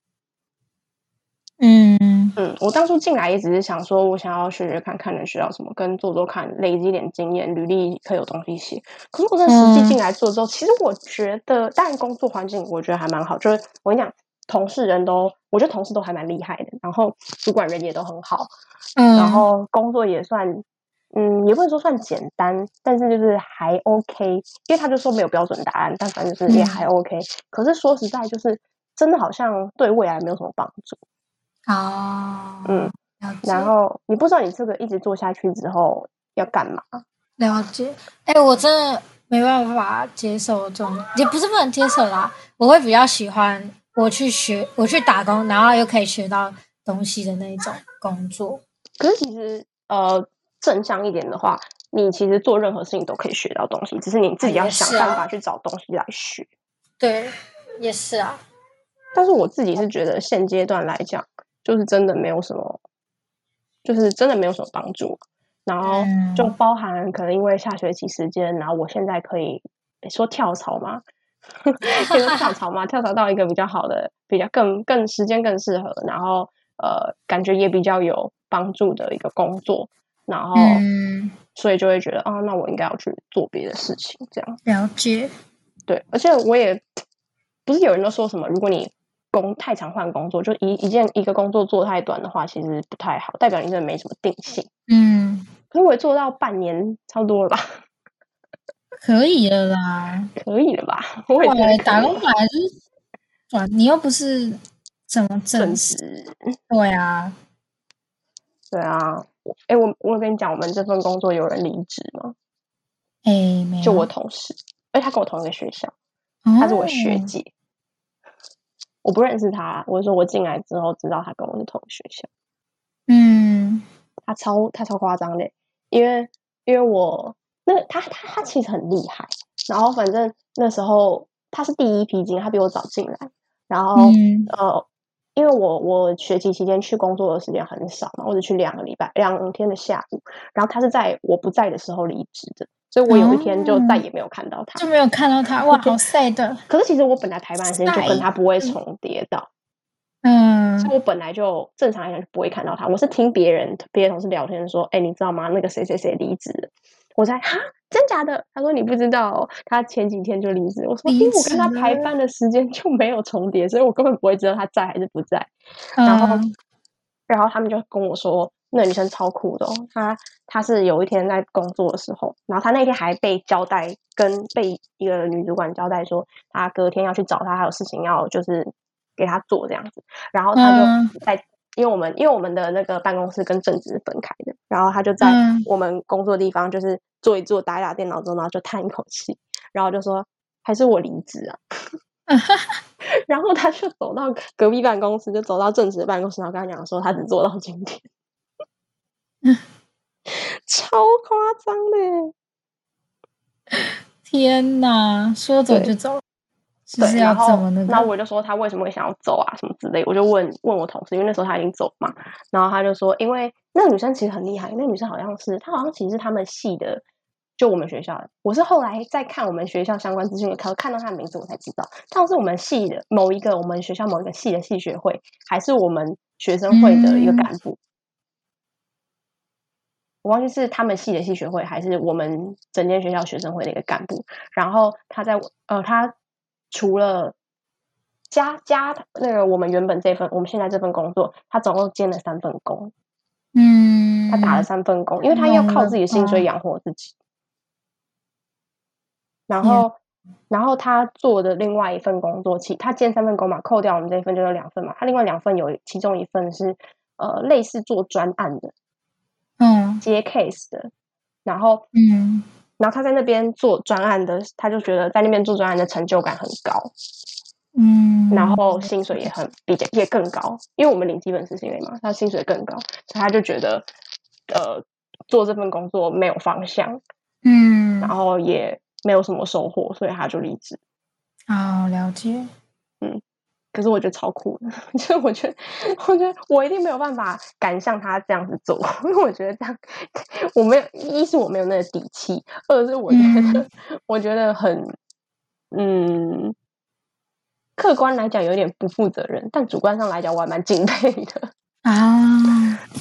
[SPEAKER 1] 嗯
[SPEAKER 2] 嗯，我当初进来也只是想说，我想要学学看看能学到什么，跟做做看，累积一点经验，履历可以有东西写。可是我真的实际进来做之后，其实我觉得，当然工作环境我觉得还蛮好，就是我跟你讲，同事人都，我觉得同事都还蛮厉害的，然后主管人也都很好，
[SPEAKER 1] 嗯，
[SPEAKER 2] 然后工作也算，嗯，也不能说算简单，但是就是还 OK，因为他就说没有标准答案，但反正就是也还 OK、可是说实在，就是真的好像对未来没有什么帮助。
[SPEAKER 1] 哦，
[SPEAKER 2] 嗯，
[SPEAKER 1] 了解
[SPEAKER 2] 然后你不知道你这个一直做下去之后要干嘛。
[SPEAKER 1] 了解。哎、我真的没办法接受这种，也不是不能接受啦，我会比较喜欢我去学，我去打工，然后又可以学到东西的那一种工作。
[SPEAKER 2] 可是其实呃，正向一点的话，你其实做任何事情都可以学到东西，只是你自己要
[SPEAKER 1] 也是
[SPEAKER 2] 想
[SPEAKER 1] 啊
[SPEAKER 2] 办法去找东西来学。
[SPEAKER 1] 对，也是啊。
[SPEAKER 2] 但是我自己是觉得现阶段来讲，就是真的没有什么，就是真的没有什么帮助。然后就
[SPEAKER 1] 嗯
[SPEAKER 2] 包含可能因为下学期时间，然后我现在可以诶说跳槽 (laughs) 嘛，可以说跳槽嘛，跳槽到一个比较好的、比较更更时间更适合，然后呃感觉也比较有帮助的一个工作，然后、
[SPEAKER 1] 嗯，
[SPEAKER 2] 所以就会觉得啊，那我应该要去做别的事情这样。
[SPEAKER 1] 了解。
[SPEAKER 2] 对，而且我也不是有人都说什么，如果你工太常换工作，就一一件一个工作做太短的话，其实不太好，代表你真的没什么定性。
[SPEAKER 1] 嗯，
[SPEAKER 2] 可是我也做到半年差不多了吧， (laughs)
[SPEAKER 1] 可以了啦。
[SPEAKER 2] 可以了吧？我也
[SPEAKER 1] 哇
[SPEAKER 2] 觉得可以，
[SPEAKER 1] 打工本来就是转，你又不是怎么
[SPEAKER 2] 正
[SPEAKER 1] 正式？
[SPEAKER 2] 职。
[SPEAKER 1] 对啊，
[SPEAKER 2] 对啊，哎、我我有跟你讲，我们这份工作有人离职吗？
[SPEAKER 1] 哎、没有。
[SPEAKER 2] 就我同事，而且他跟我同一个学校，
[SPEAKER 1] 哦，
[SPEAKER 2] 他是我学姐。 (laughs) 我不认识他，我是说我进来之后知道他跟我是同一个学校。
[SPEAKER 1] 嗯
[SPEAKER 2] 他超他超夸张的，因为因为我那个他他他其实很厉害，然后反正那时候他是第一批进来，他比我早进来，然后、
[SPEAKER 1] 嗯
[SPEAKER 2] 呃，因为我我学习期间去工作的时间很少嘛，我只去两个礼拜两天的下午，然后他是在我不在的时候离职的，所以我有一天就再也没有看到他。
[SPEAKER 1] 就没有看到他，
[SPEAKER 2] 哦
[SPEAKER 1] 哇，好 sad。
[SPEAKER 2] 可是其实我本来排班的时间就跟他不会重叠到，
[SPEAKER 1] 嗯
[SPEAKER 2] 所以我本来就正常来讲就不会看到他。我是听别人别的同事聊天说，哎、你知道吗？那个谁谁谁离职了，我才哈，真假的？他说你不知道哦、他前几天就离职。我说，因
[SPEAKER 1] 离
[SPEAKER 2] 为我跟他
[SPEAKER 1] 职
[SPEAKER 2] 排班的时间就没有重叠，所以我根本不会知道他在还是不在。然后
[SPEAKER 1] 嗯，
[SPEAKER 2] 然后他们就跟我说，那女生超酷的、哦，她她是有一天在工作的时候，然后她那天还被交代跟被一个女主管交代说，她隔天要去找她，还有事情要就是给她做这样子，然后她
[SPEAKER 1] 嗯
[SPEAKER 2] 就在。因为我们因为我们的那个办公室跟正职是分开的，然后她就在
[SPEAKER 1] 嗯
[SPEAKER 2] 我们工作地方就是坐一坐打一打电脑之后，然后就叹一口气，然后就说还是我离职啊，
[SPEAKER 1] (laughs)
[SPEAKER 2] 然后他就走到隔壁办公室，就走到正职的办公室，然后跟他讲说他只做到今天，
[SPEAKER 1] 嗯
[SPEAKER 2] (laughs) 超夸张的耶。
[SPEAKER 1] 天哪，说走
[SPEAKER 2] 对
[SPEAKER 1] 就走，就
[SPEAKER 2] 对，
[SPEAKER 1] 是要
[SPEAKER 2] 然
[SPEAKER 1] 怎
[SPEAKER 2] 后
[SPEAKER 1] 么那
[SPEAKER 2] 那
[SPEAKER 1] 个？
[SPEAKER 2] 我就说他为什么会想要走啊，什么之类，我就问问我同事，因为那时候他已经走嘛，然后他就说，因为那个女生其实很厉害，那个女生好像是她好像其实是他们系的。就我们学校的，我是后来在看我们学校相关资讯的课，看到她的名字我才知道，她好像是我们系的某一个我们学校某一个系的系学会，还是我们学生会的一个
[SPEAKER 1] 嗯
[SPEAKER 2] 干部。我忘记是他们系的系学会，还是我们整间学校学生会的一个干部。然后他在呃，他除了加加那个我们原本这份，我们现在这份工作，他总共兼了三份工，
[SPEAKER 1] 嗯，
[SPEAKER 2] 他打了三份工，因为他要
[SPEAKER 1] 弄
[SPEAKER 2] 靠
[SPEAKER 1] 了
[SPEAKER 2] 自己的薪水
[SPEAKER 1] 吧
[SPEAKER 2] 养活自己。然
[SPEAKER 1] 天
[SPEAKER 2] 后，然后他做的另外一份工作，其他兼三份工嘛，扣掉我们这一份就有两份嘛。他另外两份有其中一份是呃类似做专案的
[SPEAKER 1] 嗯
[SPEAKER 2] 接 case 的，然后
[SPEAKER 1] 嗯
[SPEAKER 2] 然后他在那边做专案的，他就觉得在那边做专案的成就感很高，
[SPEAKER 1] 嗯，
[SPEAKER 2] 然后薪水也很比较也更高，因为我们领基本是薪水嘛，他薪水更高，所以他就觉得呃做这份工作没有方向，
[SPEAKER 1] 嗯，
[SPEAKER 2] 然后也没有什么收获，所以他就离职。
[SPEAKER 1] 好了解，
[SPEAKER 2] 可是我觉得超酷的， (laughs) 就是我觉得，我觉得我一定没有办法赶上他这样子做， (laughs) 因为我觉得这样，我没有，一是我没有那个底气，二是我觉得， (laughs) 我觉得很，嗯，客观来讲有点不负责任，但主观上来讲我还蛮敬佩的。
[SPEAKER 1] 啊，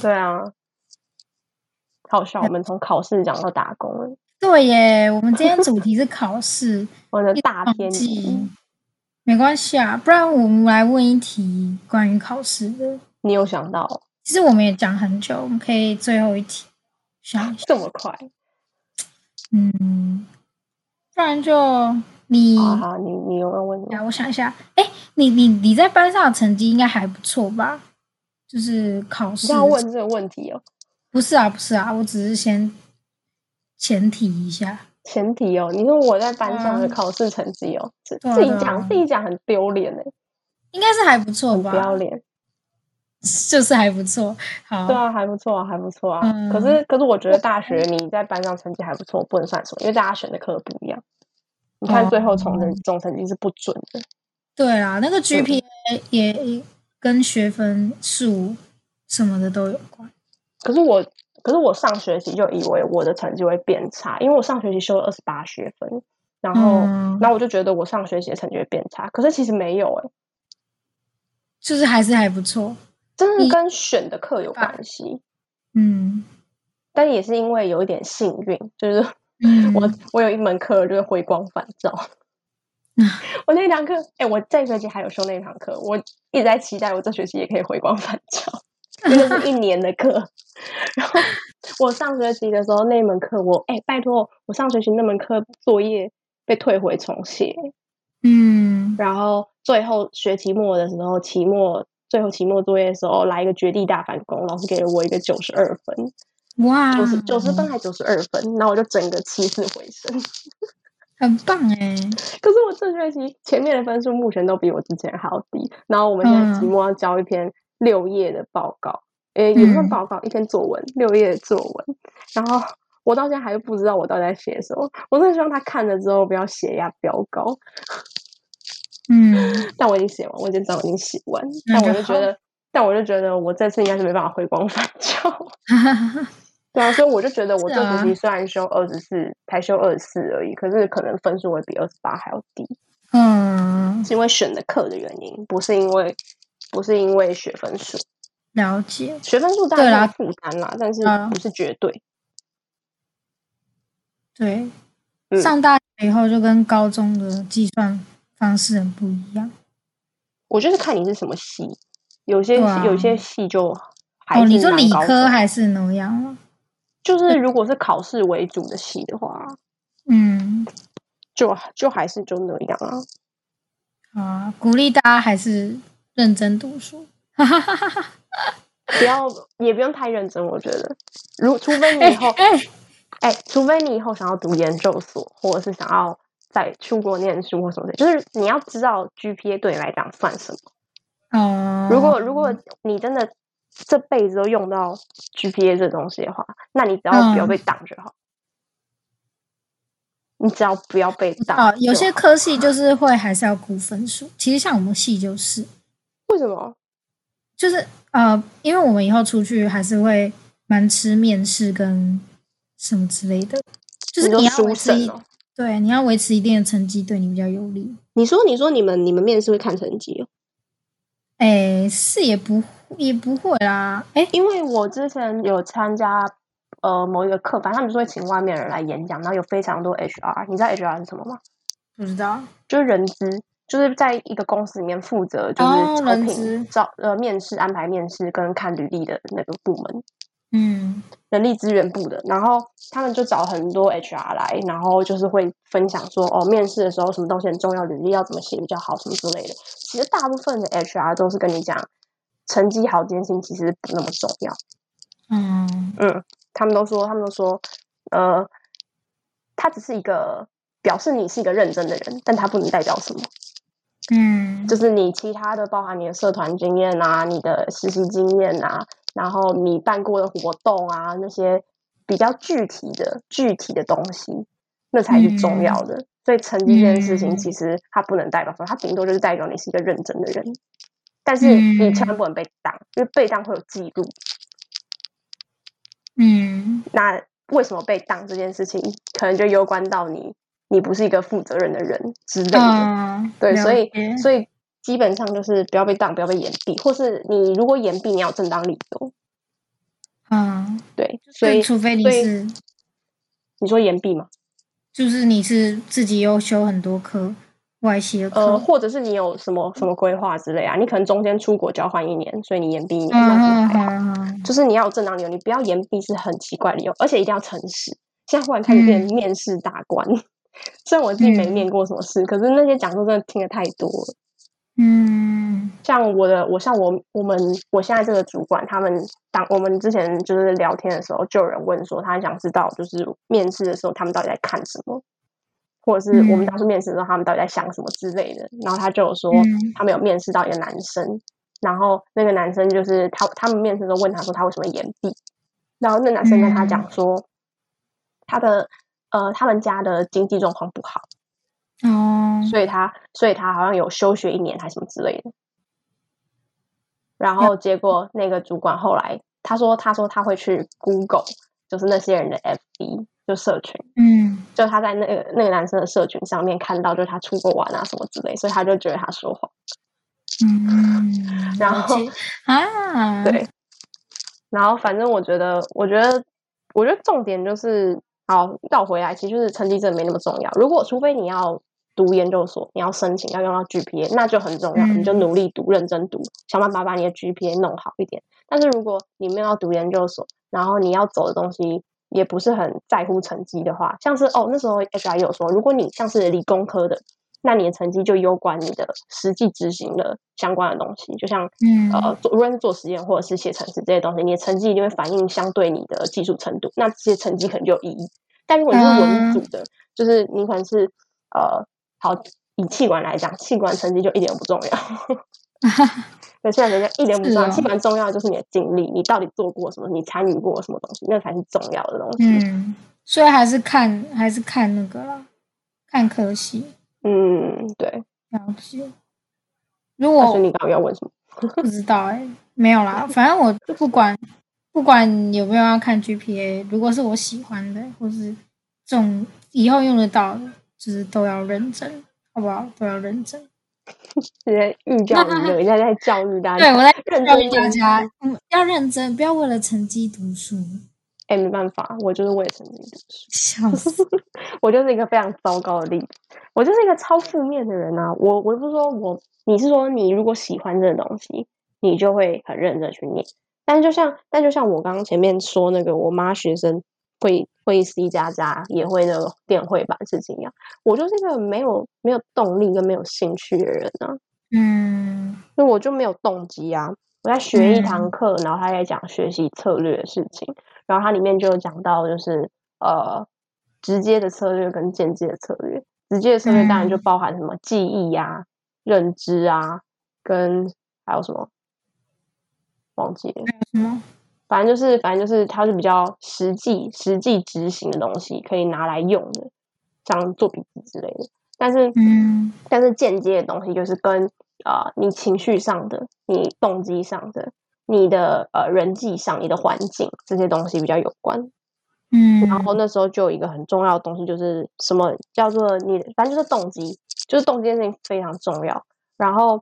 [SPEAKER 2] 对啊，好笑，我们从考试讲到打工了，
[SPEAKER 1] 对耶，我们今天主题是考
[SPEAKER 2] (laughs)
[SPEAKER 1] 试，
[SPEAKER 2] 我的
[SPEAKER 1] 一直
[SPEAKER 2] 大
[SPEAKER 1] 忘
[SPEAKER 2] 偏
[SPEAKER 1] 记
[SPEAKER 2] 题，
[SPEAKER 1] 没关系啊，不然我们来问一题关于考试的。
[SPEAKER 2] 你有想到
[SPEAKER 1] 其实我们也讲很久，我们可以最后一题想一下，
[SPEAKER 2] 这么快？
[SPEAKER 1] 嗯，不然就你
[SPEAKER 2] 好好，你你有没有问什么
[SPEAKER 1] 来，我想一下，哎，你你你在班上的成绩应该还不错吧？就是考
[SPEAKER 2] 你
[SPEAKER 1] 试
[SPEAKER 2] 这样问这个问题哦，
[SPEAKER 1] 不是啊，不是啊，我只是先前提一下。
[SPEAKER 2] 前提哦，你说我在班上的
[SPEAKER 1] 嗯
[SPEAKER 2] 考试成绩哦，自
[SPEAKER 1] 对啊
[SPEAKER 2] 自己
[SPEAKER 1] 对啊
[SPEAKER 2] 讲自己讲很丢脸哎，
[SPEAKER 1] 应该是还不错
[SPEAKER 2] 很
[SPEAKER 1] 吧
[SPEAKER 2] 不，要脸。
[SPEAKER 1] (laughs) 就是还不错。好，
[SPEAKER 2] 对啊，还不错啊，还不错啊。
[SPEAKER 1] 嗯
[SPEAKER 2] 可是可是我觉得大学你在班上成绩还不错，不能算什么，因为大家选的课不一样。你
[SPEAKER 1] 哦
[SPEAKER 2] 看最后总成总成绩是不准的，
[SPEAKER 1] 对啦，那个 GPA 也也跟学分数什么的都有关。
[SPEAKER 2] 可是我可是我上学期就以为我的成绩会变差，因为我上学期修了二十八学分，然后、
[SPEAKER 1] 嗯
[SPEAKER 2] 然后我就觉得我上学期的成绩会变差，可是其实没有哎、
[SPEAKER 1] 就是还是还不错，
[SPEAKER 2] 真的
[SPEAKER 1] 你
[SPEAKER 2] 跟选的课有
[SPEAKER 1] 吧
[SPEAKER 2] 关系，
[SPEAKER 1] 嗯
[SPEAKER 2] 但也是因为有一点幸运，就是
[SPEAKER 1] 嗯，
[SPEAKER 2] 我我有一门课就是回光返照， (laughs) 我那堂课，哎、我这学期还有修那堂课，我一直在期待我这学期也可以回光返照，因为那是一年的课。 (laughs) 然后我上学期的时候那门课我，哎、拜托，我上学期那门课作业被退回重写，
[SPEAKER 1] 嗯
[SPEAKER 2] 然后最后学期末的时候，期末最后期末作业的时候来一个绝地大反攻，老师给了我一个九十二分，
[SPEAKER 1] 哇，
[SPEAKER 2] 九十九十分还九十二分，然后我就整个起死回生。
[SPEAKER 1] 很棒哎、
[SPEAKER 2] 可是我这学期前面的分数目前都比我之前还要低，然后我们现在期
[SPEAKER 1] 嗯
[SPEAKER 2] 末要交一篇六页的报告，诶、也不算
[SPEAKER 1] 嗯
[SPEAKER 2] 报告，一篇作文，六页的作文。然后我到现在还是不知道我到底在写什么，我真的希望他看了之后不要血压飙高。
[SPEAKER 1] 嗯， (laughs)
[SPEAKER 2] 但我已经写完，我今天早上已经写完，
[SPEAKER 1] 那
[SPEAKER 2] 但
[SPEAKER 1] 嗯就
[SPEAKER 2] 我就觉
[SPEAKER 1] 好
[SPEAKER 2] 得，但我就觉得我这次应该是没办法回光返照。 (laughs) 对啊，所以我就觉得我这学
[SPEAKER 1] 是啊
[SPEAKER 2] 期虽然修二十四，才修二十四而已，可是可能分数会比二十八还要低，
[SPEAKER 1] 嗯，
[SPEAKER 2] 是因为选的课的原因，不是因为不是因为学分数，
[SPEAKER 1] 了解。
[SPEAKER 2] 学分数当
[SPEAKER 1] 对啊啦
[SPEAKER 2] 然是负担啦，但是
[SPEAKER 1] 嗯
[SPEAKER 2] 不是绝对。
[SPEAKER 1] 对，
[SPEAKER 2] 嗯
[SPEAKER 1] 上大学以后就跟高中的计算方式很不一样。
[SPEAKER 2] 我就是看你是什么系，有些
[SPEAKER 1] 对啊
[SPEAKER 2] 有些系就还
[SPEAKER 1] 哦，
[SPEAKER 2] 是
[SPEAKER 1] 你说
[SPEAKER 2] 蛮
[SPEAKER 1] 理
[SPEAKER 2] 高
[SPEAKER 1] 科
[SPEAKER 2] 分
[SPEAKER 1] 还是那样啊吗？
[SPEAKER 2] 就是如果是考试为主的系的话，
[SPEAKER 1] 嗯，
[SPEAKER 2] 就就还是就那样啊。
[SPEAKER 1] 好啊，鼓励大家还是认真读书。
[SPEAKER 2] 不要也不用太认真，我觉得，如除非你
[SPEAKER 1] 哎
[SPEAKER 2] 以后，
[SPEAKER 1] 哎、
[SPEAKER 2] 哎、除非你以后想要读研究所，或者是想要再出国念书或什么的，就是你要知道 GPA 对你来讲算什么。
[SPEAKER 1] (laughs) 哦，
[SPEAKER 2] 如果如果你真的这辈子都用到 GPA 这东西的话，那你只要不要被挡就好。你只要不要被挡就好，
[SPEAKER 1] 哦，有些科系就是会还是要估分数，其实像我们系就是
[SPEAKER 2] 为什么？
[SPEAKER 1] 就是呃，因为我们以后出去还是会蛮吃面试跟什么之类的，就是
[SPEAKER 2] 你
[SPEAKER 1] 要
[SPEAKER 2] 说
[SPEAKER 1] 维
[SPEAKER 2] 书
[SPEAKER 1] 持一
[SPEAKER 2] 生哦？
[SPEAKER 1] 对你要维持一定的成绩，对你比较有利。
[SPEAKER 2] 你说你说你们你们面试会看成绩哦？
[SPEAKER 1] 哎，是也不也不会啦，哎，
[SPEAKER 2] 因为我之前有参加呃某一个课，反正他们是会请外面人来演讲，然后有非常多 HR，你知道 HR 是什么吗？
[SPEAKER 1] 不知道
[SPEAKER 2] 就是人资，就是在一个公司里面负责就是
[SPEAKER 1] 哦
[SPEAKER 2] 招
[SPEAKER 1] 人
[SPEAKER 2] 聘、
[SPEAKER 1] 资
[SPEAKER 2] 招呃面试、安排面试跟看履历的那个部门，
[SPEAKER 1] 嗯，
[SPEAKER 2] 人力资源部的。然后他们就找很多 HR 来，然后就是会分享说哦，面试的时候什么东西很重要，履历要怎么写比较好，什么之类的。其实大部分的 HR 都是跟你讲，成绩好这件事情其实不那么重要。
[SPEAKER 1] 嗯，
[SPEAKER 2] 嗯，他们都说，他们都说，呃，他只是一个表示你是一个认真的人，但他不能代表什么。
[SPEAKER 1] 嗯，
[SPEAKER 2] 就是你其他的，包含你的社团经验啊，你的实习经验啊，然后你办过的活动啊，那些比较具体的、具体的东西，那才是重要的。所以成绩这件事情，
[SPEAKER 1] 嗯
[SPEAKER 2] 其实它不能代表什么，它顶多就是代表你是一个认真的人。但是你千万不能被当，因为被当会有记录。
[SPEAKER 1] 嗯，
[SPEAKER 2] 那为什么被当这件事情，可能就攸关到你，你不是一个负责任的人之类的。
[SPEAKER 1] 嗯，
[SPEAKER 2] 对，
[SPEAKER 1] 了
[SPEAKER 2] 所以
[SPEAKER 1] 解
[SPEAKER 2] 所以基本上就是不要被当，不要被延毕，或是你如果延毕，你要有正当理由。
[SPEAKER 1] 嗯，
[SPEAKER 2] 对，所以
[SPEAKER 1] 就除非你
[SPEAKER 2] 所以
[SPEAKER 1] 是
[SPEAKER 2] 你说延毕嘛，
[SPEAKER 1] 就是你是自己又修很多科外系的
[SPEAKER 2] 呃，
[SPEAKER 1] 科，
[SPEAKER 2] 或者是你有什么什么规划之类啊，你可能中间出国交换一年，所以你延毕一年，
[SPEAKER 1] 嗯
[SPEAKER 2] 那可能
[SPEAKER 1] 嗯
[SPEAKER 2] 还好。
[SPEAKER 1] 嗯嗯，
[SPEAKER 2] 就是你要有正当理由，你不要延毕是很奇怪的理由，而且一定要诚实。现在忽然开始变成面试大官， (laughs) 虽然我自己没
[SPEAKER 1] 嗯
[SPEAKER 2] 面过什么事，可是那些讲座真的听得太多了。
[SPEAKER 1] 嗯
[SPEAKER 2] 像我的，我像我我们我现在这个主管，他们当我们之前就是聊天的时候，就有人问说，他想知道就是面试的时候他们到底在看什么，或者是我们当时面试的时候他们到底在想什么之类的。然后他就有说
[SPEAKER 1] 嗯，
[SPEAKER 2] 他们有面试到一个男生，然后那个男生就是他他们面试的时候问他说他为什么延毕，然后那男生跟他讲说，他的呃他们家的经济状况不好，
[SPEAKER 1] 哦，
[SPEAKER 2] 所以他所以他好像有休学一年还是什么之类的。然后结果那个主管后来他说他说他会去 Google，就是那些人的 FB 就社群，
[SPEAKER 1] 嗯
[SPEAKER 2] 就他在那个那个男生的社群上面看到，就是他出国玩啊什么之类，所以他就觉得他说谎。
[SPEAKER 1] 嗯，
[SPEAKER 3] 哦
[SPEAKER 2] (laughs) 然
[SPEAKER 1] 了
[SPEAKER 2] 后
[SPEAKER 1] 解啊，
[SPEAKER 2] 对，然后反正我觉得，我觉得，我觉得重点就是，好绕回来，其实就是成绩真的没那么重要。如果除非你要读研究所，你要申请要用到 GPA，那就很重要，你就
[SPEAKER 1] 嗯
[SPEAKER 2] 努力读，认真读，想办法把你的 GPA 弄好一点。但是如果你没有要读研究所，然后你要走的东西也不是很在乎成绩的话，像是哦那时候 HR 也有说，如果你像是理工科的，那你的成绩就攸关你的实际执行的相关的东西，就像
[SPEAKER 1] 嗯
[SPEAKER 2] 呃，做无论是做实验或者是写程式这些东西，你的成绩一定会反映相对你的技术程度，那这些成绩可能就有意义。但如果你是
[SPEAKER 3] 啊
[SPEAKER 2] 文组的，就是你可能是呃，好以气管来讲，气管成绩就一点都
[SPEAKER 3] (laughs)
[SPEAKER 2] 不重要。对，气管成绩一点都不重要，
[SPEAKER 1] 是哦
[SPEAKER 2] 气管重要的就是你的经历，你到底做过什么，你参与过什么东西，那才是重要的东西。
[SPEAKER 1] 嗯，所以还是看还是看那个啦，看科系
[SPEAKER 2] 嗯对。
[SPEAKER 1] 了解。如
[SPEAKER 2] 那所以
[SPEAKER 1] 果
[SPEAKER 3] 哦
[SPEAKER 2] 你刚刚要问什么？ (laughs)
[SPEAKER 1] 不知道哎、没有啦，反正我不管
[SPEAKER 3] 不管有没有要看 GPA，如果是我喜欢的，或是这种以后用得到的，就是都要认真，好不好？都要认真。
[SPEAKER 2] 直接寓教于
[SPEAKER 3] (laughs)
[SPEAKER 2] 乐，人家在教育大家。
[SPEAKER 3] 对我在
[SPEAKER 2] 认
[SPEAKER 3] 教
[SPEAKER 2] 真
[SPEAKER 3] 育大
[SPEAKER 2] 念书
[SPEAKER 3] 家，嗯，要认真，不要为了成绩读书。
[SPEAKER 2] 哎、没办法，我就是为了成绩读书，
[SPEAKER 3] 笑死！
[SPEAKER 2] (laughs) 我就是一个非常糟糕的例子，我就是一个超负面的人啊！我我不是说我，你是说你如果喜欢这个东西，你就会很认真去念。但就像但就像我刚刚前面说那个，我妈学生会会 C 加加，也会那个电绘版事情一样，我就是一个没有没有动力跟没有兴趣的人啊。
[SPEAKER 3] 嗯，
[SPEAKER 2] 所以我就没有动机啊。我在学一
[SPEAKER 3] 嗯
[SPEAKER 2] 堂课，然后他在讲学习策略的事情，然后它里面就有讲到就是呃直接的策略跟间接的策略。直接的策略当然就包含什么记忆呀、认知啊，跟还有什么忘记了，
[SPEAKER 3] 什么？
[SPEAKER 2] 反正就是反正就是它是比较实际实际执行的东西，可以拿来用的，像做笔记之类的。但是
[SPEAKER 3] 嗯
[SPEAKER 2] 但是间接的东西就是跟呃你情绪上的、你动机上的、你的呃人际上、你的环境这些东西比较有关。
[SPEAKER 3] 嗯，
[SPEAKER 2] 然后那时候就有一个很重要的东西，就是什么叫做你的，反正就是动机，就是动机这件事情非常重要。然后，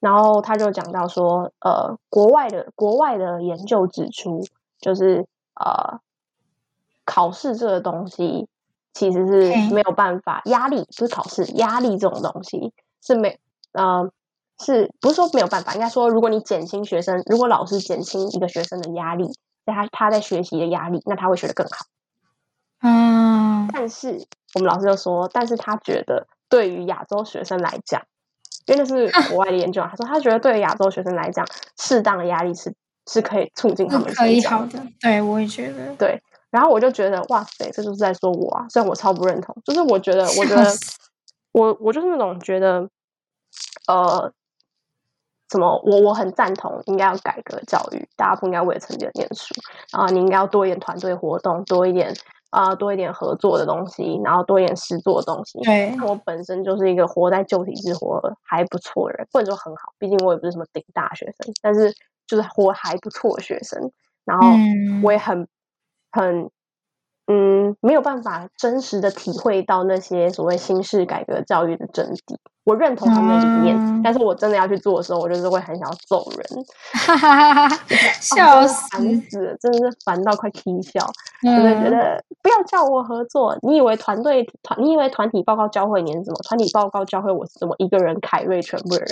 [SPEAKER 2] 然后他就讲到说，呃，国外的国外的研究指出，就是呃，考试这个东西其实是
[SPEAKER 3] 嘿
[SPEAKER 2] 没有办法，压力不是考试，压力这种东西是没，呃，是不是说没有办法？应该说，如果你减轻学生，如果老师减轻一个学生的压力，那他他在学习的压力，那他会学得更好。
[SPEAKER 3] 啊，
[SPEAKER 2] 但是我们老师就说，但是他觉得对于亚洲学生来讲，因为那是
[SPEAKER 3] (laughs)
[SPEAKER 2] 国外的研究啊，他说他觉得对于亚洲学生来讲，适当的压力是是可以促进他
[SPEAKER 3] 是
[SPEAKER 2] 们
[SPEAKER 3] 可
[SPEAKER 2] 成
[SPEAKER 3] 以
[SPEAKER 2] 长
[SPEAKER 3] 好。的。对，我也觉得。
[SPEAKER 2] 然后我就觉得，哇塞，这就是在说我啊！虽然我超不认同，就是我觉得，我觉
[SPEAKER 3] 笑
[SPEAKER 2] 得
[SPEAKER 3] 死
[SPEAKER 2] 我我就是那种觉得，呃，怎么我我很赞同应该要改革教育，大家不应该为了成绩而念书啊、你应该要多一点团队活动，多一点啊、多一点合作的东西，然后多一点实做的东西。
[SPEAKER 3] 对，
[SPEAKER 2] 我本身就是一个活在旧体制活得还不错的人，不能说很好，毕竟我也不是什么顶大学生，但是就是活还不错的学生。然后
[SPEAKER 3] 嗯 (laughs)
[SPEAKER 2] 我也很很嗯，没有办法真实的体会到那些所谓新式改革教育的真谛。我认同他们的理念，
[SPEAKER 3] 嗯
[SPEAKER 2] 但是我真的要去做的时候，我就是会很想要揍人，
[SPEAKER 3] 哈哈哈
[SPEAKER 2] (laughs)
[SPEAKER 3] 哈！
[SPEAKER 2] 啊
[SPEAKER 3] 笑死！
[SPEAKER 2] 真的烦死了，真的是烦到快踢笑。就会觉
[SPEAKER 3] 嗯，
[SPEAKER 2] 得不要叫我合作。你以为团队团，你以为团体报告教会你是什么？团体报告教会我是怎么一个人凯瑞全部的人，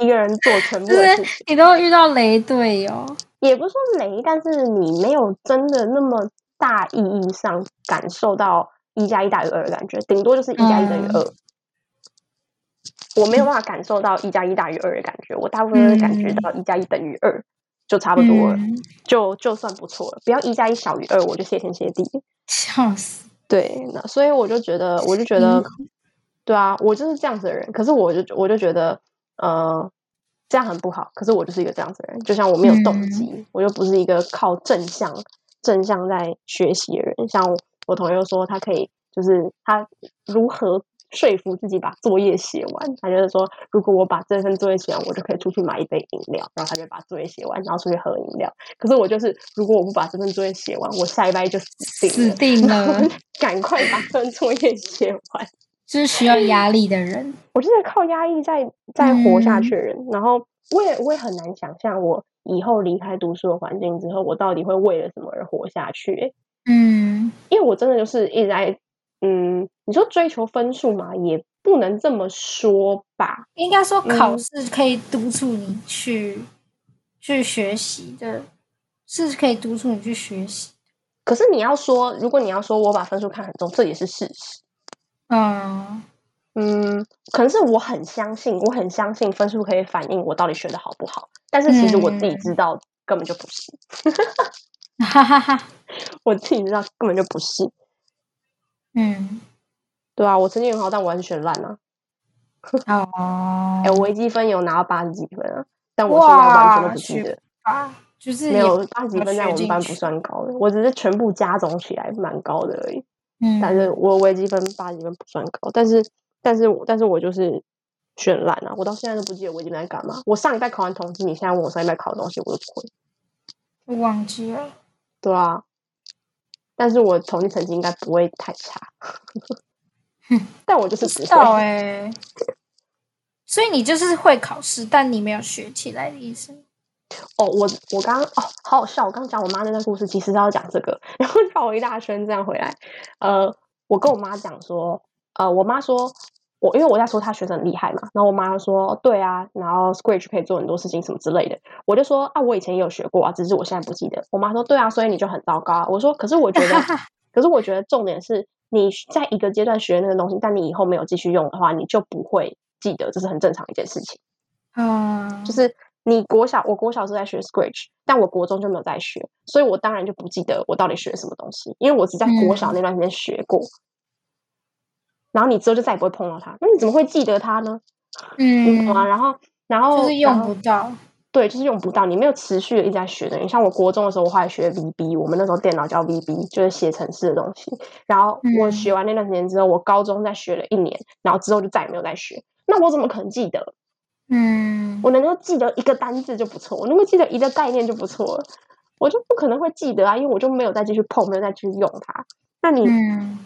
[SPEAKER 2] 一个人做全
[SPEAKER 3] 啊
[SPEAKER 2] 部
[SPEAKER 3] 就
[SPEAKER 2] 的事
[SPEAKER 3] 是
[SPEAKER 2] 情。
[SPEAKER 3] 你都遇到雷队哦友，
[SPEAKER 2] 也不是说雷，但是你没有真的那么大意义上感受到一加一大于二的感觉，顶多就是一加一等于二。我没有办法感受到一加一大于二的感觉，我大部分都是感觉到一加一等于二，就差不多了，
[SPEAKER 3] 嗯，
[SPEAKER 2] 就就算不错了。不要一加一小于二，我就谢天谢地了。
[SPEAKER 3] 笑死！
[SPEAKER 2] 对，那所以我就觉得，我就觉
[SPEAKER 3] 辛
[SPEAKER 2] 得，对啊，我就是这样子的人。可是我就我就觉得，呃，这样很不好。可是我就是一个这样子的人，就像我没有动
[SPEAKER 3] 嗯
[SPEAKER 2] 机，我又不是一个靠正向正向在学习的人。像我我同学就说，他可以就是他如何说服自己把作业写完。他就是说，如果我把这份作业写完，我就可以出去买一杯饮料，然后他就把作业写完，然后出去喝饮料。可是我就是，如果我不把这份作业写完，我下一拜就死定了。
[SPEAKER 3] 死定了，
[SPEAKER 2] 嗯 (laughs) 赶快把这份作业写完。
[SPEAKER 3] 就是需要压力的人。
[SPEAKER 2] (laughs) 我就是靠压抑在在活下去的人，然后我也我也很难想象我以后离开读书的环境之后，我到底会为了什么而活下去、欸
[SPEAKER 3] 嗯，
[SPEAKER 2] 因为我真的就是一直在，嗯，你说追求分数嘛，也不能这么说吧。
[SPEAKER 3] 应该说
[SPEAKER 2] 嗯
[SPEAKER 3] 考试可以督促你去、去学习的，是可以督促你去学习。
[SPEAKER 2] 可是你要说，如果你要说我把分数看很重，这也是事实。
[SPEAKER 3] 嗯，
[SPEAKER 2] 嗯，可能是我很相信，我很相信分数可以反映我到底学的好不好。但是其实我自己
[SPEAKER 3] 嗯
[SPEAKER 2] 知道根本就不是，
[SPEAKER 3] 哈哈哈。
[SPEAKER 2] 我自己知道根本就不是。
[SPEAKER 3] 嗯，
[SPEAKER 2] 对啊，我成绩很好，但我还是学烂啊。
[SPEAKER 3] 哦
[SPEAKER 2] 哎、，我微积分有拿到八十几分啊，但我现在完全都不记得，
[SPEAKER 3] 啊，就是
[SPEAKER 2] 没
[SPEAKER 3] 也
[SPEAKER 2] 有八十几分，在
[SPEAKER 3] 学
[SPEAKER 2] 我们
[SPEAKER 3] 进
[SPEAKER 2] 班不
[SPEAKER 3] 去
[SPEAKER 2] 算高的，我只是全部加总起来蛮高的而已。
[SPEAKER 3] 嗯，
[SPEAKER 2] 但是我微积分八十几分不算高，但是但是我但是我就是选烂啊，我到现在都不记得微积分在干嘛。我上一代考完统计，你现在问我上一代考的东西，我都不会。
[SPEAKER 3] 我忘记了。
[SPEAKER 2] 对啊，但是我统计成绩应该不会太差， (laughs) 但我就是
[SPEAKER 3] 不
[SPEAKER 2] 不
[SPEAKER 3] 知
[SPEAKER 2] 会。
[SPEAKER 3] 道哎、所以你就是会考试，但你没有学起来的意思。
[SPEAKER 2] 哦，我我刚刚哦，好好笑！我刚讲我妈那段故事，其实是要讲这个， (laughs) 然后绕一大圈这样回来。呃，我跟我妈讲说，呃，我妈说我因为我在说她学生很厉害嘛，然后我妈说对啊，然后 Scratch 可以做很多事情什么之类的。我就说啊，我以前也有学过啊，只是我现在不记得。我妈说对啊，所以你就很糟糕啊。我说可是我觉得，可是我觉得重点是你在一个阶段学那个东西，但你以后没有继续用的话，你就不会记得，这是很正常一件事情。
[SPEAKER 3] 嗯，
[SPEAKER 2] 就是你国小，我国小是在学 Scratch，但我国中就没有在学，所以我当然就不记得我到底学什么东西，因为我只在国
[SPEAKER 3] 嗯
[SPEAKER 2] 小那段时间学过。然后你之后就再也不会碰到它，那你怎么会记得它呢？你懂吗？
[SPEAKER 3] 嗯，
[SPEAKER 2] 然后，然后
[SPEAKER 3] 就是
[SPEAKER 2] 然
[SPEAKER 3] 用
[SPEAKER 2] 后
[SPEAKER 3] 不到。
[SPEAKER 2] 对，就是用不到，你没有持续的一直在学的。你像我国中的时候，我后来学 VB，我们那时候电脑叫 VB，就是写程式的东西。然后我学
[SPEAKER 3] 嗯
[SPEAKER 2] 完那段时间之后，我高中再学了一年，然后之后就再也没有再学。那我怎么可能记得？
[SPEAKER 3] 嗯，
[SPEAKER 2] 我能够记得一个单字就不错，我能够记得一个概念就不错了，我就不可能会记得啊，因为我就没有再继续碰，没有再继续用它。那你，
[SPEAKER 3] 嗯，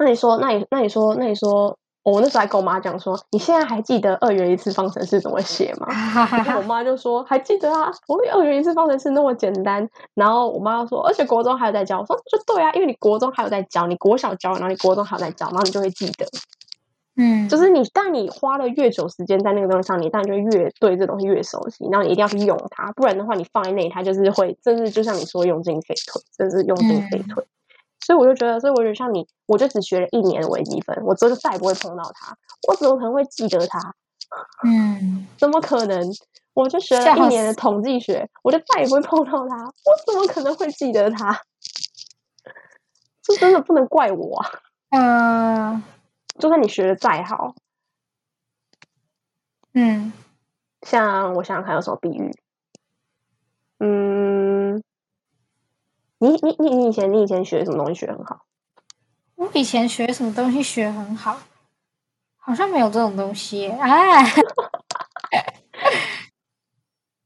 [SPEAKER 2] 那你说，那你，那你说，那你说，我那时候还跟我妈讲说，你现在还记得二元一次方程式怎么写吗？
[SPEAKER 3] 哈哈
[SPEAKER 2] 然后我
[SPEAKER 3] 哈，
[SPEAKER 2] 妈就说还记得啊，我们二元一次方程式那么简单。然后我妈就说，而且国中还有在教。我说就对啊，因为你国中还有在教，你国小教，然后你国中还有在教，然后你就会记得。
[SPEAKER 3] 嗯，
[SPEAKER 2] 就是你，但你花了越久时间在那个东西上，你当然就越对这东西越熟悉，然后你一定要去用它，不然的话你放在那里，它就是会，真是就像你说用进废退，真是用进废退。所以我就觉得，所以我觉得像你，我就只学了一年的微积分，我之后就再也不会碰到它，我怎么可能会记得它？
[SPEAKER 3] 嗯，
[SPEAKER 2] 怎么可能？我就学了
[SPEAKER 3] 笑
[SPEAKER 2] 一年的
[SPEAKER 3] 死
[SPEAKER 2] 统计学，我就再也不会碰到它，我怎么可能会记得它？ (laughs) 这真的不能怪我啊！
[SPEAKER 3] 呃，
[SPEAKER 2] 就算你学的再好，
[SPEAKER 3] 嗯，
[SPEAKER 2] 像我想想看有什么比喻，嗯，你你你你以前你以前学什么东西学得很好？
[SPEAKER 3] 我以前学什么东西学很好，好像没有这种东西耶。哎， (laughs)
[SPEAKER 2] 哎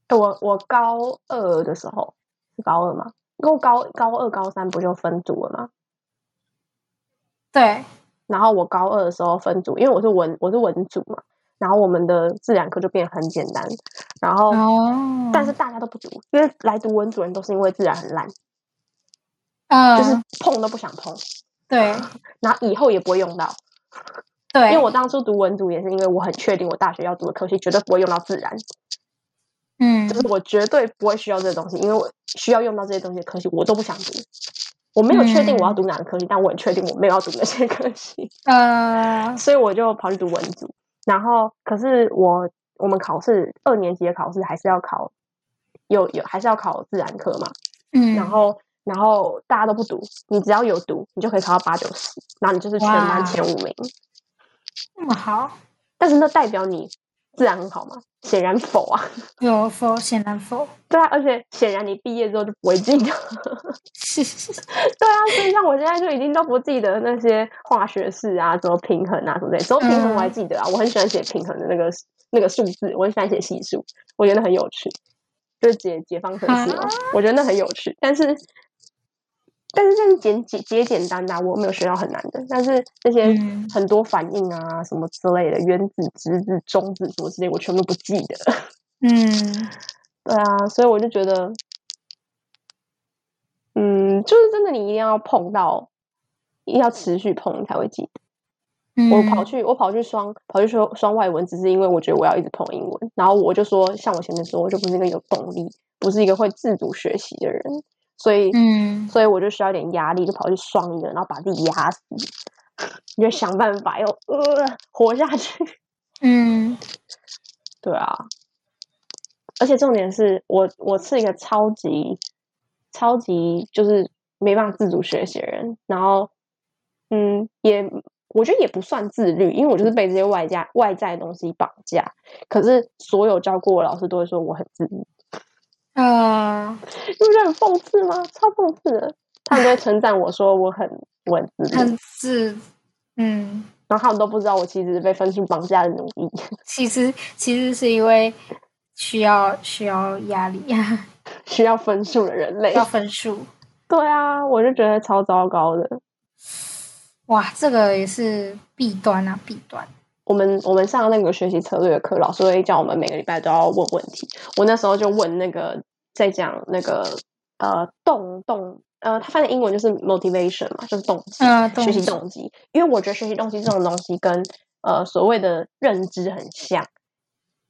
[SPEAKER 2] 我我高二的时候是高二吗？因为我高高二高三不就分组了吗？
[SPEAKER 3] 对，
[SPEAKER 2] 然后我高二的时候分组，因为我是文我是文组嘛，然后我们的自然课就变得很简单，然后、
[SPEAKER 1] 嗯
[SPEAKER 3] 哦，
[SPEAKER 2] 但是大家都不读，因为来读文组人都是因为自然很烂，
[SPEAKER 3] 呃，
[SPEAKER 1] 嗯
[SPEAKER 2] 就是碰都不想碰，
[SPEAKER 3] 对
[SPEAKER 2] 然后以后也不会用到。
[SPEAKER 3] 对，
[SPEAKER 2] 因为我当初读文组也是因为我很确定我大学要读的科系绝对不会用到自然，
[SPEAKER 3] 嗯
[SPEAKER 2] 就是我绝对不会需要这些东西，因为我需要用到这些东西的科系我都不想读。我没有确定我
[SPEAKER 3] 嗯
[SPEAKER 2] 要读哪个科系，但我很确定我没有要读那些科系， (laughs)
[SPEAKER 3] 呃，
[SPEAKER 2] 所以我就跑去读文组。然后，可是我我们考试二年级的考试还是要考，有有还是要考自然科嘛。
[SPEAKER 3] 嗯，
[SPEAKER 2] 然后然后大家都不读，你只要有读，你就可以考到八九十，然后你就是全
[SPEAKER 3] 哇
[SPEAKER 2] 班前五名。
[SPEAKER 3] 那么好，
[SPEAKER 2] 但是那代表你自然很好吗？显然否啊，
[SPEAKER 3] 有否显然否，
[SPEAKER 2] 对啊，而且显然你毕业之后就不会记得， (laughs) 对啊，所以像我现在就已经都不记得那些化学式啊，什么平衡啊什么的，只有平衡我还记得啊，我很喜欢写平衡的那个那个数字，我很喜欢写系数，我觉得很有趣，就是解解方程式嘛，我觉得那很有趣，但是。但是这是简简简简单单、我没有学到很难的。但是那些
[SPEAKER 3] 嗯
[SPEAKER 2] 很多反应啊、什么之类的，原子、质子、中子什么之类，我全部都不记得。
[SPEAKER 3] (laughs) 嗯，
[SPEAKER 2] 对啊，所以我就觉得，嗯，就是真的，你一定要碰到，一定要持续碰，你才会记得。我跑
[SPEAKER 3] 嗯，
[SPEAKER 2] 去，我跑去双跑去双双外文，只是因为我觉得我要一直碰英文。然后我就说，像我前面说，我就不是一个有动力，不是一个会自主学习的人，所以，
[SPEAKER 3] 嗯，
[SPEAKER 2] 所以我就需要一点压力，就跑去双一个，然后把自己压死， (laughs) 你就想办法要呃活下去。
[SPEAKER 3] 嗯，
[SPEAKER 2] 对啊，而且重点是我我是一个超级超级就是没办法自主学习的人，然后嗯，也我觉得也不算自律，因为我就是被这些外加外在的东西绑架。可是所有教过我的老师都会说我很自律， (laughs)
[SPEAKER 3] 呃，
[SPEAKER 2] 你不觉得很讽刺吗？超讽刺的，他们都会称赞我说我很我很自律，
[SPEAKER 3] 很自，嗯，
[SPEAKER 2] 然后他们都不知道我其实是被分数绑架的奴隶。 (laughs)
[SPEAKER 3] 其实其实是因为需要需要压力， (laughs)
[SPEAKER 2] 需要分数的人类。
[SPEAKER 3] 要分数。
[SPEAKER 2] 对啊，我就觉得超糟糕的。
[SPEAKER 3] 哇，这个也是弊端啊，弊端。
[SPEAKER 2] 我们我们上那个学习策略课，老师会叫我们每个礼拜都要问问题。我那时候就问那个在讲那个呃动动呃，它翻译英文就是 motivation 嘛，就是动机，
[SPEAKER 3] 呃动
[SPEAKER 2] 学习
[SPEAKER 3] 机
[SPEAKER 2] 嗯动机。因为我觉得学习动机这种东西跟呃所谓的认知很像，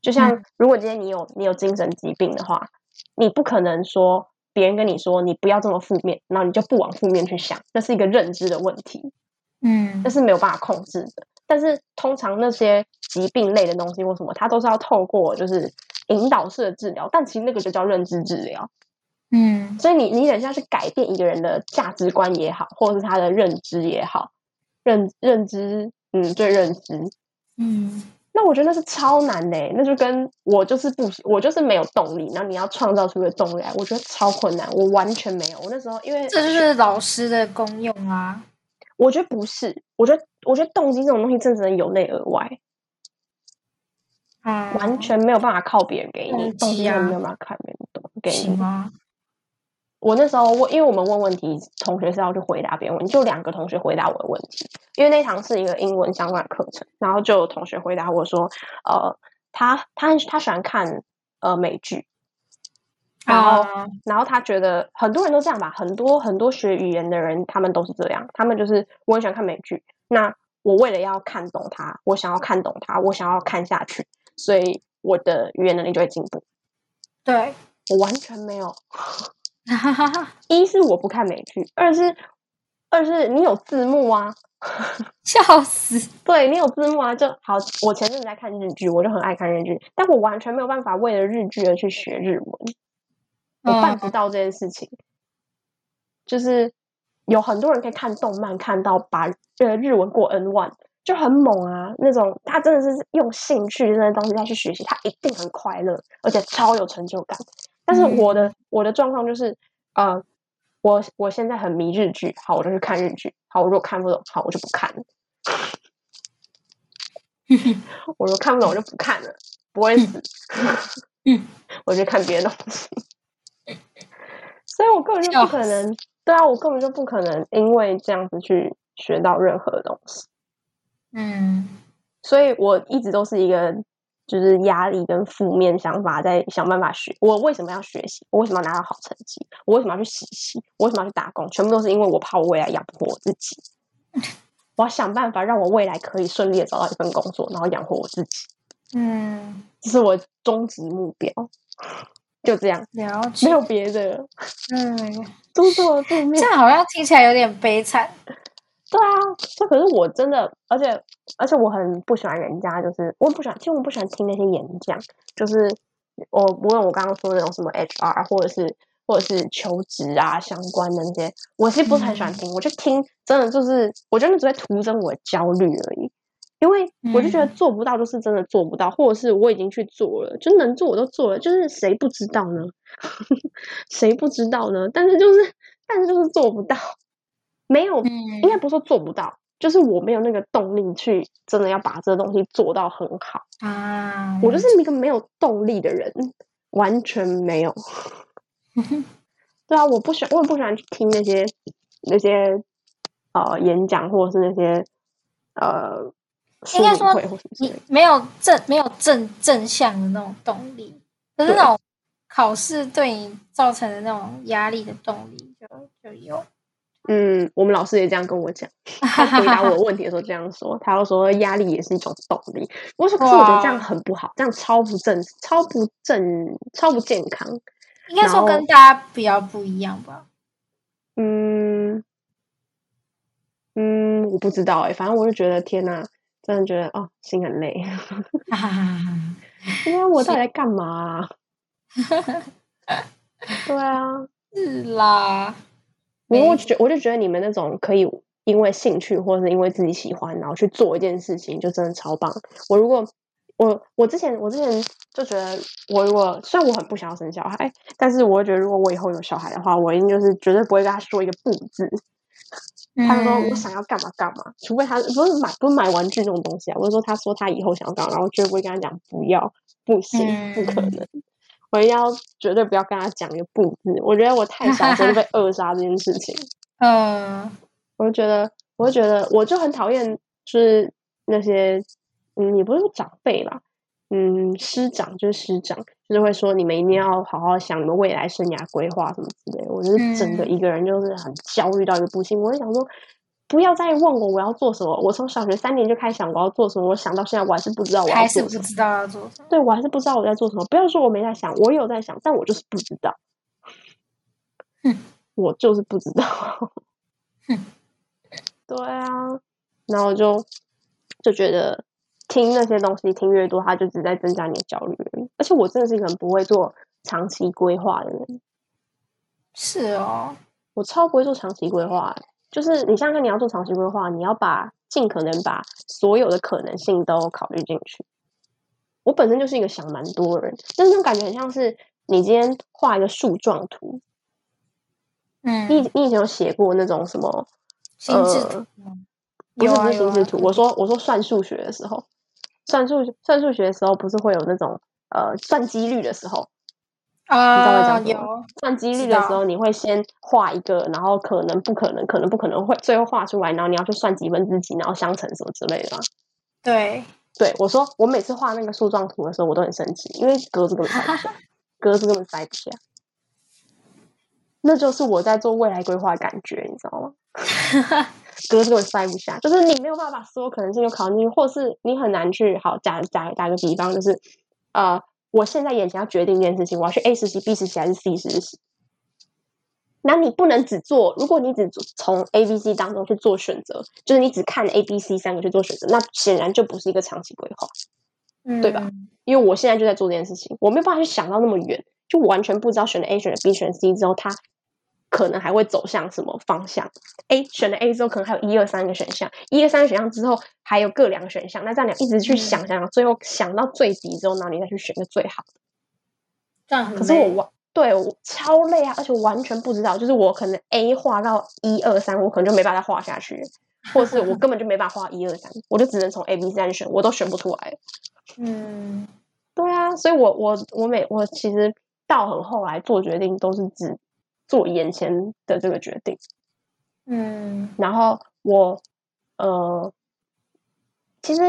[SPEAKER 2] 就像如果今天你有你有精神疾病的话，你不可能说别人跟你说你不要这么负面，然后你就不往负面去想，那是一个认知的问题。
[SPEAKER 3] 嗯
[SPEAKER 2] 那，是没有办法控制的。但是通常那些疾病类的东西或什么，它都是要透过就是引导式的治疗，但其实那个就叫认知治疗。
[SPEAKER 3] 嗯，
[SPEAKER 2] 所以你你等一下去改变一个人的价值观也好，或者是他的认知也好，认认知，嗯，对认知。
[SPEAKER 3] 嗯，
[SPEAKER 2] 那我觉得那是超难的欸、那就跟我就是不，我就是没有动力，然后你要创造出一个动力来，我觉得超困难，我完全没有。我那时候因为
[SPEAKER 3] 这就是老师的功用啊。
[SPEAKER 2] 我觉得不是，我觉得我觉得动机这种东西真的由内而外，
[SPEAKER 3] 啊，
[SPEAKER 2] 完全没有办法靠别人给
[SPEAKER 3] 动
[SPEAKER 2] 你，
[SPEAKER 3] 机
[SPEAKER 2] 动机真的
[SPEAKER 3] 啊
[SPEAKER 2] 没有办法靠别人懂给
[SPEAKER 3] 行
[SPEAKER 2] 你。
[SPEAKER 3] 啊。
[SPEAKER 2] 我那时候问，因为我们问问题，同学是要去回答别人问题，就两个同学回答我的问题。因为那堂是一个英文相关的课程，然后就有同学回答我说，呃，他他他喜欢看呃美剧，然后
[SPEAKER 3] 啊，
[SPEAKER 2] 然后他觉得很多人都这样吧，很多很多学语言的人，他们都是这样，他们就是我很喜欢看美剧，那我为了要看懂它，我想要看懂它，我想要看下去，所以我的语言能力就会进步。
[SPEAKER 3] 对， (laughs)
[SPEAKER 2] 我完全没有，
[SPEAKER 3] 哈哈哈，
[SPEAKER 2] 一是我不看美剧，二是二是你有字幕啊，
[SPEAKER 3] 笑死。
[SPEAKER 2] 对你有字幕啊，就好。我前阵子在看日剧，我就很爱看日剧，但我完全没有办法为了日剧而去学日文，我办不
[SPEAKER 3] 嗯
[SPEAKER 2] 到这件事情。就是有很多人可以看动漫，看到把呃日文过 N one 就很猛啊，那种他真的是用兴趣这些东西再去学习，他一定很快乐，而且超有成就感。但是我的、我的状况就是，呃，我我现在很迷日剧，好，我就去看日剧，好，我如果看不懂，好，我就不看，我如果看不懂我就不看了，不会死， (laughs)
[SPEAKER 3] 嗯
[SPEAKER 2] 我就看别的东西。所以我根本就不可能，对啊，我根本就不可能因为这样子去学到任何东西。
[SPEAKER 3] 嗯， (laughs)
[SPEAKER 2] 所以我一直都是一个就是压力跟负面想法在想办法学。我为什么要学习？我为什么要拿到好成绩？我为什么要去实习？我为什么要去打工？全部都是因为我怕我未来养不活我自己。我要想办法让我未来可以顺利的找到一份工作，然后养活我自己，
[SPEAKER 3] 嗯，
[SPEAKER 2] 这是我终极目标。就这样，
[SPEAKER 3] 了解。
[SPEAKER 2] 没有别的了，
[SPEAKER 3] 嗯，
[SPEAKER 2] 都是我的负面
[SPEAKER 3] 这。样好像听起来有点悲惨。
[SPEAKER 2] 对啊，这可是我真的，而且而且我很不喜欢人家，就是我不喜欢，其实我不喜欢听那些演讲，就是我无论我刚刚说的那种什么 HR 或者是或者是求职啊相关的那些，我其实不是很喜欢听，我就听真的就是我觉得那只会徒增我的焦虑而已，因为我就觉得
[SPEAKER 3] 嗯
[SPEAKER 2] 做不到就是真的做不到，或者是我已经去做了，就能做我都做了，就是谁不知道呢？ (laughs) 谁不知道呢？但是就是但是就是做不到，没有应该
[SPEAKER 3] 嗯
[SPEAKER 2] 不是说做不到，就是我没有那个动力去真的要把这东西做到很好。
[SPEAKER 3] 啊，
[SPEAKER 2] 我就是一个没有动力的人，完全没
[SPEAKER 3] (laughs)
[SPEAKER 2] 有。对啊，我不喜欢，我也不喜欢去听那些那些呃演讲或者是那些呃
[SPEAKER 3] 应
[SPEAKER 2] 说
[SPEAKER 3] 该
[SPEAKER 2] 明
[SPEAKER 3] 说
[SPEAKER 2] 会或什么之
[SPEAKER 3] 你
[SPEAKER 2] 类的。
[SPEAKER 3] 没有正没有正正向的那种动力，可是
[SPEAKER 2] 对
[SPEAKER 3] 那种考试对你造成的那种压力的动力就就有。
[SPEAKER 2] 嗯，我们老师也这样
[SPEAKER 3] (laughs)
[SPEAKER 2] 跟我讲，他回答我的问题的时候这样说，他又说压力也是一种动力。我说，可是我觉得这样
[SPEAKER 3] 哇
[SPEAKER 2] 很不好，这样超不正、超不正、超不健康。
[SPEAKER 3] 应该
[SPEAKER 2] 然
[SPEAKER 3] 说
[SPEAKER 2] 后
[SPEAKER 3] 跟大家比较不一样 (laughs) 吧。
[SPEAKER 2] 嗯，嗯，我不知道哎、反正我就觉得天呐，真的觉得哦，心很累。 (laughs)
[SPEAKER 3] 哈哈哈哈
[SPEAKER 2] 因为我到底在干嘛啊、 (laughs) 对啊，
[SPEAKER 3] 是啦，
[SPEAKER 2] 你
[SPEAKER 3] 没
[SPEAKER 2] 我就觉我就觉得你们那种可以因为兴趣或者是因为自己喜欢，然后去做一件事情，就真的超棒。我如果我我之前我之前就觉得，我如果虽然我很不想要生小孩，但是我会觉得如果我以后有小孩的话，我一定就是绝对不会跟他说一个不字。他就说
[SPEAKER 3] 嗯
[SPEAKER 2] 我想要干嘛干嘛，除非他不是买不是买玩具那种东西啊，我是说他说他以后想要干嘛，然后我绝对不会跟他讲不要，不行，不可
[SPEAKER 3] 嗯
[SPEAKER 2] 能。我一定要绝对不要跟他讲一个不字，我觉得我太小声被扼杀这件事情，
[SPEAKER 3] 呃，
[SPEAKER 2] 我就觉得，我就觉得，我就很讨厌，就是那些，嗯，也不是说长辈啦，嗯，师长就是师长，就是会说你们一定要好好想你们未来生涯规划什么之类的。我就是整
[SPEAKER 3] 嗯
[SPEAKER 2] 个一个人就是很焦虑到一个不行，我就想说，不要再问我我要做什么。我从小学三年就开始想我要做什么，我想到现在我还是不知道我要
[SPEAKER 3] 还是
[SPEAKER 2] 做
[SPEAKER 3] 不
[SPEAKER 2] 什么。
[SPEAKER 3] 知道要做什么。
[SPEAKER 2] 对我还是不知道我在做什么。不要说我没在想，我有在想，但我就是不知道。
[SPEAKER 3] 哼
[SPEAKER 2] 我就是不知道。
[SPEAKER 3] 哼
[SPEAKER 2] (laughs) 对啊，然后就就觉得听那些东西听越多，它就只在增加你的焦虑而已。而且我真的是一个很不会做长期规划的人。
[SPEAKER 3] 是哦，
[SPEAKER 2] 我超不会做长期规划欸，就是你想想，你要做长期规划，你要把尽可能把所有的可能性都考虑进去。我本身就是一个想蛮多的人，但是那种感觉很像是你今天画一个树状图。你
[SPEAKER 3] 嗯，
[SPEAKER 2] 以你以前有写过那种什么？
[SPEAKER 3] 心智图吗，
[SPEAKER 2] 不是
[SPEAKER 3] 有
[SPEAKER 2] 不
[SPEAKER 3] 啊
[SPEAKER 2] 是
[SPEAKER 3] 有
[SPEAKER 2] 心
[SPEAKER 3] 啊
[SPEAKER 2] 智图，我说我说算数学的时候，算数算数学的时候不是会有那种呃算几率的时候，知道我
[SPEAKER 3] 啊
[SPEAKER 2] 在讲什么
[SPEAKER 3] 有，
[SPEAKER 2] 算几率
[SPEAKER 3] 知
[SPEAKER 2] 的
[SPEAKER 3] 道
[SPEAKER 2] 时候，你会先画一个，然后可能不可能，可能不可能会最后画出来，然后你要去算几分之几，然后相乘什么之类的、啊。
[SPEAKER 3] 对，
[SPEAKER 2] 对我说，我每次画那个树状图的时候，我都很生气，因为格子根本塞不下，格子根本塞不下。那就是我在做未来规划的感觉，你知道吗？格子根本塞不下，就是你没有办法把所有可能性都考虑进去，或是你很难去好打打打个比方，就是呃，我现在眼前要决定一件事情，我要去 A 实习、B 实习还是 C 实习？那你不能只做，如果你只做从 A、B、C 当中去做选择，就是你只看 A、B、C 三个去做选择，那显然就不是一个长期规划。
[SPEAKER 3] 嗯，
[SPEAKER 2] 对吧？因为我现在就在做这件事情，我没有办法去想到那么远，就完全不知道选了 A 选了 B 选了 C 之后，它可能还会走向什么方向。A 选了 A 之后，可能还有一二三个选项，一二三个选项之后还有各两个选项，那这样你一直去想想，最后想到最低之后，然后你再去选个最好。
[SPEAKER 3] 这样很
[SPEAKER 2] 可是我
[SPEAKER 3] 累
[SPEAKER 2] 完对我超累啊，而且我完全不知道，就是我可能 A 画到一二三，我可能就没办法再画下去，或是我根本就没办法画一二三，我就只能从 A、B、C 选，我都选不出来。
[SPEAKER 3] 嗯，
[SPEAKER 2] 对啊，所以我我我每我其实到很后来做决定都是只做眼前的这个决定，
[SPEAKER 3] 嗯
[SPEAKER 2] 然后我呃，其实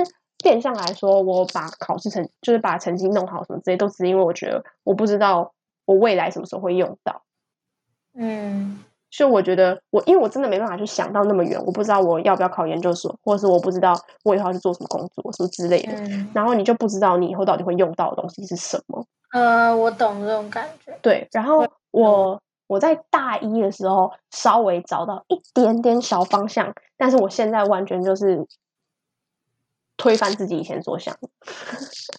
[SPEAKER 2] 变相来说，我把考试成就是把成绩弄好什么之类，都只是因为我觉得我不知道我未来什么时候会用到。
[SPEAKER 3] 嗯
[SPEAKER 2] 所以我觉得我，因为我真的没办法去想到那么远，我不知道我要不要考研究所，或者是我不知道我以后要去做什么工作什么之类的。
[SPEAKER 3] 嗯，
[SPEAKER 2] 然后你就不知道你以后到底会用到的东西是什么。
[SPEAKER 3] 呃，我懂这种感觉，
[SPEAKER 2] 对，然后我我在大一的时候稍微找到一点点小方向，但是我现在完全就是推翻自己以前所想的，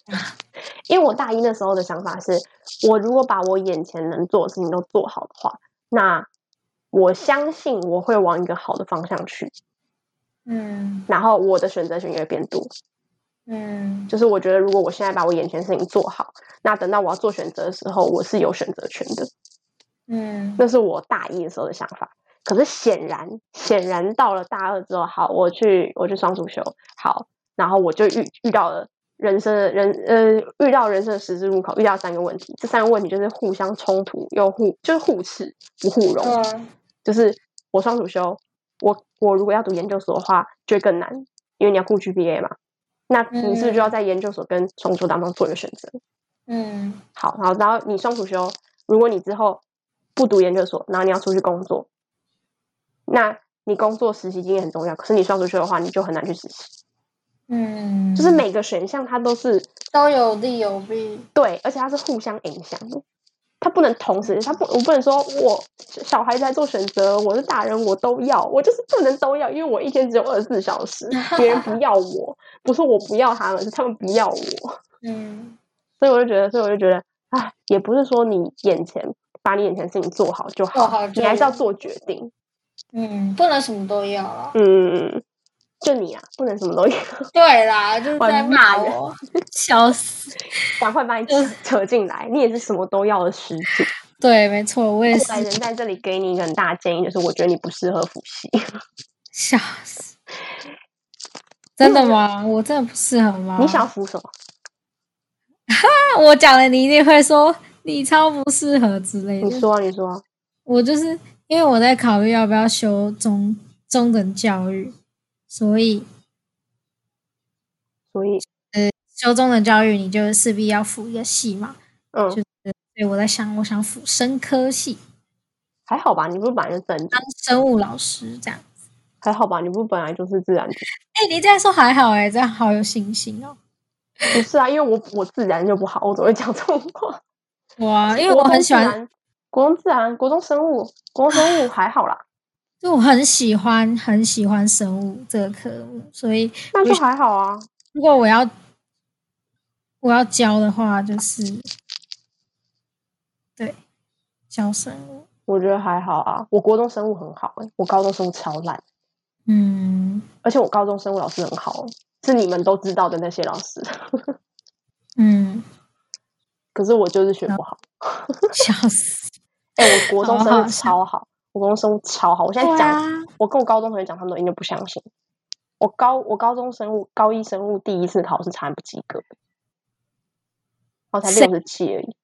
[SPEAKER 2] (laughs) 因为我大一那时候的想法是，我如果把我眼前能做的事情都做好的话，那我相信我会往一个好的方向去，
[SPEAKER 3] 嗯
[SPEAKER 2] 然后我的选择权也会变多。
[SPEAKER 3] 嗯
[SPEAKER 2] 就是我觉得，如果我现在把我眼前的事情做好，那等到我要做选择的时候，我是有选择权的。
[SPEAKER 3] 嗯
[SPEAKER 2] 那是我大一的时候的想法。可是显然，显然到了大二之后，好，我去我去双主修，好，然后我就遇遇到了人生的人呃，遇到人生的十字路口，遇到三个问题，这三个问题就是互相冲突又互就是互斥不互
[SPEAKER 1] 嗯
[SPEAKER 2] 容，
[SPEAKER 3] 对，
[SPEAKER 2] 就是我双主修，我我如果要读研究所的话，就会更难，因为你要顾 GPA 嘛，那你是不是就要在研究所跟双主当中做一个选择？
[SPEAKER 3] 嗯
[SPEAKER 2] 好，然后然后你双主修，如果你之后不读研究所，然后你要出去工作，那你工作实习经验很重要。可是你双主修的话，你就很难去实习。
[SPEAKER 3] 嗯，
[SPEAKER 2] 就是每个选项它都是
[SPEAKER 3] 都有利有弊，
[SPEAKER 2] 对，而且它是互相影响的，它不能同时，它不，我不能说我小孩子在做选择，我是大人我都要，我就是不能都要，因为我一天只有二十四小时，别人不要我，不是我不要他们，是他们不要我。
[SPEAKER 3] 嗯
[SPEAKER 2] 所以我就觉得，所以我就觉得，啊，也不是说你眼前把你眼前的事情做好就好，
[SPEAKER 3] 做好就
[SPEAKER 2] 你还是要
[SPEAKER 3] 有
[SPEAKER 2] 做决定。
[SPEAKER 3] 嗯，不能什么都要啊了。
[SPEAKER 2] 嗯，就你啊，不能什么都有，
[SPEAKER 3] 对啦，就是
[SPEAKER 2] 我
[SPEAKER 3] 在
[SPEAKER 2] 骂
[SPEAKER 3] 骂
[SPEAKER 1] (laughs)
[SPEAKER 2] 人
[SPEAKER 3] 我，笑死。
[SPEAKER 2] 赶快把你
[SPEAKER 3] 就
[SPEAKER 2] (laughs) 扯进来，你也是什么都要的始祖。
[SPEAKER 3] 对，没错，我
[SPEAKER 2] (laughs)
[SPEAKER 3] 也是
[SPEAKER 2] 过来人在这里给你一个很大的建议，就是我觉得你不适合复习。
[SPEAKER 3] 笑死。真的吗？我
[SPEAKER 1] 啊
[SPEAKER 3] 真的不适合吗？
[SPEAKER 2] 你想要复什么？
[SPEAKER 3] 那我讲了，你一定会说
[SPEAKER 1] 你超不适合之类
[SPEAKER 2] 你
[SPEAKER 1] 的。
[SPEAKER 2] 说啊，你说啊，
[SPEAKER 1] 我就是因为我在考虑要不要修中中等教育，所以
[SPEAKER 2] 所以，
[SPEAKER 1] 修中等教育你就势必要辅一个系嘛。
[SPEAKER 2] 嗯，
[SPEAKER 1] 所以我在想，我想辅生科系，
[SPEAKER 2] 还好吧，你不是本来就政治，
[SPEAKER 1] 当生物老师这样。
[SPEAKER 2] 还好吧，你不是本来就是自然组，
[SPEAKER 1] 哎、你这样说还好哎、这样好有信心哦。
[SPEAKER 2] 不是啊，因为我我自然就不好，我怎么会讲这种话？
[SPEAKER 1] 哇，因为
[SPEAKER 2] 国
[SPEAKER 1] 我
[SPEAKER 2] 中
[SPEAKER 1] 很
[SPEAKER 2] 自
[SPEAKER 1] 喜欢，
[SPEAKER 2] 然国中自然、国中生物、国中生物还好啦，
[SPEAKER 1] 就我很喜欢很喜欢生物这个科目，所以
[SPEAKER 2] 那就还好啊。
[SPEAKER 1] 如果我要我要教的话，就是对教生物。
[SPEAKER 2] 我觉得还好啊，我国中生物很好、欸，我高中生物超烂，
[SPEAKER 1] 嗯
[SPEAKER 2] 而且我高中生物老师很好，哦是你们都知道的那些老师，
[SPEAKER 1] 嗯，
[SPEAKER 2] 可是我就是学不好。
[SPEAKER 1] 笑死！
[SPEAKER 2] 哎、我国中
[SPEAKER 1] 好
[SPEAKER 2] 生物
[SPEAKER 1] 好笑
[SPEAKER 2] 超好，我国中生物超好，我现在
[SPEAKER 1] 对
[SPEAKER 2] 讲，
[SPEAKER 1] 啊，
[SPEAKER 2] 我跟我高中同学讲，他们都一定不相信。我高我高中生物高一生物第一次考试差点不及格，然后才
[SPEAKER 1] 谁
[SPEAKER 2] 六十七而已。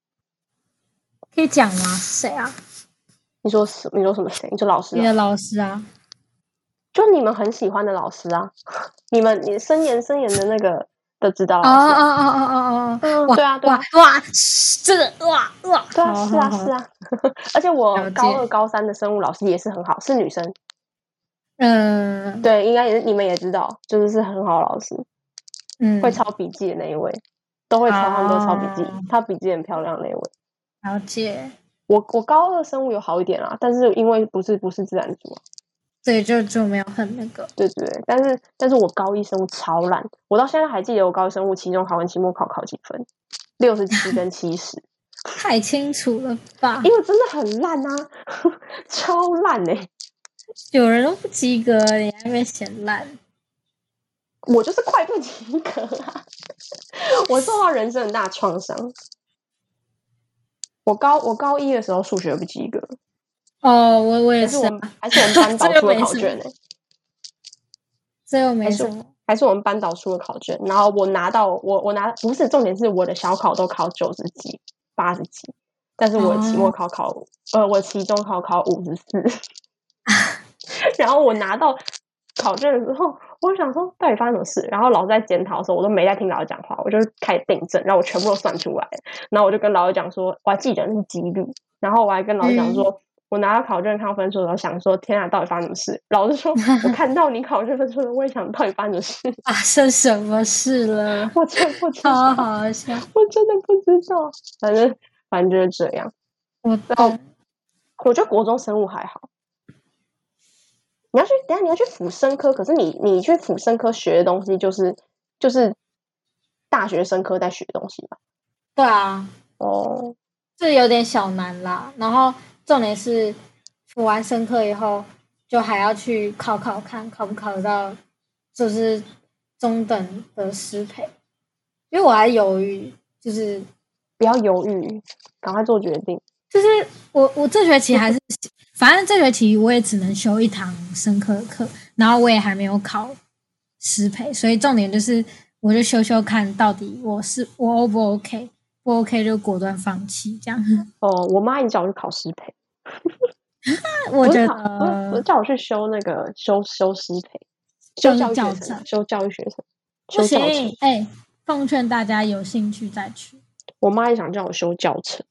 [SPEAKER 1] 可以讲吗？谁啊？
[SPEAKER 2] 你说什？你说什么谁？你说老师
[SPEAKER 1] 你
[SPEAKER 2] 啊、
[SPEAKER 1] 的老师啊？
[SPEAKER 2] 就你们很喜欢的老师啊， (laughs) 你们你森研森研的那个的指导
[SPEAKER 1] 哦
[SPEAKER 2] 老
[SPEAKER 1] 哦
[SPEAKER 2] 师啊，
[SPEAKER 1] 哦哦哦哦！
[SPEAKER 2] 嗯，
[SPEAKER 1] 哇
[SPEAKER 2] 对啊，对啊
[SPEAKER 1] 哇，哇，这个哇哇！
[SPEAKER 2] 对啊，
[SPEAKER 1] 好
[SPEAKER 2] 是啊，
[SPEAKER 1] 好好
[SPEAKER 2] 是啊。 (laughs) 而且我
[SPEAKER 1] 了
[SPEAKER 2] 高
[SPEAKER 1] 解
[SPEAKER 2] 二、高三的生物老师也是很好，是女生。
[SPEAKER 1] 呃，
[SPEAKER 2] 对，应该也是你们也知道，就是是很好的老师，
[SPEAKER 1] 嗯，
[SPEAKER 2] 会抄笔记的那一位，都会抄，他们都抄笔记
[SPEAKER 1] 哦，
[SPEAKER 2] 他笔记很漂亮那一位。
[SPEAKER 1] 了解。
[SPEAKER 2] 我我高二生物有好一点啦，但是因为不是不是自然组啊，
[SPEAKER 1] 对，就就没有很那个。
[SPEAKER 2] 对对对，但是但是我高一生物超烂，我到现在还记得我高一生物期中考跟期末考考几分，六十七跟七十，
[SPEAKER 1] (laughs) 太清楚了吧
[SPEAKER 2] 因？为真的很烂啊， (laughs) 超烂哎、
[SPEAKER 1] 有人都不及格，你还没嫌烂？
[SPEAKER 2] 我就是快不及格啊！ (laughs) 我受到人生很大的创伤。我高我高一的时候数学不及格，
[SPEAKER 1] 哦，我我也
[SPEAKER 2] 还
[SPEAKER 1] 是
[SPEAKER 2] 是我，们还是我们班
[SPEAKER 1] (laughs)
[SPEAKER 2] 导
[SPEAKER 1] 这个
[SPEAKER 2] 出的
[SPEAKER 1] 没
[SPEAKER 2] 考
[SPEAKER 1] 事
[SPEAKER 2] 卷呢、欸，
[SPEAKER 1] 这又没
[SPEAKER 2] 还是
[SPEAKER 1] 什么。
[SPEAKER 2] 还是我们班导出的考卷。然后我拿到我我拿不是重点是我的小考都考九十几八十几，但是我的期
[SPEAKER 1] 哦
[SPEAKER 2] 末考考、呃我期中考考五十四， (laughs) 然后我拿到考卷的时候，我想说到底发生什么事？然后老师在检讨的时候，我都没在听老师讲话，我就是开始订正，然后我全部都算出来了，然后我就跟老师讲说，我还记得那是几率，然后我还跟老师讲说。我拿到考卷看到分数的时候，想说天啊，到底发生什么事？老师说，我看到你考卷分数了，我也想到底发生什么事。 (laughs)
[SPEAKER 1] 发生什么事了？
[SPEAKER 2] 我真不
[SPEAKER 1] (laughs)
[SPEAKER 2] 知
[SPEAKER 1] 好
[SPEAKER 2] 道，
[SPEAKER 1] 好笑，
[SPEAKER 2] 我真的不知道。反正反正就是这样。
[SPEAKER 1] 我
[SPEAKER 2] 后
[SPEAKER 1] 懂。
[SPEAKER 2] 我觉得国中生物还好。你要去，等一下你要去辅生科，可是你你去辅生科学的东西就是就是大学生科在学的东西吧？
[SPEAKER 1] 对啊，
[SPEAKER 2] 哦，
[SPEAKER 1] 这有点小难啦。然后重点是，辅完生课以后，就还要去考考看，考不考得到，就是中等的师培。因为我还犹豫，就是
[SPEAKER 2] 不要犹豫，赶快做决定。
[SPEAKER 1] 就是我我这学期还是，反正这学期我也只能修一堂生科课，然后我也还没有考师培，所以重点就是我就修修看到底我是我 O 不 OK，不 OK 就果断放弃这样。
[SPEAKER 2] 哦，我妈一叫我去考师培，
[SPEAKER 1] (laughs) 我
[SPEAKER 2] 不
[SPEAKER 1] 觉
[SPEAKER 2] 是考不是不是
[SPEAKER 1] 得
[SPEAKER 2] 叫我去修那个修修师培，修
[SPEAKER 1] 修
[SPEAKER 2] 教
[SPEAKER 1] 教
[SPEAKER 2] 育学生啊
[SPEAKER 1] 程，
[SPEAKER 2] 修教育学生，
[SPEAKER 1] 不
[SPEAKER 2] 修
[SPEAKER 1] 行
[SPEAKER 2] 教程。，
[SPEAKER 1] 哎、奉劝大家有兴趣再去。
[SPEAKER 2] 我妈也想叫我修教程。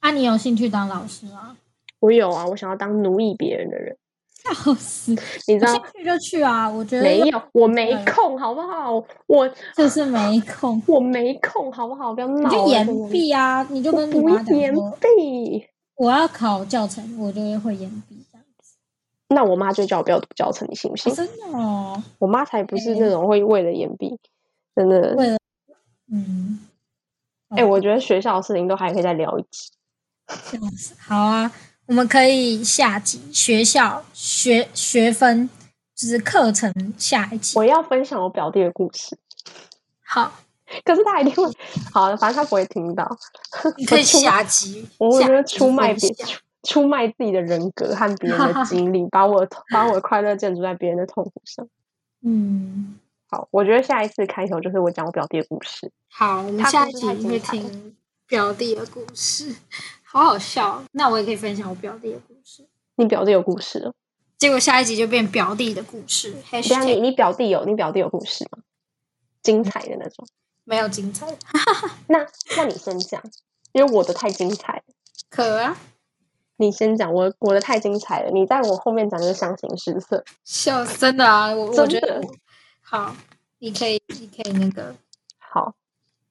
[SPEAKER 1] 啊，你有兴趣当老师吗？ (laughs)
[SPEAKER 2] 我有啊，我想要当奴役别人的人，
[SPEAKER 1] 笑死！
[SPEAKER 2] 你
[SPEAKER 1] 有
[SPEAKER 2] 知道
[SPEAKER 1] 兴？趣就去啊，我觉得嗯
[SPEAKER 2] 没有，我没
[SPEAKER 1] 对
[SPEAKER 2] 空，好不好？我
[SPEAKER 1] 就是没空，
[SPEAKER 2] 我没空，好不好？不要
[SPEAKER 1] 你
[SPEAKER 2] 闹了，
[SPEAKER 1] 就延
[SPEAKER 2] 真的
[SPEAKER 1] 毕啊，你就
[SPEAKER 2] 我
[SPEAKER 1] 跟你
[SPEAKER 2] 不
[SPEAKER 1] 妈讲
[SPEAKER 2] 延
[SPEAKER 1] 说。
[SPEAKER 2] 毕。
[SPEAKER 1] 我要考教程，我就会延毕这样子。
[SPEAKER 2] 那我妈就叫我不要读教程，你信不信
[SPEAKER 1] 哦、？真的哦，
[SPEAKER 2] 我妈才不是
[SPEAKER 1] 哎
[SPEAKER 2] 那种会为了延毕，真的。
[SPEAKER 1] 为了嗯，
[SPEAKER 2] 哎、我觉得学校的事情都还可以再聊一集。
[SPEAKER 1] 这样子好啊，我们可以下集学校学学分就是课程下一集
[SPEAKER 2] 我。要分享我表弟的故事，
[SPEAKER 1] 好，
[SPEAKER 2] 可是他一定
[SPEAKER 1] (laughs)
[SPEAKER 2] 会，好，反正他不会听到。
[SPEAKER 1] 你可以
[SPEAKER 2] 我出
[SPEAKER 1] 下集。
[SPEAKER 2] 我我觉
[SPEAKER 1] 下
[SPEAKER 2] 得
[SPEAKER 1] 集
[SPEAKER 2] 出卖
[SPEAKER 1] 分
[SPEAKER 2] 别
[SPEAKER 1] 享
[SPEAKER 2] 出出卖自己的人格和别人的经历，把我
[SPEAKER 1] (laughs)
[SPEAKER 2] 把我的快乐建筑在别人的痛苦上。
[SPEAKER 1] 嗯，
[SPEAKER 2] 好，我觉得下一次开头就是我讲我表弟的故事。
[SPEAKER 1] 好，我们
[SPEAKER 2] 他
[SPEAKER 1] 下
[SPEAKER 2] 故
[SPEAKER 1] 一
[SPEAKER 2] 事
[SPEAKER 1] 集
[SPEAKER 2] 太精
[SPEAKER 1] 会
[SPEAKER 2] 彩了
[SPEAKER 1] 听表弟的故事，好好笑哦。那我也可以分享我表弟的故事。
[SPEAKER 2] 你表弟有故事哦？
[SPEAKER 1] 结果下一集就变表弟的故事
[SPEAKER 2] 等一下你
[SPEAKER 1] ，#hashtag
[SPEAKER 2] 你表弟有你表弟有故事吗？精彩的那种。
[SPEAKER 1] 没有精彩，
[SPEAKER 2] 那那你先讲，因为我的太精彩了。
[SPEAKER 1] 可啊，
[SPEAKER 2] 你先讲，我我的太精彩了。你在我后面讲就是相形失色。
[SPEAKER 1] 笑死真的啊，我我觉
[SPEAKER 2] 真的
[SPEAKER 1] 得我好，你可以你可以那个
[SPEAKER 2] 好，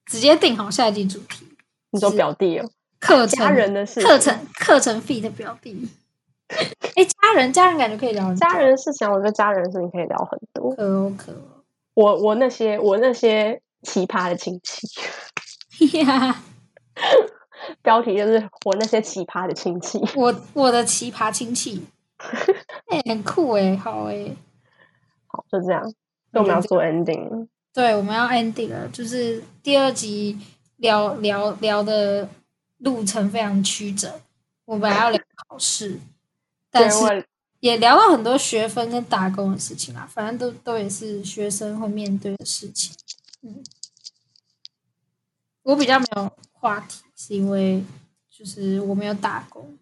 [SPEAKER 1] 直接定好下一集主题，
[SPEAKER 2] 你说
[SPEAKER 1] 是
[SPEAKER 2] 表弟哦，
[SPEAKER 1] 课程
[SPEAKER 2] 家人的事情，
[SPEAKER 1] 课程课程 fee 的表弟。哎，家人家人感觉可以聊很久，
[SPEAKER 2] 家人的事情，我觉得家人的事情可以聊很多。
[SPEAKER 1] 可哦可哦。
[SPEAKER 2] 我我那些我那些奇葩的亲戚，
[SPEAKER 1] 呀，
[SPEAKER 2] 标题就是我那些奇葩的亲戚。
[SPEAKER 1] (laughs) 我我的奇葩亲戚，哎、很酷哎、好哎、
[SPEAKER 2] 好，就这样，所以我们要
[SPEAKER 1] 嗯
[SPEAKER 2] 做 ending 了。
[SPEAKER 1] 对，我们要 ending 了，就是第二集聊聊聊的路程非常曲折，我本来要聊考试，但
[SPEAKER 2] 对
[SPEAKER 1] 是
[SPEAKER 2] 我
[SPEAKER 1] 也聊到很多学分跟打工的事情啦，啊反正都都也是学生会面对的事情。嗯，我比较没有话题，是因为就是我没有打工，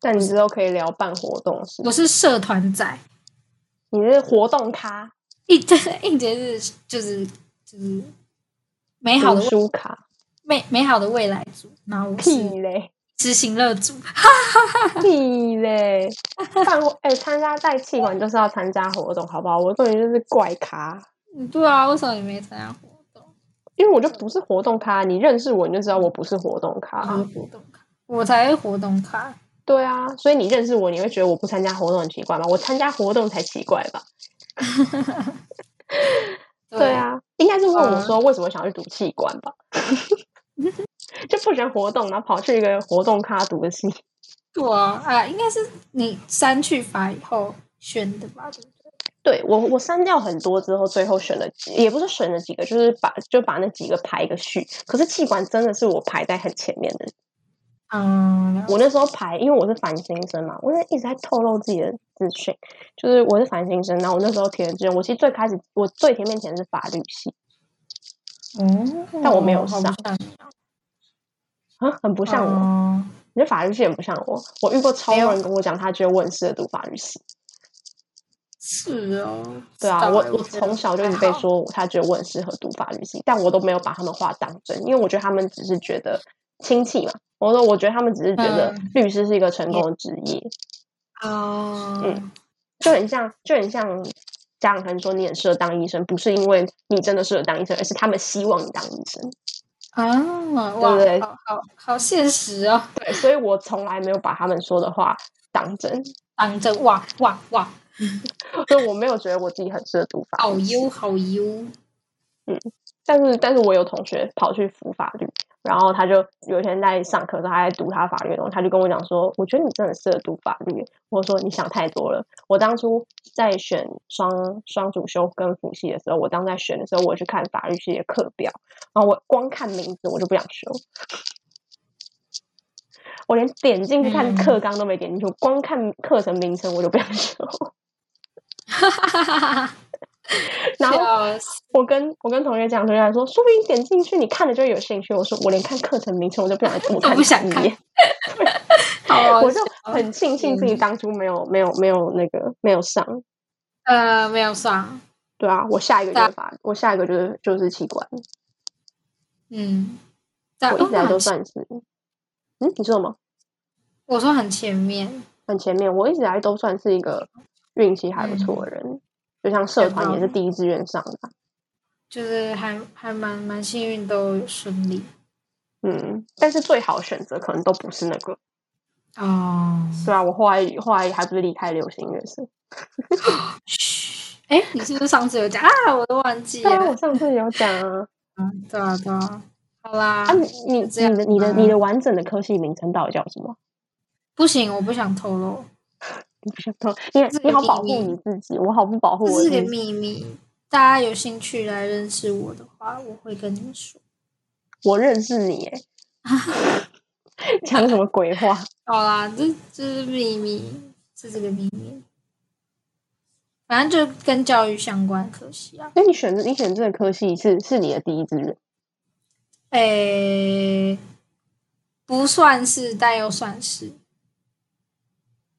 [SPEAKER 2] 但你之后可以聊办活动的事
[SPEAKER 1] 我，是社团仔，
[SPEAKER 2] 你是活动咖、
[SPEAKER 1] 应 (laughs) 对应节是就是就是美好
[SPEAKER 2] 读
[SPEAKER 1] 的未
[SPEAKER 2] 书咖，
[SPEAKER 1] 美美好的未来组，然后我是
[SPEAKER 2] 屁嘞
[SPEAKER 1] 执行乐组，
[SPEAKER 2] 屁嘞！办活哎，参加带气管就是要参加活动，好不好？我根本就是怪咖。
[SPEAKER 1] 嗯对啊，为什么你没参加活动？
[SPEAKER 2] 因为我就不是活动咖，你认识我你就知道我不是活动咖。
[SPEAKER 1] 我是活动卡，我才是活动卡，
[SPEAKER 2] 对啊，所以你认识我，你会觉得我不参加活动很奇怪吗？我参加活动才奇怪吧？对，啊，应该是问我说为什么想去读气管吧？ (laughs) 就不喜欢活动，然后跑去一个活动咖读的系。
[SPEAKER 1] 对啊，啊，应该是你删去法以后选的吧？对不对？
[SPEAKER 2] 对我，我删掉很多之后，最后选了，也不是选了几个，就是把就把那几个排一个序。可是气管真的是我排在很前面的
[SPEAKER 1] 嗯，
[SPEAKER 2] 我那时候排，因为我是繁星生嘛，我是一直在透露自己的资讯，就是我是繁星生，然后我那时候填的志愿，我其实最开始我最前面填的是法律系
[SPEAKER 1] 哦，
[SPEAKER 2] 但我没有
[SPEAKER 1] 好不
[SPEAKER 2] 上
[SPEAKER 1] 像你啊
[SPEAKER 2] 啊，很不像我，
[SPEAKER 1] 哦
[SPEAKER 2] 你的法律系很不像我，我遇过超
[SPEAKER 1] 没有
[SPEAKER 2] 多人跟我讲，他觉得我很适合读法律系，
[SPEAKER 1] 是哦，
[SPEAKER 2] 对啊，
[SPEAKER 1] 知道
[SPEAKER 2] 我
[SPEAKER 1] 欸
[SPEAKER 2] 我
[SPEAKER 1] 觉得
[SPEAKER 2] 从小就一直
[SPEAKER 1] 还
[SPEAKER 2] 被
[SPEAKER 1] 好
[SPEAKER 2] 说他觉得我很适合读法律系，但我都没有把他们话当真，因为我觉得他们只是觉得亲戚嘛，我说我觉得他们只是觉得律师是一个成功的职业，
[SPEAKER 1] 哦，
[SPEAKER 2] 嗯就很像，就很像家长可能说你很适合当医生，不是因为你真的适合当医生，而是他们希望你当医生。
[SPEAKER 1] 啊，
[SPEAKER 2] 对不对
[SPEAKER 1] 哇，好好好现实哦，
[SPEAKER 2] 对，所以我从来没有把他们说的话当真，
[SPEAKER 1] 当真哇哇哇，
[SPEAKER 2] 所以我没有觉得我自己很适合读法
[SPEAKER 1] 好
[SPEAKER 2] 律。
[SPEAKER 1] 优好优，
[SPEAKER 2] 但是，但是我有同学跑去辅法律，然后他就有一天在上课的时候，他在读他法律的东西，他就跟我讲说：“我觉得你真的适合读法律。”我说：“你想太多了。我当初在选双双主修跟辅系的时候，我当时在选的时候，我去看法律系的课表，然后我光看名字我就不想修，我连点进去看
[SPEAKER 1] 嗯
[SPEAKER 2] 课纲都没点进去，我光看课程名称我就不想修。 (laughs)
[SPEAKER 1] 哈哈哈哈哈，
[SPEAKER 2] 然后
[SPEAKER 1] 笑死
[SPEAKER 2] 我跟我跟同学讲，同学还说，说不定点进去你看了就会有兴趣。我说我连看课程名 (laughs) 称我都不想多
[SPEAKER 1] 都
[SPEAKER 2] 看
[SPEAKER 1] 不想
[SPEAKER 2] 一
[SPEAKER 1] 看
[SPEAKER 2] 眼，
[SPEAKER 1] 好
[SPEAKER 2] 我
[SPEAKER 1] 好
[SPEAKER 2] 就很庆幸自己当初没有没有没有那个没有上。
[SPEAKER 1] 呃没有上，
[SPEAKER 2] 对啊，我下一个就
[SPEAKER 1] 大
[SPEAKER 2] 是法，我下一个就是就是器官，
[SPEAKER 1] 嗯，但
[SPEAKER 2] 我一直来啊都
[SPEAKER 1] 很
[SPEAKER 2] 算是，嗯，你说什么？
[SPEAKER 1] 我说很前面，
[SPEAKER 2] 很前面，我一直来都算是一个运气还不错的人，就像社
[SPEAKER 1] 有
[SPEAKER 2] 团
[SPEAKER 1] 道
[SPEAKER 2] 也是
[SPEAKER 1] 理
[SPEAKER 2] 第一志愿上的啊，
[SPEAKER 1] 就是还还蛮蛮幸运都有顺利
[SPEAKER 2] 嗯，但是最好的选择可能都不是那个，
[SPEAKER 1] 哦。
[SPEAKER 2] 对啊，我后来后来还不是离开流行乐社，
[SPEAKER 1] 嘘，哎，你是不是上次有讲啊？我都忘记
[SPEAKER 2] 对啊，我
[SPEAKER 1] 了。
[SPEAKER 2] 上次有讲啊。
[SPEAKER 1] 对啊，对啊。好啦
[SPEAKER 2] 啊，，你你
[SPEAKER 1] 这样嗯
[SPEAKER 2] 你的你的
[SPEAKER 1] 吗
[SPEAKER 2] 你的完整的科系名称到底叫什么？
[SPEAKER 1] 不行，我不想透露，
[SPEAKER 2] 你不想说，你
[SPEAKER 1] 这
[SPEAKER 2] 你
[SPEAKER 1] 个
[SPEAKER 2] 好保护
[SPEAKER 1] 秘密
[SPEAKER 2] 你自己，我好不保护
[SPEAKER 1] 这
[SPEAKER 2] 我
[SPEAKER 1] 是
[SPEAKER 2] 自
[SPEAKER 1] 个
[SPEAKER 2] 己。
[SPEAKER 1] 秘密。大家有兴趣来认识我的话，我会跟你们说。
[SPEAKER 2] 我认识你耶，讲什么鬼话？
[SPEAKER 1] 好啦，这这是秘密，这是个秘密。反正就跟教育相关，可惜啊。
[SPEAKER 2] 那你选你选这个科系是是你的第一志愿，
[SPEAKER 1] 诶、不算是，但又算是。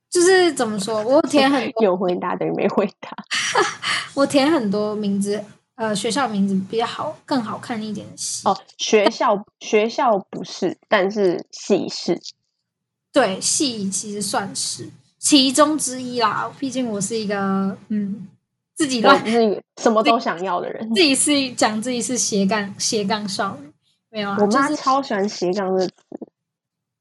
[SPEAKER 1] 就是怎么说，我填很多，
[SPEAKER 2] 有回答等于没回答。
[SPEAKER 1] 我填很多名字，呃，学校名字比较好，更好看一点的系。
[SPEAKER 2] 哦，
[SPEAKER 1] (laughs)
[SPEAKER 2] 学校学校不是，但是系是。
[SPEAKER 1] 对，系其实算是其中之一啦。毕竟我是一个嗯，自己
[SPEAKER 2] 我
[SPEAKER 1] 乱
[SPEAKER 2] 是什么都想要的人。
[SPEAKER 1] (laughs) 自己是讲自己是斜杠斜杠少女，没有啊，
[SPEAKER 2] 我妈
[SPEAKER 1] 就是
[SPEAKER 2] 超喜欢斜杠的，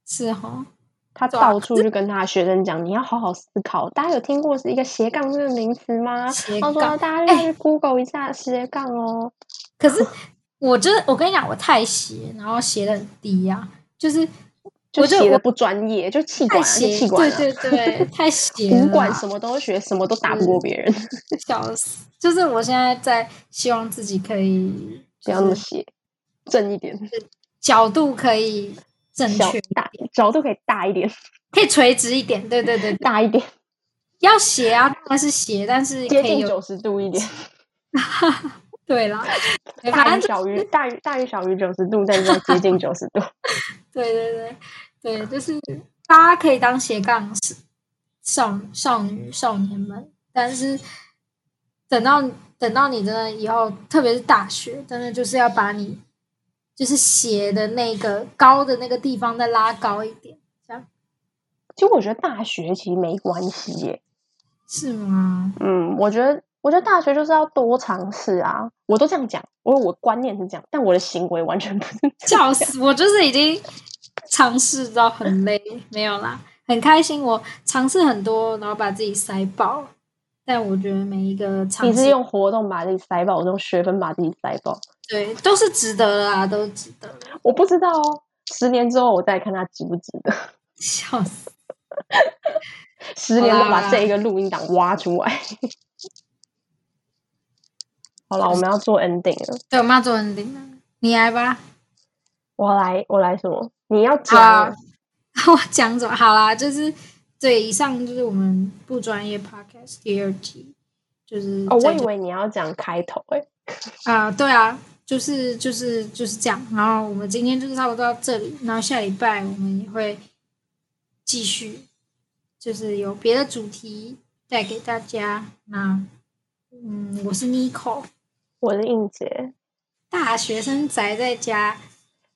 [SPEAKER 1] 是哈，
[SPEAKER 2] 她
[SPEAKER 1] 对啊
[SPEAKER 2] 到处就跟她的学生讲，你要好好思考。大家有听过是一个斜杠这个名词吗？
[SPEAKER 1] 斜
[SPEAKER 2] 她说
[SPEAKER 1] 杠哎
[SPEAKER 2] 大家要去 Google 一下斜杠哦。
[SPEAKER 1] 可
[SPEAKER 2] (laughs)
[SPEAKER 1] 是我就是我跟你讲，我太斜，然后斜的很低呀、就是
[SPEAKER 2] 就
[SPEAKER 1] 我就
[SPEAKER 2] 写的
[SPEAKER 1] 我
[SPEAKER 2] 不专业，就气管
[SPEAKER 1] 太
[SPEAKER 2] 啊，就
[SPEAKER 1] 斜，
[SPEAKER 2] 气管
[SPEAKER 1] 对
[SPEAKER 2] 啊，
[SPEAKER 1] 对对，
[SPEAKER 2] (laughs)
[SPEAKER 1] 啊太斜了
[SPEAKER 2] 不
[SPEAKER 1] 啦，
[SPEAKER 2] 管什么都学，什么都打不过别人，
[SPEAKER 1] 笑死。就是我现在在希望自己可以，
[SPEAKER 2] 不要那
[SPEAKER 1] 就
[SPEAKER 2] 么
[SPEAKER 1] 是
[SPEAKER 2] 斜，正一点，
[SPEAKER 1] 角度可以正
[SPEAKER 2] 小
[SPEAKER 1] 确，
[SPEAKER 2] 大角度可以大一点，
[SPEAKER 1] 可以垂直一点，对对对，对
[SPEAKER 2] 大一点，
[SPEAKER 1] 要斜啊，当然是斜，但是
[SPEAKER 2] 接
[SPEAKER 1] 可以
[SPEAKER 2] 近
[SPEAKER 1] 有
[SPEAKER 2] 九十度一点，
[SPEAKER 1] 对啦，对反
[SPEAKER 2] 大
[SPEAKER 1] 正
[SPEAKER 2] 于小于大于大于小于九十度，但是要接近九十度。 (laughs)
[SPEAKER 1] 对对对对，就是大家可以当斜杠是少少女少年们，但是等到等到你真的以后，特别是大学，真的就是要把你就是斜的那个高的那个地方再拉高一点，这样
[SPEAKER 2] 其实我觉得大学其实没关系耶，
[SPEAKER 1] 是吗？
[SPEAKER 2] 嗯，我觉得我觉得大学就是要多尝试啊，我都这样讲，我我观念是这样，但我的行为完全不是这样
[SPEAKER 1] 笑。
[SPEAKER 2] (laughs)
[SPEAKER 1] 死！我就是已经尝试到很累，没有啦，很开心。我尝试很多，然后把自己塞爆，但我觉得每一个尝
[SPEAKER 2] 你
[SPEAKER 1] 试
[SPEAKER 2] 是用活动把自己塞爆，我是用学分把自己塞爆。
[SPEAKER 1] 对都是值得的啊，都是值得的。
[SPEAKER 2] 我不知道哦，十年之后我再看他值不值得。
[SPEAKER 1] 笑死！
[SPEAKER 2] 十年后
[SPEAKER 1] 好啦
[SPEAKER 2] 把这一个录音档挖出来。 (laughs) 好了，我们要做 ending 了。
[SPEAKER 1] 对我妈做人顶了，啊你来吧。
[SPEAKER 2] 我来，我来什么？你要
[SPEAKER 1] 好
[SPEAKER 2] 讲了，
[SPEAKER 1] (laughs) 我讲什么？好啦，就是对，以上就是我们不专业 podcast 第二集，就是
[SPEAKER 2] 哦，我
[SPEAKER 1] 在
[SPEAKER 2] 以为你要讲开头诶、
[SPEAKER 1] 啊、对啊，就是就是就是这样。然后我们今天就是差不多到这里，然后下礼拜我们也会继续，就是有别的主题带给大家。那嗯，我是 Nico，
[SPEAKER 2] 我是应杰，
[SPEAKER 1] 大学生宅在家，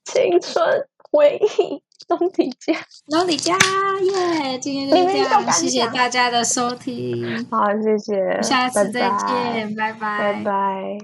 [SPEAKER 2] 青春回忆东体家。
[SPEAKER 1] 老李家耶！今天就是
[SPEAKER 2] 你们
[SPEAKER 1] 这
[SPEAKER 2] 都敢
[SPEAKER 1] 样，
[SPEAKER 2] 讲
[SPEAKER 1] 谢谢大家的收听，
[SPEAKER 2] 好，谢谢，
[SPEAKER 1] 下次再
[SPEAKER 2] 拜拜
[SPEAKER 1] 见，拜
[SPEAKER 2] 拜拜。